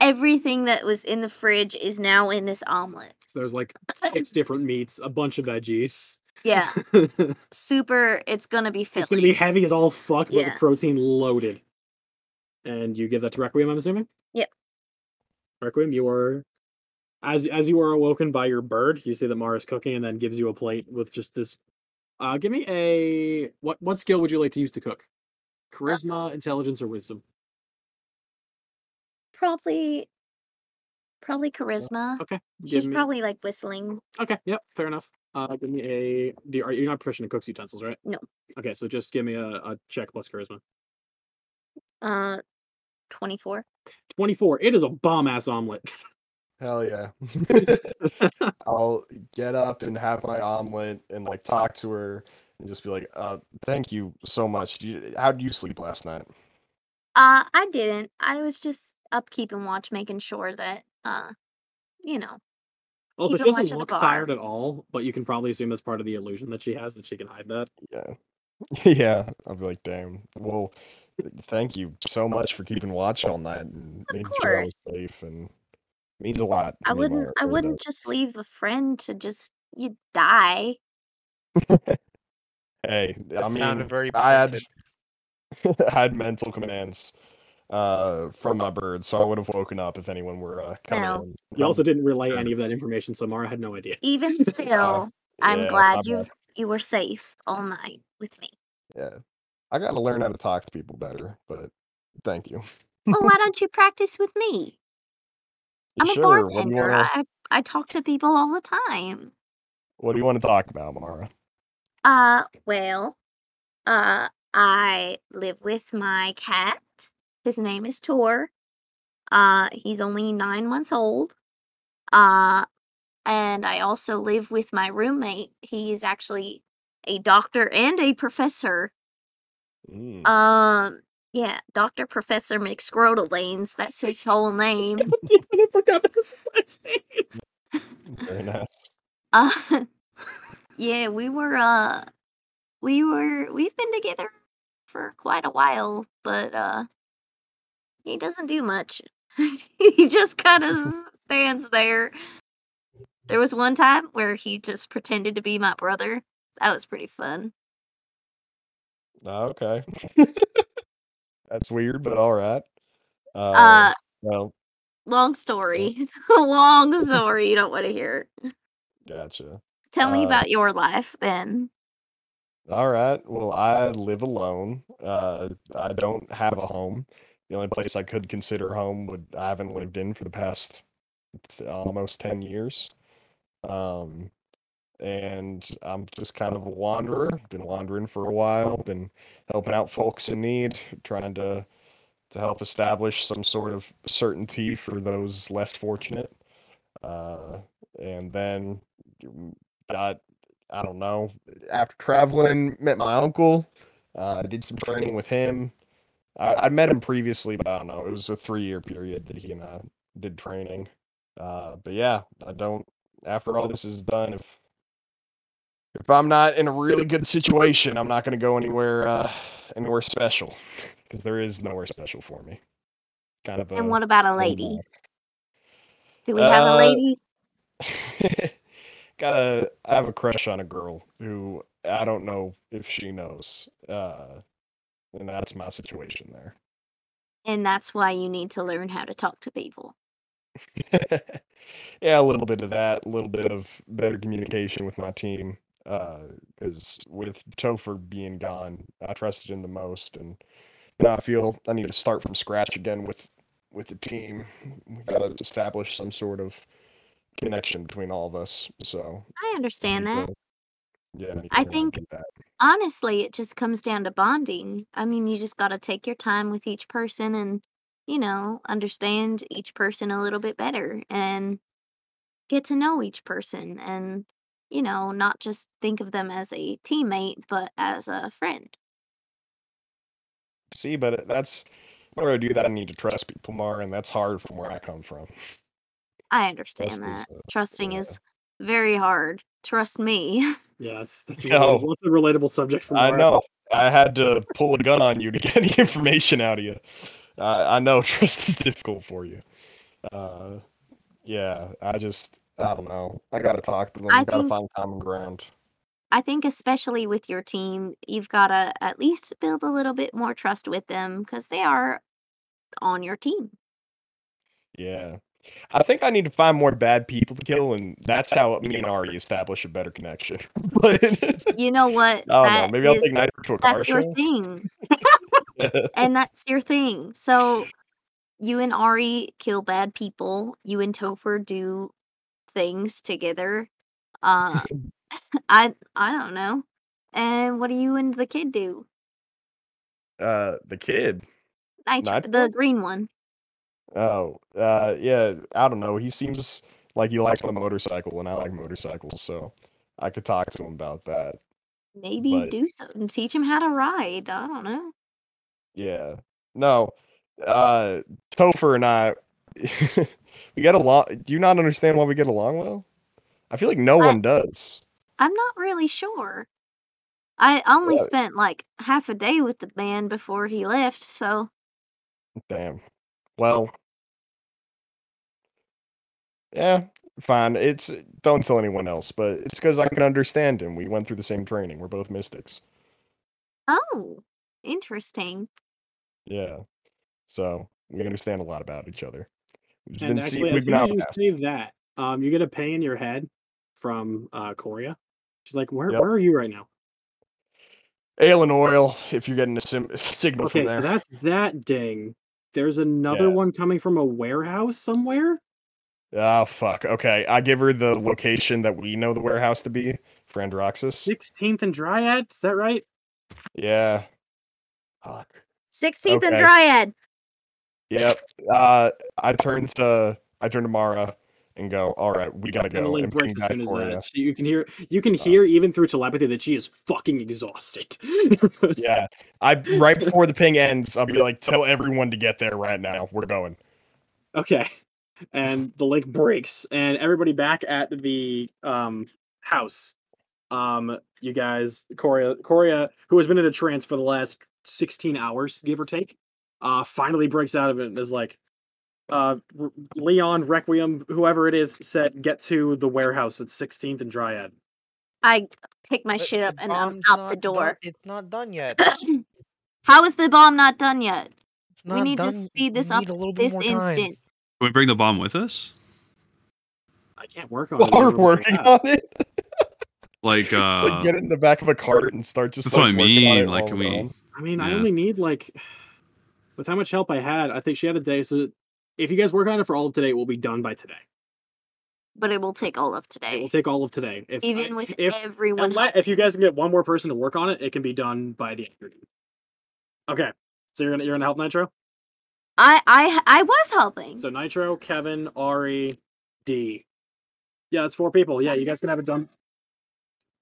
[SPEAKER 2] everything that was in the fridge is now in this omelet.
[SPEAKER 5] So there's like six different meats, a bunch of veggies.
[SPEAKER 2] Yeah,
[SPEAKER 5] it's
[SPEAKER 2] super. It's gonna be filling.
[SPEAKER 5] gonna be heavy as all fuck, but
[SPEAKER 2] Yeah.
[SPEAKER 5] with protein loaded. And you give that to Requiem, I'm assuming.
[SPEAKER 2] Yep.
[SPEAKER 5] Requiem, you are as as you are awoken by your bird. You see that Mara's cooking, and then gives you a plate with just this. Uh, give me a what what skill would you like to use to cook?
[SPEAKER 2] Uh
[SPEAKER 5] Charisma, intelligence, or wisdom?
[SPEAKER 2] probably, probably charisma.
[SPEAKER 5] Okay.
[SPEAKER 2] She's
[SPEAKER 5] give me-
[SPEAKER 2] probably like whistling.
[SPEAKER 5] Okay, yep, fair enough. Uh, give me a. Do you, are you not proficient in cook's utensils, right?
[SPEAKER 2] No.
[SPEAKER 5] Okay, so just give me a, a check plus charisma.
[SPEAKER 2] Uh, twenty four.
[SPEAKER 5] Twenty-four. It is a bomb ass omelet.
[SPEAKER 1] Hell yeah. I'll get up and have my omelet and like talk to her and just be like, uh, thank you so much. Do you- How did you sleep last night?
[SPEAKER 2] Uh, I didn't. I was just upkeep and watch, making sure that uh, you know,
[SPEAKER 5] Also,
[SPEAKER 2] Keep
[SPEAKER 5] she
[SPEAKER 2] a watch at
[SPEAKER 5] doesn't
[SPEAKER 2] the
[SPEAKER 5] look
[SPEAKER 2] bar.
[SPEAKER 5] tired at all, but you can probably assume that's part of the illusion that she has that she can hide that.
[SPEAKER 1] Yeah. yeah. I'll be like, damn. Well, thank you so much for keeping watch all night and
[SPEAKER 2] Of
[SPEAKER 1] making sure I was
[SPEAKER 2] course.
[SPEAKER 1] safe and it means a lot.
[SPEAKER 2] I
[SPEAKER 1] to me, uh,
[SPEAKER 2] wouldn't.
[SPEAKER 1] Mara, it
[SPEAKER 2] I
[SPEAKER 1] really
[SPEAKER 2] wouldn't just leave a friend to just you die.
[SPEAKER 1] does. Hey,
[SPEAKER 3] That
[SPEAKER 1] I mean,
[SPEAKER 3] sounded very
[SPEAKER 1] I had
[SPEAKER 3] pointed.
[SPEAKER 1] I had mental commands uh from my bird, so I would have woken up if anyone were uh, coming
[SPEAKER 2] No.
[SPEAKER 1] in.
[SPEAKER 5] You also didn't relay
[SPEAKER 1] Sure.
[SPEAKER 5] any of that information, so Mara had no idea.
[SPEAKER 2] Even still, I'm
[SPEAKER 1] yeah, my
[SPEAKER 2] glad
[SPEAKER 1] bad.
[SPEAKER 2] you have you were safe all night with me.
[SPEAKER 1] Yeah. I got to learn how to talk to people better, but thank you.
[SPEAKER 2] Well, why don't you practice with me? I'm a
[SPEAKER 1] sure. What do you
[SPEAKER 2] bartender.
[SPEAKER 1] want to
[SPEAKER 2] I I talk to people all the time.
[SPEAKER 1] What do you want to talk about, Mara?
[SPEAKER 2] Uh, well, uh, I live with my cat. His name is Tor. Uh, he's only nine months old. Uh, and I also live with my roommate. He is actually a doctor and a professor.
[SPEAKER 1] Mm.
[SPEAKER 2] Um, yeah, Doctor Professor McScrotal Lanes. That's his whole name.
[SPEAKER 5] God damn it, I forgot that was his last name.
[SPEAKER 1] Very nice.
[SPEAKER 2] Uh, yeah, we were uh we were we've been together for quite a while, but uh he doesn't do much. he just kind of stands there. There was one time where he just pretended to be my brother. That was pretty fun.
[SPEAKER 1] Ah, okay. That's weird, but all right. Uh,
[SPEAKER 2] Uh,
[SPEAKER 1] well,
[SPEAKER 2] long story. long story you don't want to hear.
[SPEAKER 1] gotcha.
[SPEAKER 2] Tell me
[SPEAKER 1] Uh,
[SPEAKER 2] about your life then.
[SPEAKER 1] All right. Well, I live alone. Uh, I don't have a home. The only place I could consider home would I haven't lived in for the past t- almost 10 years. Um, and I'm just kind of a wanderer. Been wandering for a while, been helping out folks in need, trying to to help establish some sort of certainty for those less fortunate. Uh, and then mm, got I don't know. After traveling, met my uncle. Uh, did some training with him. I, I met him previously, but I don't know. It was a three-year period that he and I did training. Uh, but yeah, I don't. After all this is done, if if I'm not in a really good situation, I'm not going to go anywhere uh, anywhere special because there is nowhere special for me. Kind of a
[SPEAKER 2] And what about a
[SPEAKER 1] roadblock.
[SPEAKER 2] lady? Do we have a
[SPEAKER 1] oh, Uh,
[SPEAKER 2] lady?
[SPEAKER 1] got a I have a crush on a girl who I don't know if she knows. Uh and that's my situation there.
[SPEAKER 2] And that's why you need to learn how to talk to people.
[SPEAKER 1] yeah, a little bit of that, a little bit of better communication with my team. Uh, because with Topher being gone, I trusted him the most, and now I feel I need to start from scratch again with with the team. We gotta establish some sort of connection between all of us. So
[SPEAKER 2] I understand that.
[SPEAKER 1] Yeah,
[SPEAKER 2] I
[SPEAKER 1] need to
[SPEAKER 2] think-
[SPEAKER 1] do that.
[SPEAKER 2] Honestly, it just comes down to bonding. I mean, you just got to take your time with each person and, you know, understand each person a little bit better and get to know each person and, you know, not just think of them as a teammate, but as a friend.
[SPEAKER 1] See, but that's In order to do that, I need to trust people more, and that's hard from where I come from.
[SPEAKER 2] I understand
[SPEAKER 1] Trust is,
[SPEAKER 2] that.
[SPEAKER 1] uh,
[SPEAKER 2] Trusting
[SPEAKER 1] yeah.
[SPEAKER 2] is very hard. Trust me.
[SPEAKER 5] Yeah, that's that's a
[SPEAKER 1] No.
[SPEAKER 5] relatable, that's a relatable subject for
[SPEAKER 1] I
[SPEAKER 5] Mara.
[SPEAKER 1] know. I had to pull a gun on you to get any information out of you. Uh, I know trust is difficult for you. Uh, yeah, I just, I don't know. I got to talk to them.
[SPEAKER 2] I
[SPEAKER 1] I got to
[SPEAKER 2] think-
[SPEAKER 1] find common ground.
[SPEAKER 2] I think especially with your team, you've got to at least build a little bit more trust with them because they are on your team.
[SPEAKER 1] Yeah. I think I need to find more bad people to kill, and that's how me and Ari establish a better connection. but
[SPEAKER 2] You know
[SPEAKER 1] I
[SPEAKER 2] what?
[SPEAKER 1] don't know.
[SPEAKER 2] That
[SPEAKER 1] Maybe I'll
[SPEAKER 2] is-
[SPEAKER 1] take Night to a car
[SPEAKER 2] that's your
[SPEAKER 1] show.
[SPEAKER 2] thing. and that's your thing. So you and Ari kill bad people. You and Topher do things together. Uh, I I don't know. And what do you and the kid do?
[SPEAKER 1] Uh, the kid.
[SPEAKER 2] Nitro,
[SPEAKER 1] Nitro?
[SPEAKER 2] the green one.
[SPEAKER 1] Oh, uh, yeah. I don't know. He seems like he likes my motorcycle, and I like motorcycles, so I could talk to him about that.
[SPEAKER 2] Maybe
[SPEAKER 1] But-
[SPEAKER 2] do something. Teach him how to ride. I don't know.
[SPEAKER 1] Yeah. No. Uh, Topher and I, we get along. Do you not understand why we get along well? I feel like no
[SPEAKER 2] I-
[SPEAKER 1] one does.
[SPEAKER 2] I'm not really sure. I only
[SPEAKER 1] Right.
[SPEAKER 2] spent like half a day with the man before he left, so
[SPEAKER 1] Damn. Well. Yeah, fine. It's don't tell anyone else, but it's because I can understand him. We went through the same training. We're both mystics.
[SPEAKER 2] oh, interesting.
[SPEAKER 1] Yeah. So we understand a lot about each other. We've
[SPEAKER 5] And
[SPEAKER 1] been
[SPEAKER 5] actually,
[SPEAKER 1] see-
[SPEAKER 5] as
[SPEAKER 1] we've been
[SPEAKER 5] soon as
[SPEAKER 1] out
[SPEAKER 5] you
[SPEAKER 1] past-
[SPEAKER 5] say that, um, you get a ping in your head from uh, Coria. She's like, "Where,
[SPEAKER 1] Yep.
[SPEAKER 5] where are you right now?"
[SPEAKER 1] ale and oil. If you're getting a sim- signal
[SPEAKER 5] Okay,
[SPEAKER 1] from
[SPEAKER 5] so
[SPEAKER 1] there,
[SPEAKER 5] that's that ding. There's another
[SPEAKER 1] Yeah.
[SPEAKER 5] one coming from a warehouse somewhere.
[SPEAKER 1] oh fuck. Okay, I give her the location that we know the warehouse to be for Androxis.
[SPEAKER 5] Sixteenth and Dryad. Is that right?
[SPEAKER 1] Yeah. Fuck.
[SPEAKER 2] Sixteenth and
[SPEAKER 1] Okay.
[SPEAKER 2] Dryad.
[SPEAKER 1] Yep. Uh, I turn to I turn to Mara and go. All right, we gotta go.
[SPEAKER 5] And the link
[SPEAKER 1] and bring
[SPEAKER 5] breaks as
[SPEAKER 1] back
[SPEAKER 5] soon as
[SPEAKER 1] Coria."
[SPEAKER 5] that. She- you can hear. You can
[SPEAKER 1] Uh,
[SPEAKER 5] hear even through telepathy that she is fucking exhausted.
[SPEAKER 1] Yeah. I right before the ping ends, I'll be like, tell everyone to get there right now. We're going.
[SPEAKER 5] Okay. And the lake breaks, and everybody back at the um house. Um, you guys, Coria, Coria, who has been in a trance for the last sixteen hours, give or take, uh, finally breaks out of it and is like, uh, R- Leon, Requiem, whoever it is, said, get to the warehouse at Sixteenth and Dryad.
[SPEAKER 2] I pick my
[SPEAKER 3] But
[SPEAKER 2] shit
[SPEAKER 3] the
[SPEAKER 2] up and I'm
[SPEAKER 3] bomb's
[SPEAKER 2] out
[SPEAKER 3] not
[SPEAKER 2] the
[SPEAKER 3] done-
[SPEAKER 2] door.
[SPEAKER 3] It's not done yet.
[SPEAKER 2] How is the bomb not done yet?
[SPEAKER 3] It's
[SPEAKER 2] We
[SPEAKER 3] not
[SPEAKER 2] need to
[SPEAKER 3] done.
[SPEAKER 2] speed
[SPEAKER 3] We
[SPEAKER 2] this up
[SPEAKER 3] need a little bit
[SPEAKER 2] This
[SPEAKER 3] more time.
[SPEAKER 2] instant.
[SPEAKER 4] Can we bring the bomb with us?
[SPEAKER 5] I can't work on it.
[SPEAKER 1] We're
[SPEAKER 5] Never mind
[SPEAKER 1] working
[SPEAKER 5] that.
[SPEAKER 1] on it.
[SPEAKER 4] Like, uh,
[SPEAKER 1] It's like get it in the back of a cart and start just.
[SPEAKER 4] that's what I
[SPEAKER 1] like, working on it
[SPEAKER 4] mean. Like,
[SPEAKER 1] while
[SPEAKER 4] can
[SPEAKER 1] we're
[SPEAKER 4] we?
[SPEAKER 1] on.
[SPEAKER 5] I mean, I
[SPEAKER 4] Yeah.
[SPEAKER 5] only need like with how much help I had. I think she had a day. So if you guys work on it for all of today, it will be done by today.
[SPEAKER 2] But it will take all of
[SPEAKER 5] It
[SPEAKER 2] today.
[SPEAKER 5] will take all of today. If I-
[SPEAKER 2] Even with
[SPEAKER 5] if
[SPEAKER 2] everyone
[SPEAKER 5] unle- if you guys can get one more person to work on it, it can be done by the afternoon. Okay, so you're gonna you're gonna help Nitro.
[SPEAKER 2] I I I was helping.
[SPEAKER 5] So Nitro, Kevin, Ari, D. Yeah, that's four people. Yeah, you guys can have it done.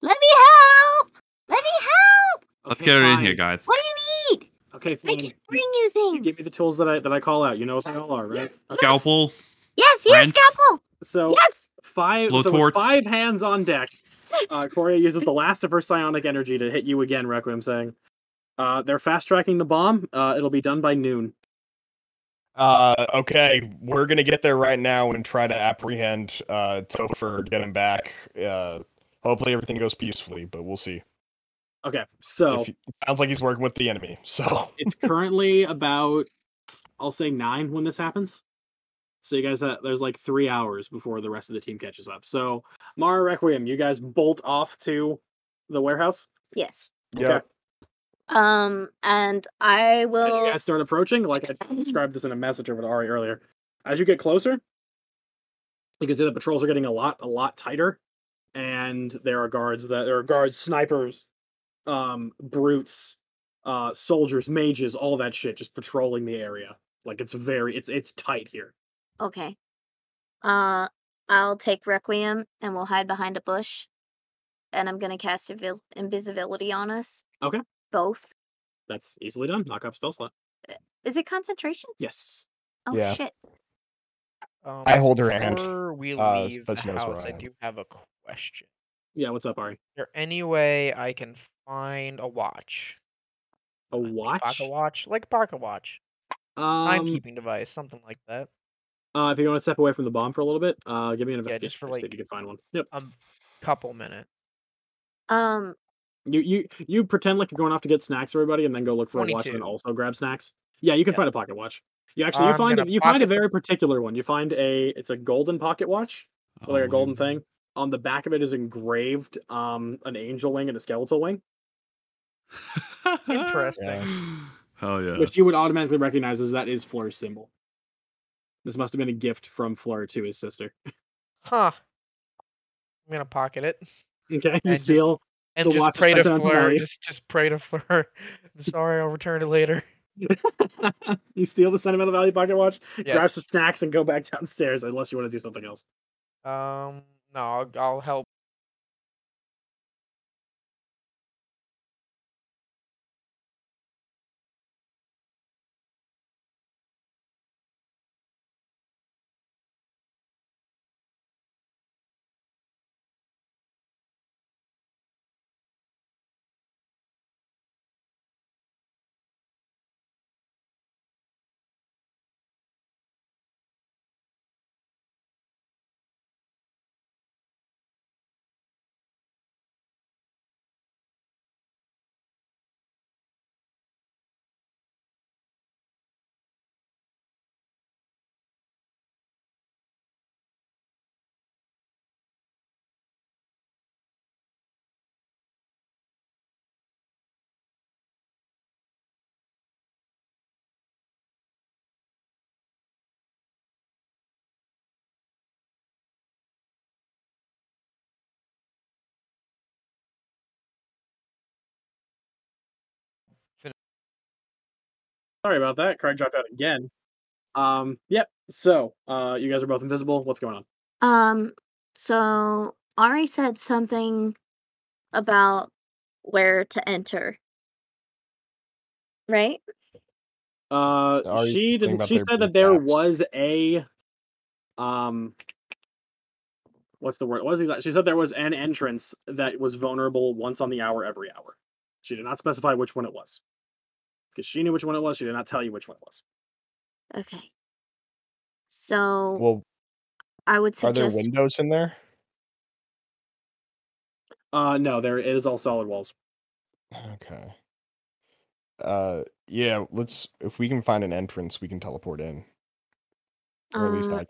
[SPEAKER 2] Let me help. Let me help.
[SPEAKER 4] Let's
[SPEAKER 5] Okay,
[SPEAKER 4] get her in here,
[SPEAKER 5] fine.
[SPEAKER 4] guys.
[SPEAKER 2] What do you need?
[SPEAKER 5] Okay,
[SPEAKER 2] I
[SPEAKER 5] fine.
[SPEAKER 2] can
[SPEAKER 5] You-
[SPEAKER 2] bring you
[SPEAKER 5] you
[SPEAKER 2] things.
[SPEAKER 5] give me the tools that I that I call out. You know what they all are, right?
[SPEAKER 2] Yes,
[SPEAKER 4] Scalpel.
[SPEAKER 2] Yes, yes,
[SPEAKER 4] Wrench.
[SPEAKER 2] scalpel.
[SPEAKER 5] So
[SPEAKER 2] Yes.
[SPEAKER 5] five so
[SPEAKER 4] Blowtorch.
[SPEAKER 5] with five hands on deck.
[SPEAKER 2] yes.
[SPEAKER 5] Uh, Corey uses the last of her psionic energy to hit you again, Requiem, saying, uh, "They're fast tracking the bomb. Uh, it'll be done by noon."
[SPEAKER 1] Uh, okay, we're gonna get there right now and try to apprehend uh, Topher, get him back. Uh, hopefully everything goes peacefully, but we'll see.
[SPEAKER 5] Okay, so
[SPEAKER 1] If he- it sounds like he's working with the enemy, so
[SPEAKER 5] it's currently about i'll say nine when this happens so you guys uh, there's like three hours before the rest of the team catches up so mara requiem you guys bolt off to the warehouse
[SPEAKER 2] Yes.
[SPEAKER 1] yeah.
[SPEAKER 2] Um, and I
[SPEAKER 5] as you
[SPEAKER 2] will.
[SPEAKER 5] guys start approaching like i described this in a message over to ari earlier as you get closer you can see the patrols are getting a lot a lot tighter and there are guards that there are guards snipers um brutes uh soldiers mages all that shit just patrolling the area like it's very it's it's tight here
[SPEAKER 2] Okay. Uh, I'll take Requiem and we'll hide behind a bush. And I'm gonna cast invis- invisibility on us.
[SPEAKER 5] Okay.
[SPEAKER 2] Both.
[SPEAKER 5] that's easily done knock up spell slot
[SPEAKER 2] Is it concentration?
[SPEAKER 5] Yes.
[SPEAKER 2] Oh
[SPEAKER 1] Yeah.
[SPEAKER 2] shit.
[SPEAKER 3] Um,
[SPEAKER 1] I hold her hand.
[SPEAKER 3] Before we
[SPEAKER 1] Uh,
[SPEAKER 3] leave
[SPEAKER 1] so
[SPEAKER 3] the
[SPEAKER 1] she knows where
[SPEAKER 3] house,
[SPEAKER 1] I
[SPEAKER 3] I
[SPEAKER 1] am.
[SPEAKER 3] do have a question.
[SPEAKER 5] Yeah. What's up, Ari?
[SPEAKER 3] Is there any way I can find a watch?
[SPEAKER 5] A
[SPEAKER 3] Like
[SPEAKER 5] watch.
[SPEAKER 3] Pocket watch? Like a pocket watch.
[SPEAKER 5] Um,
[SPEAKER 3] Timekeeping device, something like that.
[SPEAKER 5] uh, if you want to step away from the bomb for a little bit, uh, give me an
[SPEAKER 3] Yeah,
[SPEAKER 5] investigation.
[SPEAKER 3] just for,
[SPEAKER 5] to see
[SPEAKER 3] like-
[SPEAKER 5] if you can find one. Yep.
[SPEAKER 3] A couple minutes.
[SPEAKER 2] Um,
[SPEAKER 5] You you you pretend like you're going off to get snacks, everybody, and then go look for a watch and
[SPEAKER 3] 22.
[SPEAKER 5] then also grab snacks. Yeah, you can
[SPEAKER 3] Yeah.
[SPEAKER 5] find a pocket watch. You actually you
[SPEAKER 3] I'm
[SPEAKER 5] find a,
[SPEAKER 3] gonna
[SPEAKER 5] you find a
[SPEAKER 3] pocket-
[SPEAKER 5] very particular one. You find a it's a golden pocket watch, so like a
[SPEAKER 3] Oh.
[SPEAKER 5] golden thing. On the back of it is engraved um an angel wing and a skeletal wing,
[SPEAKER 3] Interesting.
[SPEAKER 4] Hell yeah.
[SPEAKER 5] which you would automatically recognize as that is Fleur's symbol. This must have been a gift from Fleur to his sister.
[SPEAKER 3] Huh. I'm gonna pocket it
[SPEAKER 5] Okay,
[SPEAKER 3] And
[SPEAKER 5] you
[SPEAKER 3] just-
[SPEAKER 5] steal.
[SPEAKER 3] and
[SPEAKER 5] The watch
[SPEAKER 3] just
[SPEAKER 5] is
[SPEAKER 3] pray to
[SPEAKER 5] spent on
[SPEAKER 3] Fleur.
[SPEAKER 5] Tamari.
[SPEAKER 3] Just just pray to Fleur. I'm sorry, I'll return it later.
[SPEAKER 5] you steal the sentimental value pocket watch, grab
[SPEAKER 3] Yes.
[SPEAKER 5] some snacks, and go back downstairs unless you want to do something else.
[SPEAKER 3] Um. No, I'll, I'll help.
[SPEAKER 5] Sorry about that. Card dropped out again. Um, yep. So, uh, you guys are both invisible. What's going on?
[SPEAKER 2] um, so Ari said something about where to enter. Right?
[SPEAKER 5] Uh,
[SPEAKER 1] Are you
[SPEAKER 5] she
[SPEAKER 1] thinking
[SPEAKER 5] didn't.
[SPEAKER 1] about
[SPEAKER 5] She
[SPEAKER 1] there
[SPEAKER 5] said
[SPEAKER 1] being
[SPEAKER 5] that there
[SPEAKER 1] vaxxed?
[SPEAKER 5] was a, um, what's the word? What is exact? She said there was an entrance that was vulnerable once on the hour, every hour. She did not specify which one it was, because she knew which one it was. She did not tell you which one it was.
[SPEAKER 2] Okay. So
[SPEAKER 1] Well,
[SPEAKER 2] I would
[SPEAKER 1] are there
[SPEAKER 2] suggest
[SPEAKER 1] windows in there?
[SPEAKER 5] Uh, no, there it is all solid walls.
[SPEAKER 1] Okay. Uh, yeah. Let's. If we can find an entrance, we can teleport in, or at least
[SPEAKER 2] Uh,
[SPEAKER 1] I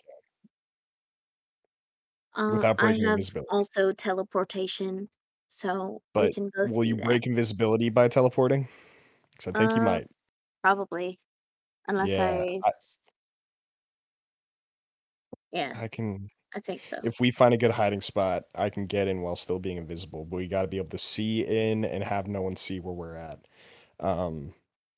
[SPEAKER 1] can,
[SPEAKER 2] uh,
[SPEAKER 1] without
[SPEAKER 2] I
[SPEAKER 1] breaking
[SPEAKER 2] have
[SPEAKER 1] invisibility.
[SPEAKER 2] also teleportation, so we
[SPEAKER 1] But
[SPEAKER 2] can both
[SPEAKER 1] Will
[SPEAKER 2] do
[SPEAKER 1] you
[SPEAKER 2] that,
[SPEAKER 1] break invisibility by teleporting? Because I think you
[SPEAKER 2] Uh,
[SPEAKER 1] might.
[SPEAKER 2] probably, unless
[SPEAKER 1] Yeah,
[SPEAKER 2] I,
[SPEAKER 1] I-
[SPEAKER 2] s- yeah,
[SPEAKER 1] I can.
[SPEAKER 2] I think so.
[SPEAKER 1] If we find a good hiding spot, I can get in while still being invisible. But we got to be able to see in and have no one see where we're at. Um,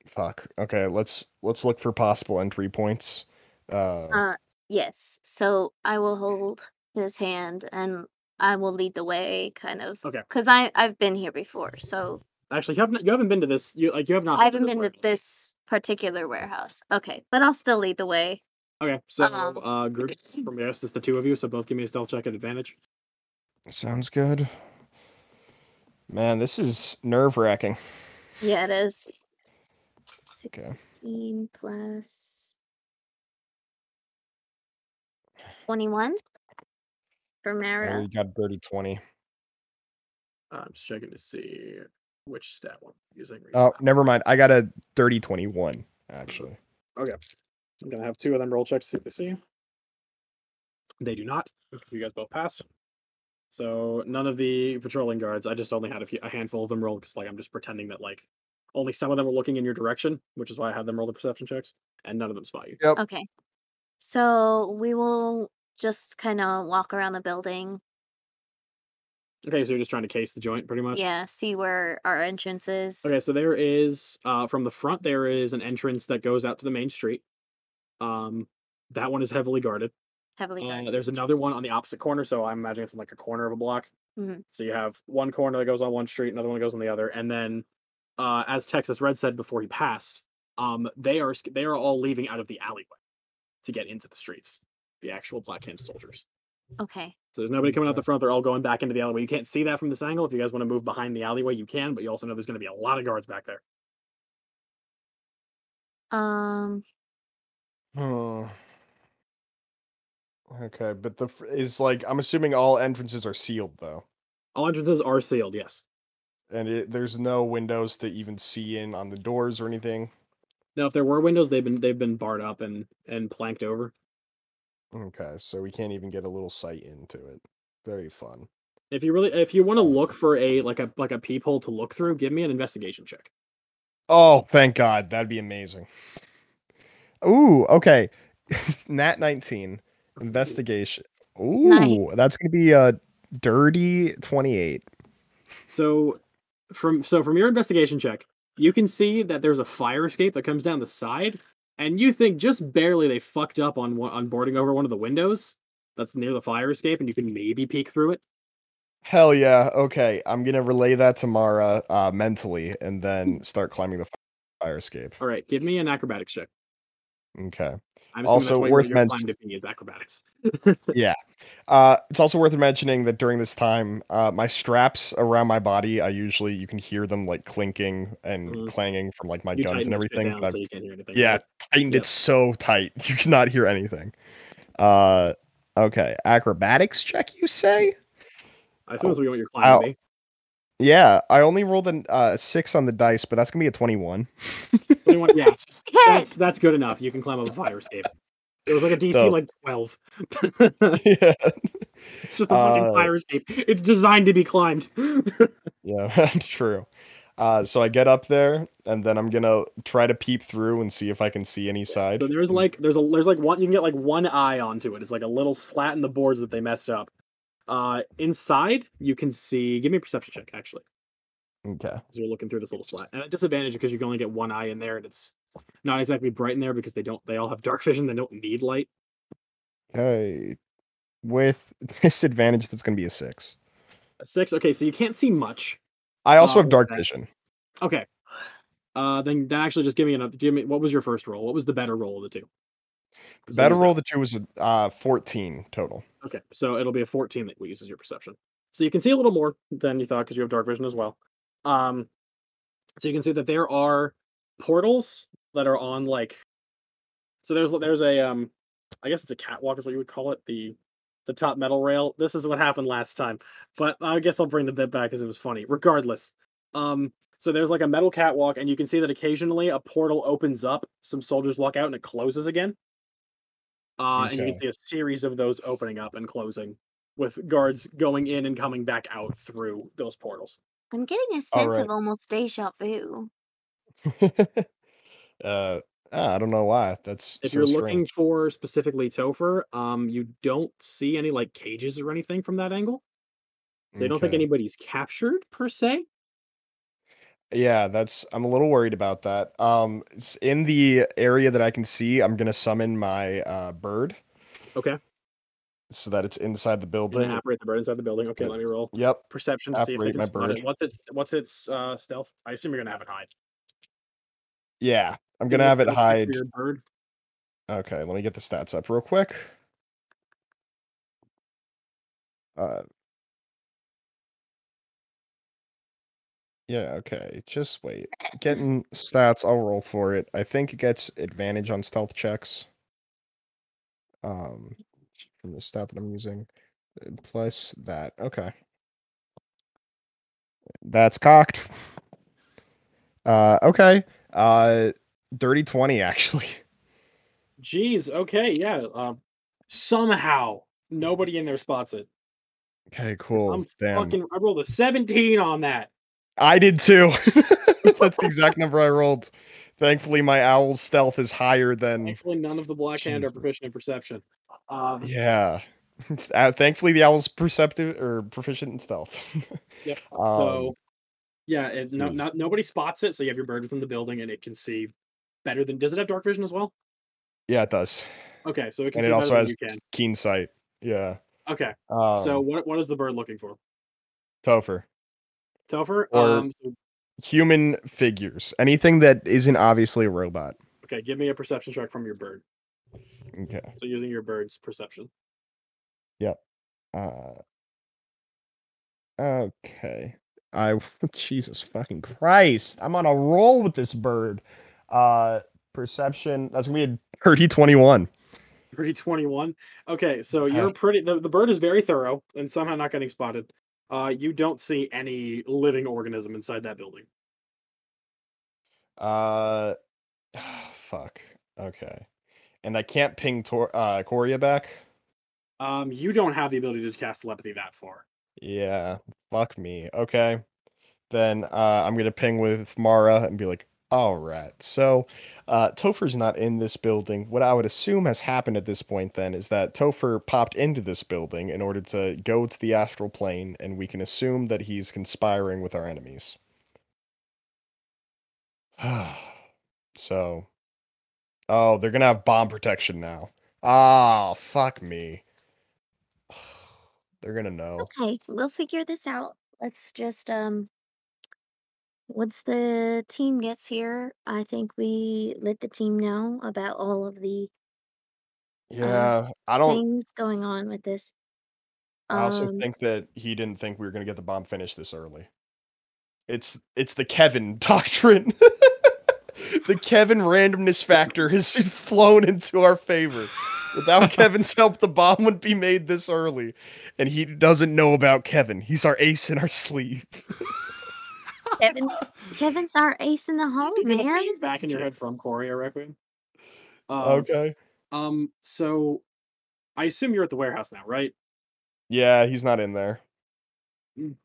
[SPEAKER 1] fuck. Okay, let's let's look for possible entry points. Uh,
[SPEAKER 2] Uh, yes, so I will hold his hand and I will lead the way, kind of.
[SPEAKER 5] Okay.
[SPEAKER 2] Because I I've been here before, so
[SPEAKER 5] Actually, you haven't you haven't been to this? You like you have not.
[SPEAKER 2] I haven't been to
[SPEAKER 5] this warehouse.
[SPEAKER 2] this particular warehouse. Okay, but I'll still lead the way.
[SPEAKER 5] Okay, so
[SPEAKER 2] Um,
[SPEAKER 5] uh, groups from yes, it's the two of you. So both give me a stealth check at advantage.
[SPEAKER 1] sounds good. Man, this is nerve wracking.
[SPEAKER 2] Yeah, it is.
[SPEAKER 1] Okay.
[SPEAKER 2] 16 plus 21 for Mara.
[SPEAKER 1] We Oh, got a dirty twenty.
[SPEAKER 5] Uh, I'm just checking to see which stat one I'm using. right
[SPEAKER 1] Oh, never mind. I got a dirty twenty-one actually.
[SPEAKER 5] now. okay. I'm gonna have two of them roll checks to see if they see you. They do not. Okay, You guys both pass. So none of the patrolling guards. I just only had a few, a handful of them roll because like I'm just pretending that like only some of them were looking in your direction, which is why I had them roll the perception checks, and none of them spot you.
[SPEAKER 2] Okay. So we will just kind of walk around the building.
[SPEAKER 5] Okay, so you're just trying to case the joint, pretty much.
[SPEAKER 2] Yeah, see where our entrance is.
[SPEAKER 5] Uh-huh. Okay, so there is uh, from the front there is an entrance that goes out to the main street. Um, that one is heavily guarded.
[SPEAKER 2] Heavily
[SPEAKER 5] Uh,
[SPEAKER 2] guarded.
[SPEAKER 5] there's another one on the opposite corner, so I'm imagining it's in like a corner of a block.
[SPEAKER 2] Mhm.
[SPEAKER 5] So you have one corner that goes on one street, another one that goes on the other, and then, uh, as Texas Red said before he passed, Um, they are sc- they are all leaving out of the alleyway to get into the streets. The actual Black Hand soldiers.
[SPEAKER 2] Okay.
[SPEAKER 5] So there's nobody coming out the front. They're all going back into the alleyway. You can't see that from this angle. If you guys want to move behind the alleyway, you can. But you also know there's going to be a lot of guards back there.
[SPEAKER 2] Um.
[SPEAKER 1] Hmm. Okay, but the fr- is like I'm assuming all entrances are sealed though,
[SPEAKER 5] All entrances are sealed. Yes.
[SPEAKER 1] and it, there's no windows to even see in on the doors or anything.
[SPEAKER 5] Now, if there were windows, they've been they've been barred up and and planked over.
[SPEAKER 1] Okay, so we can't even get a little sight into it. Very fun.
[SPEAKER 5] If you really if you want to look for a like a like a peephole to look through, give me an investigation check.
[SPEAKER 1] Oh, thank God. That'd be amazing. Ooh, okay. Nat 19. Investigation. Ooh, that's going to be a dirty 28.
[SPEAKER 5] So from so from your investigation check, you can see that there's a fire escape that comes down the side, and you think just barely they fucked up on one- on boarding over one of the windows that's near the fire escape, and you can maybe peek through it.
[SPEAKER 1] Hell yeah. Okay. I'm going to relay that to Mara uh, mentally and then start climbing the fire escape.
[SPEAKER 5] All right, give me an acrobatics check.
[SPEAKER 1] Okay.
[SPEAKER 5] I'm assuming
[SPEAKER 1] Also
[SPEAKER 5] that's what
[SPEAKER 1] worth
[SPEAKER 5] your climb
[SPEAKER 1] mention-
[SPEAKER 5] to be is acrobatics.
[SPEAKER 1] Uh, it's also worth mentioning that during this time, uh, my straps around my body, I usually, you can hear them like clinking and
[SPEAKER 5] Mhm.
[SPEAKER 1] clanging from like my
[SPEAKER 5] You
[SPEAKER 1] guns
[SPEAKER 5] tighten
[SPEAKER 1] and
[SPEAKER 5] the shit
[SPEAKER 1] everything.
[SPEAKER 5] down
[SPEAKER 1] but I've
[SPEAKER 5] so you can't hear anything.
[SPEAKER 1] Yeah, tightened
[SPEAKER 5] Yep.
[SPEAKER 1] it so tight you cannot hear anything. Uh, okay, acrobatics check. You say?
[SPEAKER 5] I assume that's what you want your
[SPEAKER 1] Ow.
[SPEAKER 5] climb to be.
[SPEAKER 1] Yeah, I only rolled an uh, six on the dice, but that's gonna be a twenty-one.
[SPEAKER 5] What do you want- yeah, that's
[SPEAKER 2] Yes.
[SPEAKER 5] that's good enough. You can climb up a fire escape. It was like a DC
[SPEAKER 1] Dope.
[SPEAKER 5] like twelve.
[SPEAKER 1] yeah,
[SPEAKER 5] it's just a fucking
[SPEAKER 1] Uh,
[SPEAKER 5] fire escape. It's designed to be climbed.
[SPEAKER 1] yeah, true. Uh, so I get up there, and then I'm gonna try to peep through and see if I can see any side. Mm,
[SPEAKER 5] so there's like there's a there's like one you can get like one eye onto it. It's like a little slat in the boards that they messed up. Uh, inside you can see. Give me a perception check actually,
[SPEAKER 1] okay,
[SPEAKER 5] as you're looking through this little slat. And a disadvantage because you can only get one eye in there, and it's not exactly bright in there because they don't they all have dark vision. They don't need light.
[SPEAKER 1] okay. With disadvantage, that's gonna be a six.
[SPEAKER 5] A six. Okay, so you can't see much.
[SPEAKER 1] I also
[SPEAKER 5] Uh,
[SPEAKER 1] have dark
[SPEAKER 5] okay.
[SPEAKER 1] vision.
[SPEAKER 5] Okay. Uh, then that actually just give me another. Give me what was your first roll? What was the better roll of the two? 'Cause what
[SPEAKER 1] Better
[SPEAKER 5] was that?
[SPEAKER 1] roll the two was a uh, fourteen total.
[SPEAKER 5] Okay, so it'll be a 14 that uses your perception. So you can see a little more than you thought because you have dark vision as well. Um, so you can see that there are portals that are on like. So there's there's a um, I guess it's a catwalk is what you would call it the, the top metal rail. This is what happened last time, but I guess I'll bring the bit back because it was funny. Regardless, um, so there's like a metal catwalk, and you can see that occasionally a portal opens up. Some soldiers walk out, and it closes again. Uh, And you can see a series of those opening up and closing, with guards going in and coming back out through those portals.
[SPEAKER 2] I'm getting a sense
[SPEAKER 1] right.
[SPEAKER 2] of almost deja vu.
[SPEAKER 1] uh, ah, I don't know why. That's
[SPEAKER 5] If
[SPEAKER 1] so
[SPEAKER 5] you're
[SPEAKER 1] strange.
[SPEAKER 5] looking for specifically Topher, um, you don't see any like cages or anything from that angle, so you don't think
[SPEAKER 1] Okay.
[SPEAKER 5] anybody's captured per se.
[SPEAKER 1] Yeah, that's. I'm a little worried about that. Um, it's in the area that I can see, I'm gonna summon my uh bird.
[SPEAKER 5] Okay.
[SPEAKER 1] So that it's inside the
[SPEAKER 5] You're gonna
[SPEAKER 1] building.
[SPEAKER 5] apparate the bird inside the building. Okay,
[SPEAKER 1] Yeah.
[SPEAKER 5] let me roll
[SPEAKER 1] Yep.
[SPEAKER 5] perception to see if they
[SPEAKER 1] Apparate
[SPEAKER 5] can
[SPEAKER 1] my
[SPEAKER 5] spot
[SPEAKER 1] bird.
[SPEAKER 5] it. What's its what's its uh, stealth? I assume you're gonna have it hide.
[SPEAKER 1] Yeah. I'm
[SPEAKER 5] Give
[SPEAKER 1] gonna
[SPEAKER 5] me a
[SPEAKER 1] have it
[SPEAKER 5] stealth check for
[SPEAKER 1] hide.
[SPEAKER 5] Your bird.
[SPEAKER 1] Okay. Let me get the stats up real quick. Uh. Yeah. Okay. Just wait. Getting stats. I'll roll for it. I think it gets advantage on stealth checks. Um, from the stat that I'm using, uh, plus that. Okay. That's cocked. Uh, okay. Uh, dirty twenty actually.
[SPEAKER 5] Jeez. Okay. Yeah. Um, somehow nobody in there spots it.
[SPEAKER 1] Okay. Cool.
[SPEAKER 5] I'm
[SPEAKER 1] Damn.
[SPEAKER 5] Fucking, I rolled a 17 on that.
[SPEAKER 1] I did too. That's the exact number I rolled. Thankfully, my owl's stealth is higher than.
[SPEAKER 5] Thankfully, none of the black hand are
[SPEAKER 1] Jesus.
[SPEAKER 5] proficient in perception. Um,
[SPEAKER 1] Yeah. Uh, Thankfully, the owl's perceptive or proficient in stealth.
[SPEAKER 5] yeah.
[SPEAKER 1] Um, hmm.
[SPEAKER 5] So, yeah, it, no,
[SPEAKER 1] jeez.
[SPEAKER 5] not, nobody spots it. So you have your bird within the building, and it can see better than. Does it have dark vision as well?
[SPEAKER 1] yeah, it does.
[SPEAKER 5] Okay, so it can
[SPEAKER 1] And it
[SPEAKER 5] see better
[SPEAKER 1] also
[SPEAKER 5] than
[SPEAKER 1] has
[SPEAKER 5] you can.
[SPEAKER 1] keen sight. Yeah.
[SPEAKER 5] Okay,
[SPEAKER 1] Um,
[SPEAKER 5] so what what is the bird looking for?
[SPEAKER 1] Topher.
[SPEAKER 5] Telfer.
[SPEAKER 1] or-
[SPEAKER 5] um, so
[SPEAKER 1] human figures. Anything that isn't obviously a robot.
[SPEAKER 5] Okay, give me a perception check from your bird.
[SPEAKER 1] Okay.
[SPEAKER 5] So using your bird's perception.
[SPEAKER 1] Uh, okay. I Jesus fucking Christ. I'm on a roll with this bird. Uh perception. That's gonna be a dirty 21.
[SPEAKER 5] Pretty 21. Okay, so you're pretty the, the bird is very thorough and somehow not getting spotted. Uh you don't see any living organism inside that building.
[SPEAKER 1] Uh fuck. Okay. And I can't ping Tor- uh Coria back.
[SPEAKER 5] Um you don't have the ability to cast telepathy that far.
[SPEAKER 1] Yeah, fuck me. Okay. Then uh, I'm gonna ping with Mara and be like, all right. So uh, Topher's not in this building. What I would assume has happened at this point then is that Topher popped into this building in order to go to the astral plane, and we can assume that he's conspiring with our enemies. so, oh, they're gonna have bomb protection now. Ah, fuck me. They're gonna know.
[SPEAKER 6] Okay, we'll figure this out.
[SPEAKER 2] Let's just um once the team gets here, I think we let the team know about all of the
[SPEAKER 1] Yeah, I don't.
[SPEAKER 2] things going on with this.
[SPEAKER 1] Oh. I also
[SPEAKER 2] Um,
[SPEAKER 1] think that he didn't think we were going to get the bomb finished this early. It's it's the Kevin doctrine. the Kevin randomness factor has just flown into our favor. Without Kevin's help, the bomb would be made this early, and he doesn't know about Kevin. He's our ace in our sleeve.
[SPEAKER 2] Kevin's Kevin's our ace in the hole,
[SPEAKER 5] You get a
[SPEAKER 2] man.
[SPEAKER 5] ping back in your head from Coria Requiem. Uh,
[SPEAKER 1] Okay.
[SPEAKER 5] Um so I assume you're at the warehouse now, right?
[SPEAKER 1] Yeah, he's not in there.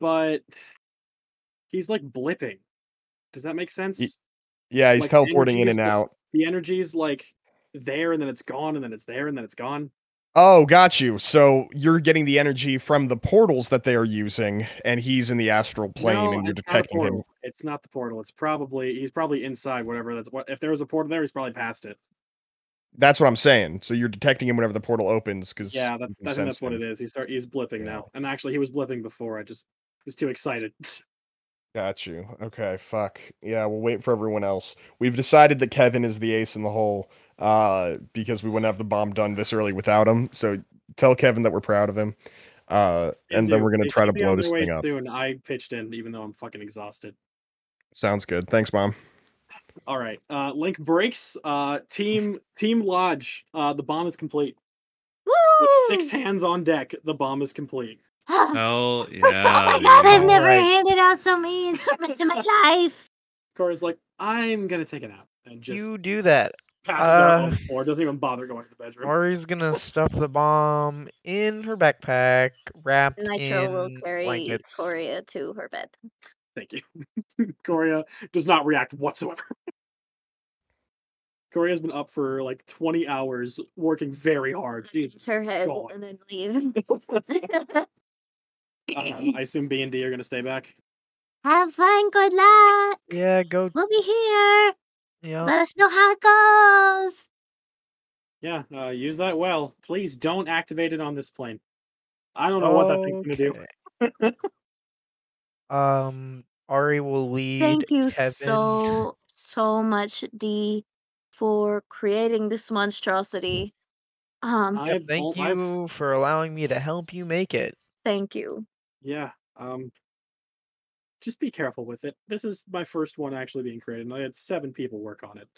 [SPEAKER 5] but he's like blipping. Does that make sense?
[SPEAKER 1] Yeah, he's
[SPEAKER 5] Like, energy
[SPEAKER 1] teleporting in
[SPEAKER 5] is
[SPEAKER 1] and
[SPEAKER 5] the-
[SPEAKER 1] out.
[SPEAKER 5] The energy's like there and then it's gone and then it's there and then it's gone.
[SPEAKER 1] Oh, got you. So you're getting the energy from the portals that they are using, and he's in the astral plane,
[SPEAKER 5] No,
[SPEAKER 1] and you're
[SPEAKER 5] it's not a
[SPEAKER 1] detecting him.
[SPEAKER 5] portal. It's not the portal. It's probably he's probably inside whatever that's what if there was a portal there, he's probably past it.
[SPEAKER 1] That's what I'm saying. So you're detecting him whenever the portal opens because
[SPEAKER 5] Yeah, that's I think that's what it is. He's start he's blipping
[SPEAKER 1] Yeah.
[SPEAKER 5] now. And actually he was blipping before. I just was too excited.
[SPEAKER 1] Got you. Okay, fuck. Yeah, we'll wait for everyone else. We've decided that Kevin is the ace in the hole uh, because we wouldn't have the bomb done this early without him. So tell Kevin that we're proud of him. Uh, and then
[SPEAKER 5] Dude,
[SPEAKER 1] we're going
[SPEAKER 5] they
[SPEAKER 1] to try to
[SPEAKER 5] should be
[SPEAKER 1] blow
[SPEAKER 5] on
[SPEAKER 1] this
[SPEAKER 5] their way
[SPEAKER 1] thing up.
[SPEAKER 5] Soon. I pitched in even though I'm fucking exhausted.
[SPEAKER 1] Sounds good. Thanks, Mom.
[SPEAKER 5] All right. Uh Link breaks. Uh team team lodge. Uh the bomb is complete. With six
[SPEAKER 2] Woo!
[SPEAKER 5] hands on deck, the bomb is complete.
[SPEAKER 4] Hell
[SPEAKER 2] oh
[SPEAKER 4] yeah.
[SPEAKER 2] my god, I've
[SPEAKER 4] dude.
[SPEAKER 2] never
[SPEAKER 3] Alright.
[SPEAKER 2] handed out so many instruments in my life.
[SPEAKER 5] Cora's like, I'm gonna take it out and just
[SPEAKER 3] you do that.
[SPEAKER 5] passes out on
[SPEAKER 3] uh,
[SPEAKER 5] the floor. Doesn't even bother going to the bedroom.
[SPEAKER 3] Mari's gonna stuff the bomb in her backpack, wrapped
[SPEAKER 2] Nitro
[SPEAKER 3] in
[SPEAKER 2] will carry
[SPEAKER 3] blankets.
[SPEAKER 2] Coria to her bed.
[SPEAKER 5] Thank you. Coria does not react whatsoever. Coria's been up for like 20 hours working very hard. She's
[SPEAKER 2] Her head
[SPEAKER 5] God.
[SPEAKER 2] and then leave.
[SPEAKER 5] um, I assume B and D are gonna stay back.
[SPEAKER 2] Have fun, good luck.
[SPEAKER 3] Yeah, go.
[SPEAKER 2] We'll be here.
[SPEAKER 3] Yeah.
[SPEAKER 2] Let us know how it goes.
[SPEAKER 5] Yeah, uh, use that well. Please don't activate it on this plane. I don't know what that
[SPEAKER 3] Oh,
[SPEAKER 5] thing's gonna do.
[SPEAKER 3] do. Um, Ari will lead.
[SPEAKER 2] Thank you
[SPEAKER 3] Kevin.
[SPEAKER 2] so so much, D, for creating this monstrosity. Um,
[SPEAKER 5] I've al-
[SPEAKER 3] Thank
[SPEAKER 5] I've-
[SPEAKER 3] you for allowing me to help you make it.
[SPEAKER 2] thank you.
[SPEAKER 5] Yeah. Um just be careful with it. This is my first one actually being created, and I had seven people work on it.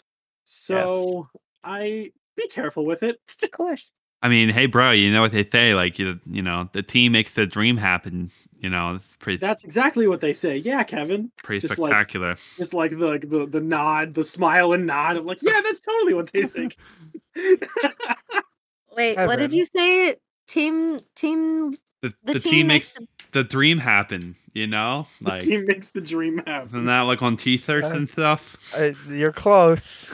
[SPEAKER 5] So I be careful with it.
[SPEAKER 2] Of course.
[SPEAKER 4] I mean, hey, bro, you know what they say? Like, you, you know, the team makes the dream happen. You know, it's pretty,
[SPEAKER 5] That's exactly what they say. Yeah, Kevin.
[SPEAKER 4] pretty
[SPEAKER 5] just like-
[SPEAKER 4] spectacular.
[SPEAKER 5] Just like the the, the nod, the smile and nod. I'm like, yeah, that's totally what they say.
[SPEAKER 2] Wait, what did
[SPEAKER 3] Kevin.
[SPEAKER 2] you say? Team team
[SPEAKER 4] the,
[SPEAKER 2] the,
[SPEAKER 4] the team, makes the dream happen. You know,
[SPEAKER 5] the
[SPEAKER 4] like
[SPEAKER 5] team makes the dream
[SPEAKER 4] isn't
[SPEAKER 5] happen.
[SPEAKER 4] that like on T-shirts
[SPEAKER 3] Uh,
[SPEAKER 4] and stuff?
[SPEAKER 3] Uh, you're close.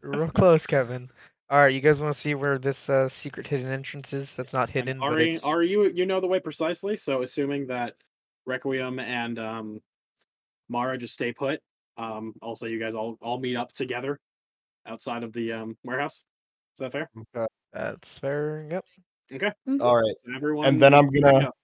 [SPEAKER 3] Real close, Kevin. All right, you guys want to see where this uh, secret hidden entrance is? That's not hidden. but
[SPEAKER 5] Ari,
[SPEAKER 3] it's-
[SPEAKER 5] Ari, you you know the way precisely. So assuming that Requiem and um, Mara just stay put. Um, also, you guys all all meet up together outside of the um, warehouse. Is that fair?
[SPEAKER 3] That's fair. Yep.
[SPEAKER 1] All right.
[SPEAKER 5] Everyone.
[SPEAKER 1] And then I'm
[SPEAKER 5] meet
[SPEAKER 1] gonna-
[SPEAKER 5] back up.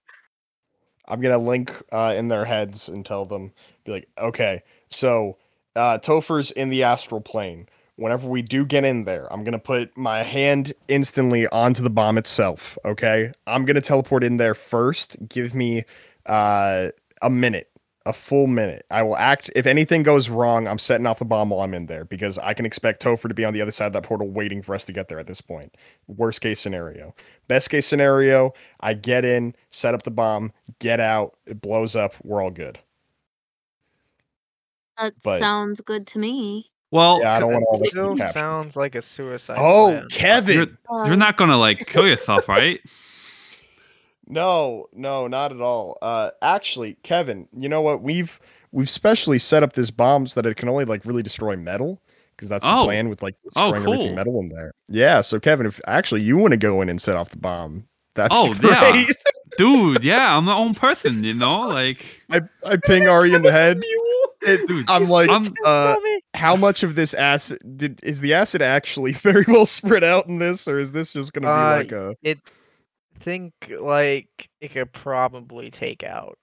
[SPEAKER 1] I'm gonna link uh, in their heads and tell them, be like, okay, so uh, Topher's in the astral plane. Whenever we do get in there, I'm gonna put my hand instantly onto the bomb itself. Okay, I'm gonna teleport in there first. Give me uh, a minute, a full minute. I will act. If anything goes wrong, I'm setting off the bomb while I'm in there because I can expect Topher to be on the other side of that portal waiting for us to get there at this point. Worst case scenario. Best case scenario, I get in, set up the bomb, get out, it blows up, we're all good.
[SPEAKER 2] That
[SPEAKER 1] But-
[SPEAKER 2] uh, sounds good to me.
[SPEAKER 4] Well,
[SPEAKER 3] Oh,
[SPEAKER 1] Yeah, I don't want all this to
[SPEAKER 3] Still
[SPEAKER 1] be captured.
[SPEAKER 3] sounds like a suicide.
[SPEAKER 1] Oh,
[SPEAKER 3] plan.
[SPEAKER 4] you're,
[SPEAKER 1] Kevin!
[SPEAKER 4] you're not gonna like kill yourself, right?
[SPEAKER 1] No, no, not at all. Uh, actually, Kevin, you know what? We've we've specially set up this bomb so that it can only like really destroy metal because that's the
[SPEAKER 4] Oh.
[SPEAKER 1] plan with like
[SPEAKER 4] Oh,
[SPEAKER 1] destroying
[SPEAKER 4] cool.
[SPEAKER 1] everything metal in there. Yeah. So Kevin, if actually you want to go in and set off the bomb, that's
[SPEAKER 4] Oh,
[SPEAKER 1] great.
[SPEAKER 4] yeah. Dude, yeah, I'm my own person, you know? Like,
[SPEAKER 1] I I ping Ari in the head.
[SPEAKER 4] dude,
[SPEAKER 1] I'm like,
[SPEAKER 4] I'm-
[SPEAKER 1] uh, how much of this acid did is the acid actually very well spread out in this, or is this just gonna be
[SPEAKER 3] Uh,
[SPEAKER 1] like a
[SPEAKER 3] It think like it could probably take out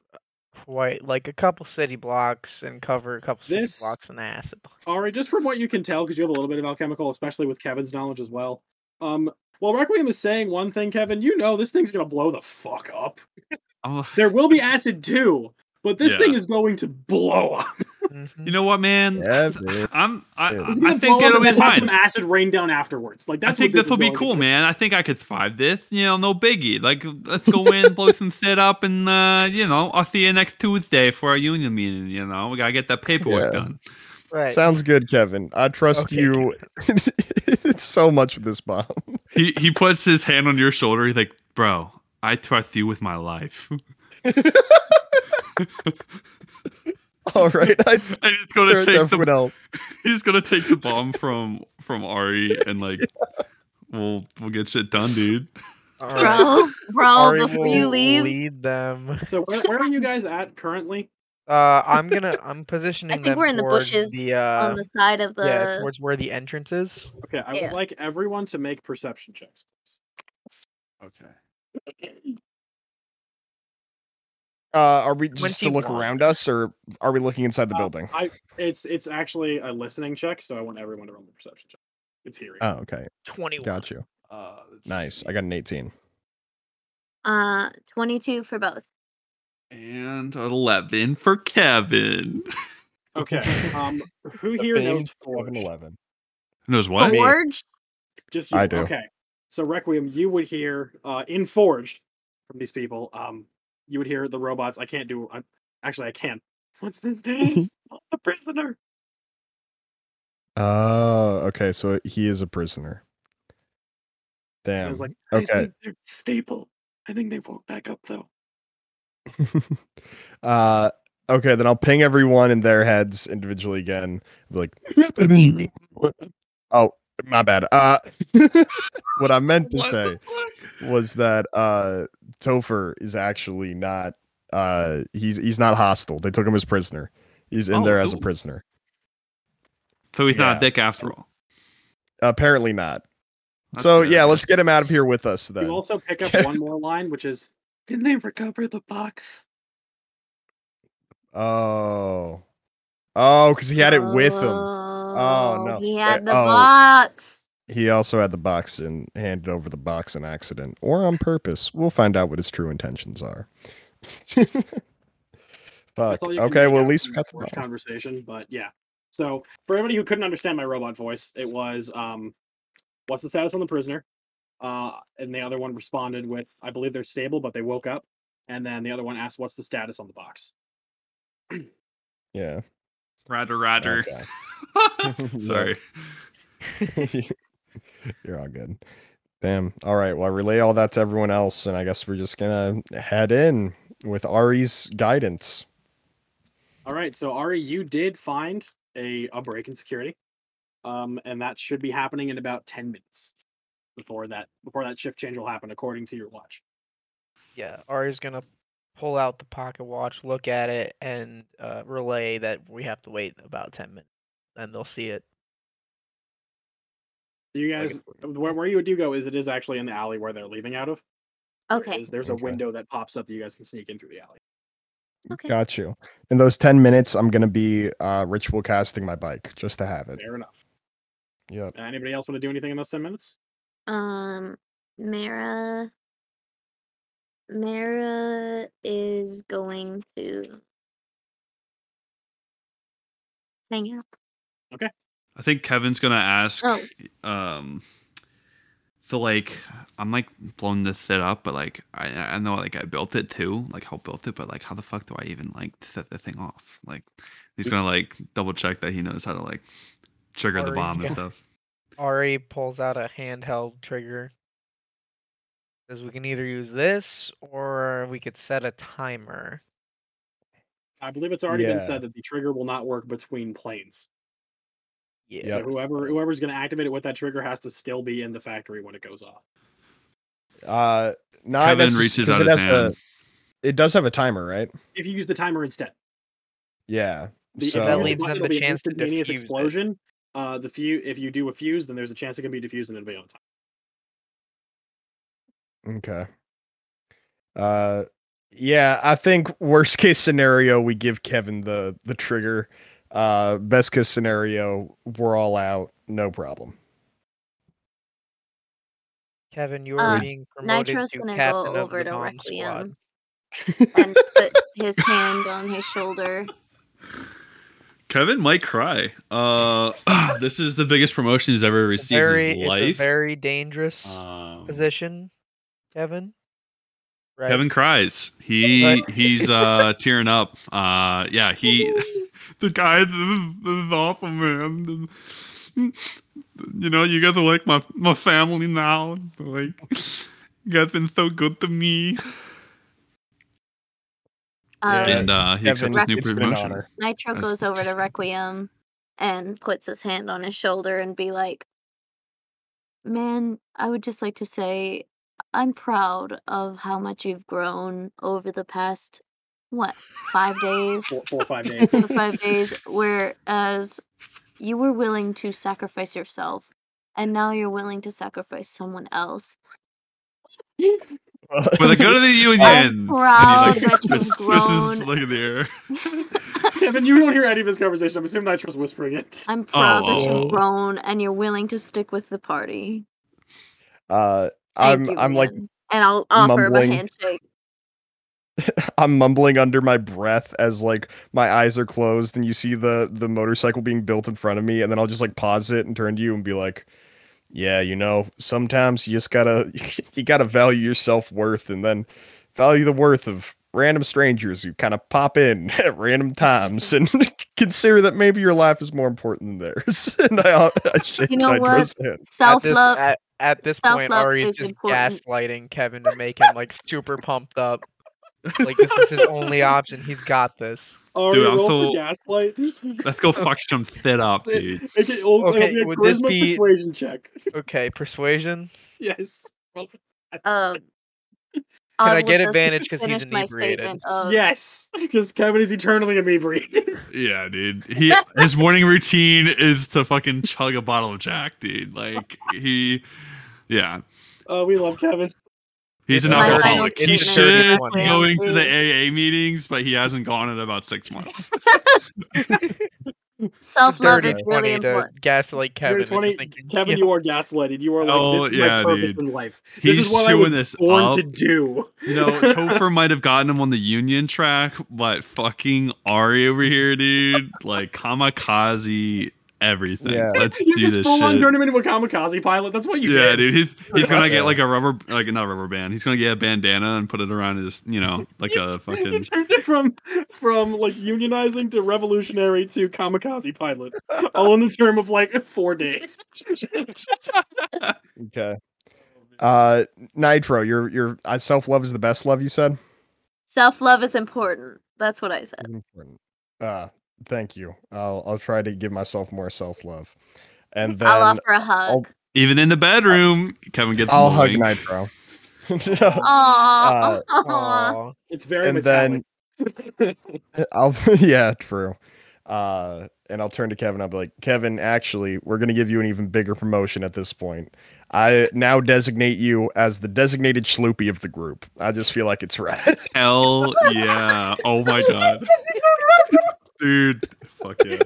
[SPEAKER 3] quite like a couple city blocks and cover a couple city
[SPEAKER 5] This-
[SPEAKER 3] blocks in acid.
[SPEAKER 5] Ari, just from what you can tell, because you have a little bit of alchemical, especially with Kevin's knowledge as well. Um, while Requiem is saying one thing, Kevin, you know this thing's gonna blow the fuck up.
[SPEAKER 4] oh,
[SPEAKER 5] There will be acid too, but this
[SPEAKER 4] Yeah.
[SPEAKER 5] thing is going to blow up.
[SPEAKER 3] Mm-hmm.
[SPEAKER 4] you know what, man?
[SPEAKER 1] Kevin?
[SPEAKER 4] I'm, I,
[SPEAKER 1] Yeah.
[SPEAKER 5] It's
[SPEAKER 4] I
[SPEAKER 5] gonna
[SPEAKER 4] think
[SPEAKER 5] blow up
[SPEAKER 4] it'll
[SPEAKER 5] and
[SPEAKER 4] be
[SPEAKER 5] then have some
[SPEAKER 4] fine.
[SPEAKER 5] acid rain down afterwards. Like
[SPEAKER 4] I
[SPEAKER 5] that's
[SPEAKER 4] think
[SPEAKER 5] what
[SPEAKER 4] this will be
[SPEAKER 5] is going
[SPEAKER 4] cool,
[SPEAKER 5] to
[SPEAKER 4] man. I think I could survive this. You know, no biggie. Like, let's go in, blow some shit up, and uh, you know, I'll see you next Tuesday for our union meeting. You know, we gotta get that paperwork
[SPEAKER 1] Yeah.
[SPEAKER 4] done.
[SPEAKER 3] Right.
[SPEAKER 1] Sounds good, Kevin. I trust
[SPEAKER 3] Okay,
[SPEAKER 1] you. it's so much with this bomb.
[SPEAKER 4] He he puts his hand on your shoulder. He's like, bro, I trust you with my life.
[SPEAKER 1] All right, I t-
[SPEAKER 4] And he's gonna
[SPEAKER 1] turn to
[SPEAKER 4] take the
[SPEAKER 1] everyone else.
[SPEAKER 4] he's gonna take the bomb from from Ari and like. We'll we'll get shit done, dude.
[SPEAKER 3] All right.
[SPEAKER 2] Bro, bro,
[SPEAKER 3] Ari
[SPEAKER 2] before you
[SPEAKER 3] will
[SPEAKER 2] leave,
[SPEAKER 3] lead them.
[SPEAKER 5] So where, where are you guys at currently?
[SPEAKER 3] Uh, I'm gonna. I'm positioning.
[SPEAKER 2] I think
[SPEAKER 3] them
[SPEAKER 2] we're in the
[SPEAKER 3] towards
[SPEAKER 2] bushes
[SPEAKER 3] The, uh,
[SPEAKER 2] on the side of the.
[SPEAKER 3] yeah, towards where the entrance is.
[SPEAKER 5] Okay, I
[SPEAKER 2] Yeah.
[SPEAKER 5] would like everyone to make perception checks, please.
[SPEAKER 4] Okay.
[SPEAKER 1] Uh, are we just to look
[SPEAKER 3] 21.
[SPEAKER 1] around us, or are we looking inside the
[SPEAKER 5] Uh,
[SPEAKER 1] building?
[SPEAKER 5] I it's it's actually a listening check, so I want everyone to roll the perception check. It's here.
[SPEAKER 1] Oh, okay,
[SPEAKER 3] Twenty-one.
[SPEAKER 1] got you.
[SPEAKER 4] Uh, let's
[SPEAKER 1] Nice.
[SPEAKER 4] see.
[SPEAKER 1] I got an 18.
[SPEAKER 2] Uh, 22 for both.
[SPEAKER 4] And eleven for Kevin.
[SPEAKER 5] Okay. Um, who here knows
[SPEAKER 1] Eleven,
[SPEAKER 5] Forge?
[SPEAKER 1] eleven.
[SPEAKER 4] Knows what?
[SPEAKER 2] Forge?
[SPEAKER 5] Just you.
[SPEAKER 1] I do.
[SPEAKER 5] Okay. So Requiem, you would hear uh, in Forged from these people. Um, you would hear the robots. I can't do. I'm, actually, I can. What's this name? Not the prisoner.
[SPEAKER 1] Oh, okay. So he is a prisoner.
[SPEAKER 5] And I
[SPEAKER 1] Damn.
[SPEAKER 5] was like, I
[SPEAKER 1] okay.
[SPEAKER 5] think they're stable. I think they woke back up though.
[SPEAKER 1] uh, okay, then I'll ping everyone in their heads individually again. Be like, oh, my bad. Uh, what I meant to
[SPEAKER 4] What
[SPEAKER 1] say
[SPEAKER 4] the fuck?
[SPEAKER 1] was that uh, Topher is actually not. Uh, he's he's not hostile. They took him as prisoner. He's in
[SPEAKER 4] Oh,
[SPEAKER 1] there as a
[SPEAKER 4] dude.
[SPEAKER 1] prisoner.
[SPEAKER 4] So he's not
[SPEAKER 1] Yeah.
[SPEAKER 4] a dick after all.
[SPEAKER 1] Apparently not.
[SPEAKER 4] That's
[SPEAKER 1] so
[SPEAKER 4] good.
[SPEAKER 1] yeah, let's get him out of here with us then.
[SPEAKER 5] You also pick up one more line, which is, "Can they recover the box?"
[SPEAKER 1] Oh, oh, because he had it with him.
[SPEAKER 2] Oh,
[SPEAKER 1] no.
[SPEAKER 2] He
[SPEAKER 1] Eh,
[SPEAKER 2] had the
[SPEAKER 1] oh.
[SPEAKER 2] box.
[SPEAKER 1] He also had the box and handed over the box in accident or on purpose. We'll find out what his true intentions are. Fuck.
[SPEAKER 5] That's all you can
[SPEAKER 1] Okay,
[SPEAKER 5] make
[SPEAKER 1] well
[SPEAKER 5] out
[SPEAKER 1] at least
[SPEAKER 5] from
[SPEAKER 1] we
[SPEAKER 5] the
[SPEAKER 1] got the
[SPEAKER 5] Forge
[SPEAKER 1] bomb.
[SPEAKER 5] conversation, but yeah. So for everybody who couldn't understand my robot voice, it was um, what's the status on the prisoner? Uh, and the other one responded with, I believe they're stable, but they woke up. And then the other one asked, what's the status on the box?
[SPEAKER 1] Yeah.
[SPEAKER 4] Roger, Roger.
[SPEAKER 1] okay.
[SPEAKER 4] Sorry.
[SPEAKER 1] You're all good. Damn. All right. Well, I relay all that to everyone else, and I guess we're just gonna head in with Ari's guidance.
[SPEAKER 5] All right, so Ari, you did find a, a break in security, um, and that should be happening in about ten minutes before that before that shift change will happen, according to your watch.
[SPEAKER 3] Yeah. Ari's gonna pull out the pocket watch, look at it, and uh, relay that we have to wait about ten minutes, and they'll see it.
[SPEAKER 5] Do you
[SPEAKER 3] Like
[SPEAKER 5] guys, um, where, where you do go is it is actually in the alley where they're leaving out of.
[SPEAKER 2] Okay.
[SPEAKER 5] is there's a
[SPEAKER 1] Okay.
[SPEAKER 5] window that pops up that you guys can sneak in through the alley.
[SPEAKER 6] Okay.
[SPEAKER 1] Got you. In those 10 minutes, I'm going to be uh, ritual casting my bike just to have it.
[SPEAKER 5] Fair enough. Uh,
[SPEAKER 1] Yep.
[SPEAKER 5] Anybody else want to do anything in those ten minutes?
[SPEAKER 2] Um, Mara. Mara is going to hang out.
[SPEAKER 4] I think Kevin's gonna ask
[SPEAKER 2] Oh.
[SPEAKER 4] um so like I'm like blowing this shit up, but like I I know like I built it too, like how built it, but like how the fuck do I even like set the thing off? Like he's gonna like double check that he knows how to like trigger the
[SPEAKER 3] Or he's
[SPEAKER 4] bomb and
[SPEAKER 3] gonna-
[SPEAKER 4] stuff.
[SPEAKER 3] Ari pulls out a handheld trigger. Says we can either use this or we could set a timer.
[SPEAKER 5] I believe it's already
[SPEAKER 1] Yeah.
[SPEAKER 5] been said that the trigger will not work between planes.
[SPEAKER 3] Yeah.
[SPEAKER 1] Yep.
[SPEAKER 5] So whoever whoever's going to activate it with that trigger has to still be in the factory when it goes off.
[SPEAKER 1] Uh, not
[SPEAKER 4] Kevin
[SPEAKER 1] necess-
[SPEAKER 4] reaches
[SPEAKER 1] 'cause
[SPEAKER 4] out
[SPEAKER 1] it
[SPEAKER 4] his
[SPEAKER 1] has a-
[SPEAKER 4] hand.
[SPEAKER 1] it does have a timer, right?
[SPEAKER 5] If you use the timer instead,
[SPEAKER 1] Yeah.
[SPEAKER 5] the,
[SPEAKER 1] so,
[SPEAKER 5] if you use
[SPEAKER 3] That leaves
[SPEAKER 5] button,
[SPEAKER 3] them
[SPEAKER 5] it'll
[SPEAKER 3] the
[SPEAKER 5] be an
[SPEAKER 3] chance to
[SPEAKER 5] instantaneous
[SPEAKER 3] defuse it.
[SPEAKER 5] explosion. Uh, the few if you do a fuse, then there's a chance it can be defused and it'll be on time.
[SPEAKER 1] okay. Uh, yeah, I think worst case scenario, we give Kevin the, the trigger. Uh, best case scenario, we're all out. No problem.
[SPEAKER 3] Kevin, you are
[SPEAKER 2] Uh,
[SPEAKER 3] being promoted
[SPEAKER 2] Nitro's
[SPEAKER 3] to
[SPEAKER 2] gonna go
[SPEAKER 3] captain of
[SPEAKER 2] over
[SPEAKER 3] the
[SPEAKER 2] to
[SPEAKER 3] bomb
[SPEAKER 2] Requiem.
[SPEAKER 3] squad.
[SPEAKER 2] And put his hand on his shoulder.
[SPEAKER 4] Kevin might cry. Uh this is the biggest promotion he's ever
[SPEAKER 3] It's
[SPEAKER 4] received
[SPEAKER 3] a very,
[SPEAKER 4] in his
[SPEAKER 3] it's
[SPEAKER 4] life.
[SPEAKER 3] a very dangerous
[SPEAKER 4] Um,
[SPEAKER 3] position, Kevin. Right.
[SPEAKER 4] Kevin cries. He
[SPEAKER 3] Right.
[SPEAKER 4] he's uh tearing up. Uh yeah, he the guy this is, this is awful, man. You know, you guys are like my my family now. Like you guys been so good to me.
[SPEAKER 2] Um,
[SPEAKER 1] Yeah.
[SPEAKER 4] And uh he accepts his new
[SPEAKER 1] it's been an
[SPEAKER 4] promotion.
[SPEAKER 1] honor.
[SPEAKER 2] Nitro
[SPEAKER 4] That's
[SPEAKER 2] goes over to
[SPEAKER 4] interesting.
[SPEAKER 2] Requiem and puts his hand on his shoulder and be like, Man, I would just like to say I'm proud of how much you've grown over the past, what, five days?
[SPEAKER 5] Four, four or five days.
[SPEAKER 2] Four or five days, whereas you were willing to sacrifice yourself and now you're willing to sacrifice someone else.
[SPEAKER 4] For the good of the union. And he,
[SPEAKER 2] proud that you've
[SPEAKER 4] twists- twists his
[SPEAKER 2] grown.
[SPEAKER 4] leg in the air.
[SPEAKER 5] Kevin, you don't hear any of this conversation. I'm assuming Nitro's whispering it.
[SPEAKER 2] I'm proud that
[SPEAKER 4] Oh.
[SPEAKER 2] you've grown and you're willing to stick with the party.
[SPEAKER 1] Uh,
[SPEAKER 2] Thank
[SPEAKER 1] I'm
[SPEAKER 2] you,
[SPEAKER 1] I'm like
[SPEAKER 2] man. and I'll offer
[SPEAKER 1] mumbling.
[SPEAKER 2] him a handshake.
[SPEAKER 1] I'm mumbling under my breath as like my eyes are closed and you see the the motorcycle being built in front of me and then I'll just like pause it and turn to you and be like yeah you know sometimes you just gotta you gotta value your self-worth and then value the worth of random strangers who kind of pop in at random times and consider that maybe your life is more important than theirs and I, I shake
[SPEAKER 2] You know
[SPEAKER 1] Nitro's hand.
[SPEAKER 3] At
[SPEAKER 2] Self
[SPEAKER 3] this,
[SPEAKER 2] love.
[SPEAKER 3] at, at this point,
[SPEAKER 2] self-love
[SPEAKER 3] Ari's
[SPEAKER 2] is
[SPEAKER 3] just
[SPEAKER 2] important.
[SPEAKER 3] gaslighting Kevin to make him like super pumped up. Like this is his only option. He's got this.
[SPEAKER 5] Are
[SPEAKER 4] Dude,
[SPEAKER 5] you
[SPEAKER 4] I'm
[SPEAKER 5] roll for
[SPEAKER 4] so-
[SPEAKER 5] gaslight?
[SPEAKER 4] Let's go fuck some shit up, dude.
[SPEAKER 5] Make it, it'll,
[SPEAKER 3] Okay,
[SPEAKER 5] it'll be a
[SPEAKER 3] would this
[SPEAKER 5] charisma
[SPEAKER 3] be-
[SPEAKER 5] persuasion check.
[SPEAKER 3] Okay, persuasion.
[SPEAKER 5] yes.
[SPEAKER 2] Um,
[SPEAKER 3] I
[SPEAKER 2] will
[SPEAKER 3] get
[SPEAKER 2] just
[SPEAKER 3] advantage 'cause he's
[SPEAKER 2] finish my
[SPEAKER 3] inebriated?
[SPEAKER 2] statement Of,
[SPEAKER 5] yes. Because Kevin is eternally inebriated.
[SPEAKER 4] Yeah, dude. He his morning routine is to fucking chug a bottle of Jack, dude. Like he, yeah,
[SPEAKER 5] Oh, we love Kevin.
[SPEAKER 4] he's an
[SPEAKER 3] My final
[SPEAKER 4] alcoholic. He
[SPEAKER 3] statement is
[SPEAKER 4] should
[SPEAKER 3] one.
[SPEAKER 4] be going to the
[SPEAKER 2] Yeah.
[SPEAKER 4] AA meetings, but he hasn't gone in about six months.
[SPEAKER 2] Self love
[SPEAKER 3] Dirty
[SPEAKER 2] is really
[SPEAKER 3] twenty to
[SPEAKER 2] important.
[SPEAKER 3] gaslight Kevin.
[SPEAKER 5] You're
[SPEAKER 3] into
[SPEAKER 5] 20
[SPEAKER 3] thinking,
[SPEAKER 5] Kevin,
[SPEAKER 3] yeah,
[SPEAKER 5] you are gaslighted. You are like,
[SPEAKER 4] Oh,
[SPEAKER 5] this is
[SPEAKER 4] yeah,
[SPEAKER 5] my purpose
[SPEAKER 4] dude.
[SPEAKER 5] in life.
[SPEAKER 4] He's
[SPEAKER 5] this is what I was
[SPEAKER 4] chewing this
[SPEAKER 5] born
[SPEAKER 4] up.
[SPEAKER 5] to do.
[SPEAKER 4] You know, Topher might have gotten him on the union track, but fucking Ari over here, dude, like kamikaze everything.
[SPEAKER 1] Yeah.
[SPEAKER 4] Let's
[SPEAKER 5] you
[SPEAKER 4] do
[SPEAKER 5] just
[SPEAKER 4] this
[SPEAKER 5] full on
[SPEAKER 4] shit.
[SPEAKER 5] turned him into a kamikaze pilot. That's what you
[SPEAKER 4] yeah,
[SPEAKER 5] did.
[SPEAKER 4] dude, he's he's gonna
[SPEAKER 1] Yeah.
[SPEAKER 4] get like a rubber, like not rubber band. He's gonna get a bandana and put it around his, you know, like a
[SPEAKER 5] You
[SPEAKER 4] fucking
[SPEAKER 5] turned it from from like unionizing to revolutionary to kamikaze pilot, all in the term of like four days.
[SPEAKER 1] okay uh Nitro your your uh, self-love is the best love you said
[SPEAKER 2] Self love is important. That's what I said.
[SPEAKER 1] is important. Uh, thank you. I'll I'll try to give myself more self love, and then
[SPEAKER 2] I'll
[SPEAKER 1] I'll,
[SPEAKER 2] offer a hug.
[SPEAKER 4] Even in the bedroom, Kevin gets.
[SPEAKER 1] hug
[SPEAKER 4] moving.
[SPEAKER 1] Nitro.
[SPEAKER 2] Aww.
[SPEAKER 3] uh, aw.
[SPEAKER 5] It's very
[SPEAKER 1] and
[SPEAKER 5] metallic.
[SPEAKER 1] then I'll yeah true. Uh, and I'll turn to Kevin. I'll be like, Kevin, actually, we're going to give you an even bigger promotion at this point. I now designate you as the designated Sloopy of the group. I just feel like it's right.
[SPEAKER 4] Hell yeah. Oh my god. Dude. Fuck yeah.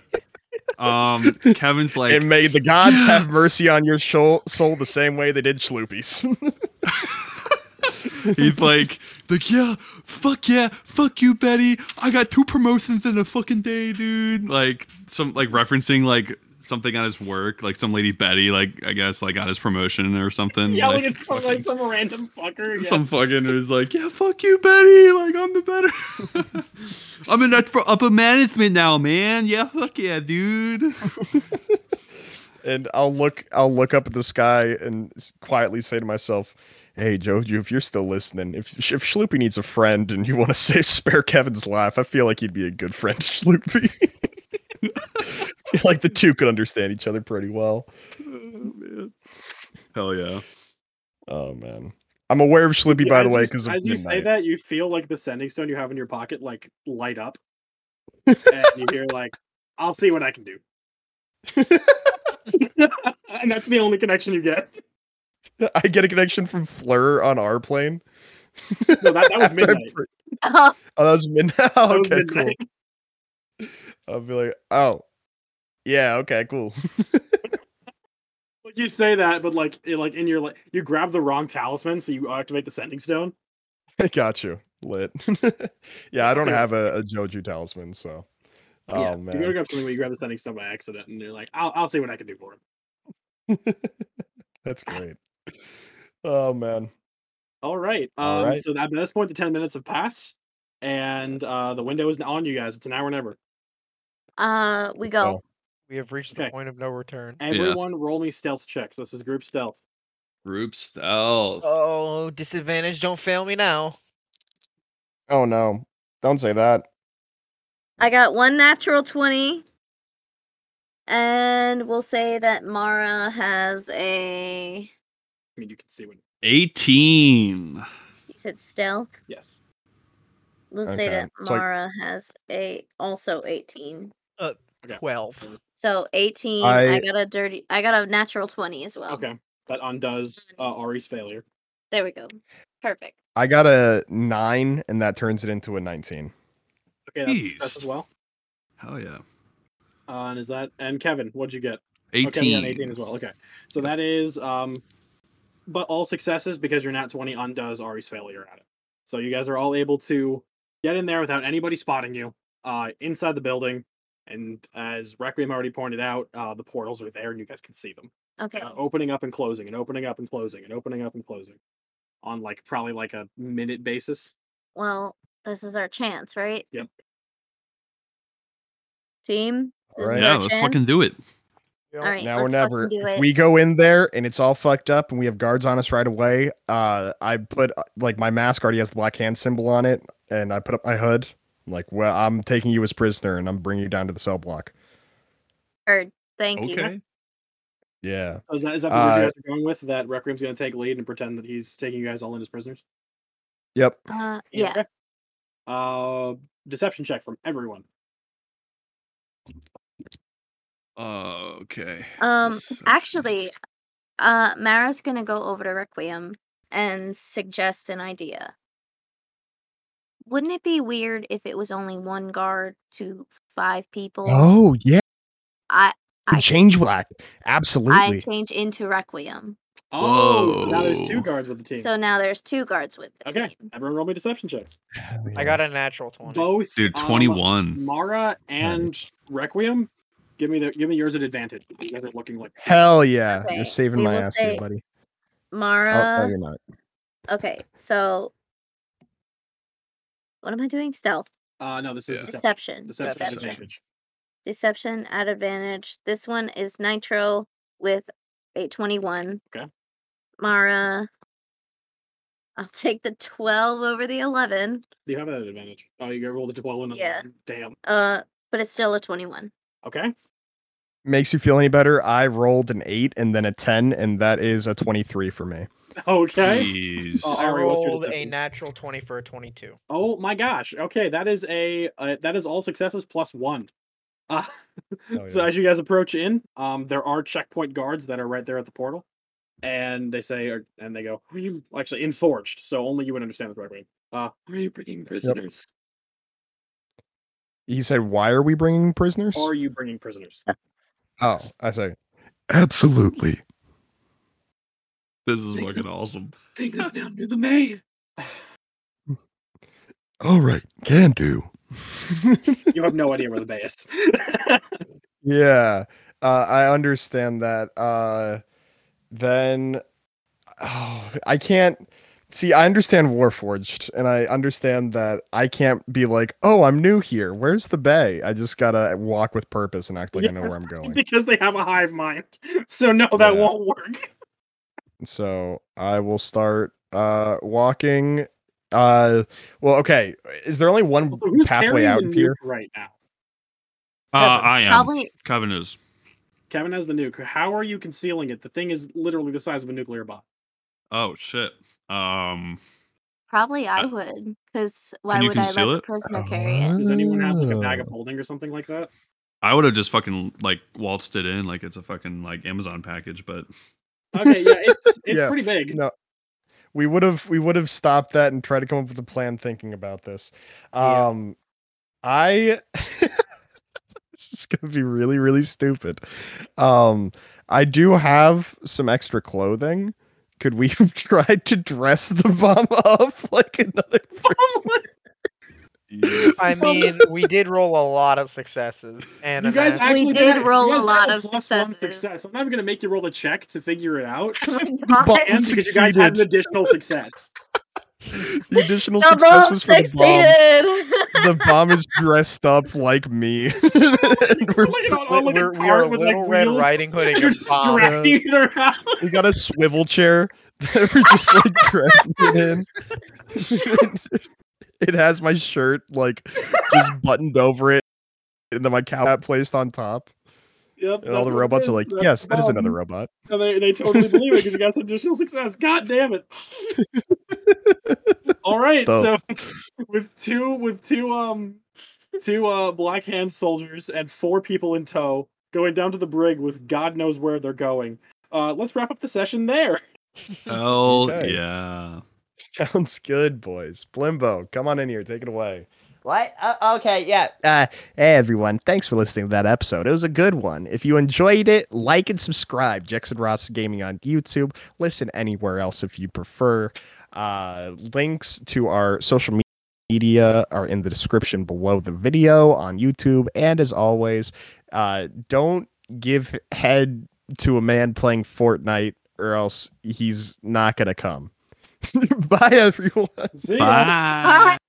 [SPEAKER 4] Um Kevin's like
[SPEAKER 1] and may the gods have mercy on your soul, soul the same way they did Sloopy's.
[SPEAKER 4] He's like, like, yeah, fuck yeah, fuck you, Betty. I got two promotions in a fucking day, dude. Like some like referencing like something on his work, like some lady Betty, like I guess like got his promotion or something.
[SPEAKER 5] Yelling
[SPEAKER 4] like,
[SPEAKER 5] at some
[SPEAKER 4] fucking-
[SPEAKER 5] like some random fucker. Yeah.
[SPEAKER 4] some fucking who's like, yeah, fuck you, Betty. Like I'm the better. I'm in upper, upper management now, man. Yeah, fuck yeah, dude.
[SPEAKER 1] and I'll look I'll look up at the sky and s- quietly say to myself, "Hey Joju, if you're still listening, if if Shloopy needs a friend and you want to save spare Kevin's life, I feel like he'd be a good friend to Shloopy." I feel like the two could understand each other pretty well.
[SPEAKER 5] Oh,
[SPEAKER 4] Hell yeah.
[SPEAKER 1] Oh man. I'm aware of Shloopy by the
[SPEAKER 5] as
[SPEAKER 1] way
[SPEAKER 5] you-
[SPEAKER 1] because
[SPEAKER 5] as you say that, you feel like the sending stone you have in your pocket like light up, and you hear like, "I'll see what I can do," and that's the only connection you get.
[SPEAKER 1] I get a connection from Fleur on our plane.
[SPEAKER 5] No, that, that was
[SPEAKER 1] After I
[SPEAKER 5] midnight.
[SPEAKER 1] pre-
[SPEAKER 2] Oh,
[SPEAKER 1] oh, that was midnight.
[SPEAKER 5] That was
[SPEAKER 1] okay,
[SPEAKER 5] midnight.
[SPEAKER 1] cool. I'll be like, oh, yeah, okay, cool.
[SPEAKER 5] Like, You say that, but like, it, like in your like, you grab the wrong talisman, so you activate the sending stone.
[SPEAKER 1] I got you. Lit. yeah, I don't
[SPEAKER 5] So-
[SPEAKER 1] have a, a Joju talisman, so. Oh
[SPEAKER 5] you go to
[SPEAKER 1] man.
[SPEAKER 5] grab something, but you grab the sending stone by accident, and you're like, "I'll, I'll see what I can do for him."
[SPEAKER 1] That's great. Oh man.
[SPEAKER 5] All right. Um,
[SPEAKER 1] All right.
[SPEAKER 5] So that, at this point, the ten minutes have passed, and uh, the window is on you guys. It's an hour and ever.
[SPEAKER 2] uh, we go.
[SPEAKER 3] Oh. We have reached
[SPEAKER 5] Okay.
[SPEAKER 3] the point of no return.
[SPEAKER 5] Everyone, roll me stealth checks. This is group stealth.
[SPEAKER 4] Group stealth.
[SPEAKER 3] Oh, disadvantage! Don't fail me now.
[SPEAKER 1] Oh no. Don't say that.
[SPEAKER 2] I got one natural 20. And we'll say that Mara has a.
[SPEAKER 5] I mean, you can see when.
[SPEAKER 4] 18.
[SPEAKER 2] You said stealth?
[SPEAKER 5] Yes.
[SPEAKER 2] We'll say
[SPEAKER 1] Okay,
[SPEAKER 2] that
[SPEAKER 1] so I-
[SPEAKER 2] Mara has a also 18.
[SPEAKER 5] Okay.
[SPEAKER 3] Twelve.
[SPEAKER 2] So 18. I,
[SPEAKER 1] I-
[SPEAKER 2] got a dirty. I got a natural 20 as well.
[SPEAKER 5] Okay. That undoes uh, Ari's failure.
[SPEAKER 2] There we go. Perfect.
[SPEAKER 1] I got a nine, and that turns it into a nineteen.
[SPEAKER 5] Okay, that's, that's
[SPEAKER 4] Jeez.
[SPEAKER 5] as well.
[SPEAKER 4] Hell yeah.
[SPEAKER 5] Uh, and is that and Kevin? What'd you get?
[SPEAKER 4] 18.
[SPEAKER 5] Okay, you got an 18 as well. Okay, so that is um, but all successes because your nat 20 undoes Ari's failure at it. So you guys are all able to get in there without anybody spotting you uh, inside the building. And as Requiem already pointed out, uh, the portals are there and you guys can see them.
[SPEAKER 2] Okay.
[SPEAKER 5] uh, opening up and closing and opening up and closing and opening up and closing on like probably like a minute basis.
[SPEAKER 2] Well, this is our chance, right?
[SPEAKER 5] Yep.
[SPEAKER 2] Team? This is
[SPEAKER 1] Alright.
[SPEAKER 4] Yeah,
[SPEAKER 2] our
[SPEAKER 4] let's
[SPEAKER 2] chance?
[SPEAKER 4] fucking do it.
[SPEAKER 3] Yep.
[SPEAKER 2] All right.
[SPEAKER 1] now we're
[SPEAKER 2] let's
[SPEAKER 1] never.
[SPEAKER 2] fucking do
[SPEAKER 1] if
[SPEAKER 2] it.
[SPEAKER 1] we go in there and it's all fucked up, and we have guards on us right away. Uh, I put uh, like my mask already has the black hand symbol on it, and I put up my hood. I'm like, well, I'm taking you as prisoner, and I'm bringing you down to the cell block.
[SPEAKER 2] Heard. Thank you.
[SPEAKER 4] Okay.
[SPEAKER 1] Yeah.
[SPEAKER 5] So is that is that the words you
[SPEAKER 1] Uh,
[SPEAKER 5] guys are going with? That Requiem's going to take lead and pretend that he's taking you guys all in as prisoners.
[SPEAKER 1] Yep.
[SPEAKER 2] Uh, yeah.
[SPEAKER 5] Okay. Uh, deception check from everyone.
[SPEAKER 4] Oh, Okay.
[SPEAKER 2] Um,
[SPEAKER 4] Deception.
[SPEAKER 2] actually, uh, Mara's gonna go over to Requiem and suggest an idea. Wouldn't it be weird if it was only one guard to five people?
[SPEAKER 1] Oh yeah.
[SPEAKER 2] I I
[SPEAKER 1] change black.
[SPEAKER 2] I
[SPEAKER 1] Absolutely.
[SPEAKER 2] change into Requiem,
[SPEAKER 5] Oh, so now there's two
[SPEAKER 4] Whoa.
[SPEAKER 5] guards with the team.
[SPEAKER 2] so now there's two guards with the
[SPEAKER 5] okay,
[SPEAKER 2] team.
[SPEAKER 5] everyone roll me deception checks.
[SPEAKER 3] I got a natural twenty.
[SPEAKER 5] Both
[SPEAKER 4] Dude,
[SPEAKER 5] um,
[SPEAKER 4] 21.
[SPEAKER 5] Mara and Requiem, give me the give me yours at advantage. You guys are looking like
[SPEAKER 1] Hell yeah.
[SPEAKER 2] Okay,
[SPEAKER 1] You're saving
[SPEAKER 2] we
[SPEAKER 1] my
[SPEAKER 2] will
[SPEAKER 1] ass here,
[SPEAKER 2] say-
[SPEAKER 1] buddy. Oh, no,
[SPEAKER 2] Mara.
[SPEAKER 1] you're not.
[SPEAKER 2] Okay, so what am I doing? Stealth,
[SPEAKER 5] uh no, this is
[SPEAKER 4] Yeah.
[SPEAKER 2] deception,
[SPEAKER 5] deception. Deception at
[SPEAKER 3] Deception.
[SPEAKER 5] advantage.
[SPEAKER 2] deception at advantage. This one is Nitro with a 21.
[SPEAKER 5] Okay.
[SPEAKER 2] Mara. I'll take the 12 over the 11.
[SPEAKER 5] Do you have that advantage? Oh, you got rolled a twelve and a
[SPEAKER 2] Yeah.
[SPEAKER 5] 11. Damn.
[SPEAKER 2] Uh, but it's still a 21.
[SPEAKER 5] Okay.
[SPEAKER 1] Makes you feel any better? I rolled an eight and then a ten, and that is a twenty-three for me.
[SPEAKER 5] Okay.
[SPEAKER 4] Jeez.
[SPEAKER 5] Oh,
[SPEAKER 3] I
[SPEAKER 5] Ari, what's your
[SPEAKER 3] rolled a
[SPEAKER 5] deception?
[SPEAKER 3] natural twenty for a twenty-two.
[SPEAKER 5] Oh my gosh. Okay, that is a uh, that is all successes plus one. Ah,
[SPEAKER 1] Oh,
[SPEAKER 5] So
[SPEAKER 1] yeah.
[SPEAKER 5] as you guys approach in, um, there are checkpoint guards that are right there at the portal, and they say, or, and they go, "Are you actually in forged?" So only you would understand this, right? Wayne. Uh, are you bringing prisoners?
[SPEAKER 1] You said, why are we bringing prisoners?
[SPEAKER 5] Are you bringing prisoners?
[SPEAKER 1] Oh, I say.
[SPEAKER 4] Absolutely. This is fucking awesome.
[SPEAKER 5] Take them down to the May.
[SPEAKER 4] All right, can do.
[SPEAKER 5] You have no idea where the Bay is.
[SPEAKER 1] Yeah, uh, I understand that. Uh, then, oh, I can't see. I understand Warforged, and I understand that I can't be like, "Oh, I'm new here. Where's the bay?" I just gotta walk with purpose and act like I know where
[SPEAKER 5] Yes,
[SPEAKER 1] I'm going.
[SPEAKER 5] because they have a hive mind. So no, that
[SPEAKER 1] Yeah.
[SPEAKER 5] won't work.
[SPEAKER 1] So I will start uh, walking. Uh, well, okay. Is there only one
[SPEAKER 5] Also, who's
[SPEAKER 1] pathway
[SPEAKER 5] carrying
[SPEAKER 1] out
[SPEAKER 5] the
[SPEAKER 1] of
[SPEAKER 5] nuke
[SPEAKER 1] here?
[SPEAKER 5] right now?
[SPEAKER 4] Uh, I am.
[SPEAKER 2] Probably
[SPEAKER 4] Kevin is.
[SPEAKER 5] Kevin has the nuke. How are you concealing it? The thing is literally the size of a nuclear bomb.
[SPEAKER 4] Oh shit. Um.
[SPEAKER 2] probably I
[SPEAKER 4] Uh,
[SPEAKER 2] would, because why
[SPEAKER 4] you
[SPEAKER 2] would I let
[SPEAKER 4] conceal
[SPEAKER 2] the
[SPEAKER 4] it?
[SPEAKER 2] prisoner carry
[SPEAKER 1] Oh.
[SPEAKER 2] it?
[SPEAKER 5] Does anyone have like a bag of holding or something like that?
[SPEAKER 4] I would have just fucking like waltzed it in like it's a fucking like Amazon package, but
[SPEAKER 5] Okay, yeah, it's it's
[SPEAKER 1] Yeah,
[SPEAKER 5] pretty big.
[SPEAKER 1] no. we would have we would have stopped that and tried to come up with a plan thinking about this
[SPEAKER 3] Yeah.
[SPEAKER 1] um i this is gonna be really really stupid um i do have some extra clothing could we have tried to dress the bomb up like another person?
[SPEAKER 3] I mean, we did roll a lot of successes, and
[SPEAKER 5] You guys
[SPEAKER 3] a
[SPEAKER 2] We
[SPEAKER 5] actually
[SPEAKER 2] did
[SPEAKER 5] got-
[SPEAKER 2] roll
[SPEAKER 5] you
[SPEAKER 2] a
[SPEAKER 5] guys
[SPEAKER 2] lot
[SPEAKER 5] got
[SPEAKER 2] of
[SPEAKER 5] plus One
[SPEAKER 2] successes.
[SPEAKER 5] success. I'm not even gonna make you roll a check to figure it out.
[SPEAKER 2] Oh my
[SPEAKER 1] The
[SPEAKER 2] God.
[SPEAKER 1] bomb
[SPEAKER 5] And because you guys had an
[SPEAKER 1] succeeded.
[SPEAKER 5] additional success.
[SPEAKER 1] the additional
[SPEAKER 2] The
[SPEAKER 1] success
[SPEAKER 2] bomb
[SPEAKER 1] was for the bomb.
[SPEAKER 2] succeeded.
[SPEAKER 1] The bomb is dressed up like me. And we're-
[SPEAKER 5] Like an
[SPEAKER 3] we
[SPEAKER 5] unlimited
[SPEAKER 3] we're, we
[SPEAKER 5] cart
[SPEAKER 3] are
[SPEAKER 5] with,
[SPEAKER 3] Little
[SPEAKER 5] like,
[SPEAKER 3] Red
[SPEAKER 5] wheels.
[SPEAKER 3] Riding Hood and
[SPEAKER 5] You're just dragging it around.
[SPEAKER 1] we got a swivel chair that we're just like dragging it in. it has my shirt like just buttoned over it, and then my cow hat placed on top.
[SPEAKER 5] Yep,
[SPEAKER 1] And all
[SPEAKER 5] that's
[SPEAKER 1] the
[SPEAKER 5] what it
[SPEAKER 1] robots are
[SPEAKER 5] is. Um,
[SPEAKER 1] like,
[SPEAKER 5] That's
[SPEAKER 1] "Yes,
[SPEAKER 5] the
[SPEAKER 1] that is another
[SPEAKER 5] bomb."
[SPEAKER 1] robot."
[SPEAKER 5] And they, they totally believe it because you got some additional success. God damn it. All right, so with two with two um two uh black hand soldiers and four people in tow going down to the brig with God knows where they're going. Uh let's wrap up the session there.
[SPEAKER 4] hell
[SPEAKER 1] Okay.
[SPEAKER 4] yeah.
[SPEAKER 1] Sounds good, boys. Blimbo, come on in here. Take it away.
[SPEAKER 7] What? Oh, okay, yeah.
[SPEAKER 1] Uh, hey, everyone. Thanks for listening to that episode. It was a good one. If you enjoyed it, like and subscribe. Jackson Ross Gaming on YouTube. Listen anywhere else if you prefer. Uh, links to our social me- media are in the description below the video on YouTube. And as always, uh, don't give head to a man playing Fortnite or else he's not going to come. Bye, everyone.
[SPEAKER 5] See ya.
[SPEAKER 4] Bye.
[SPEAKER 2] Bye.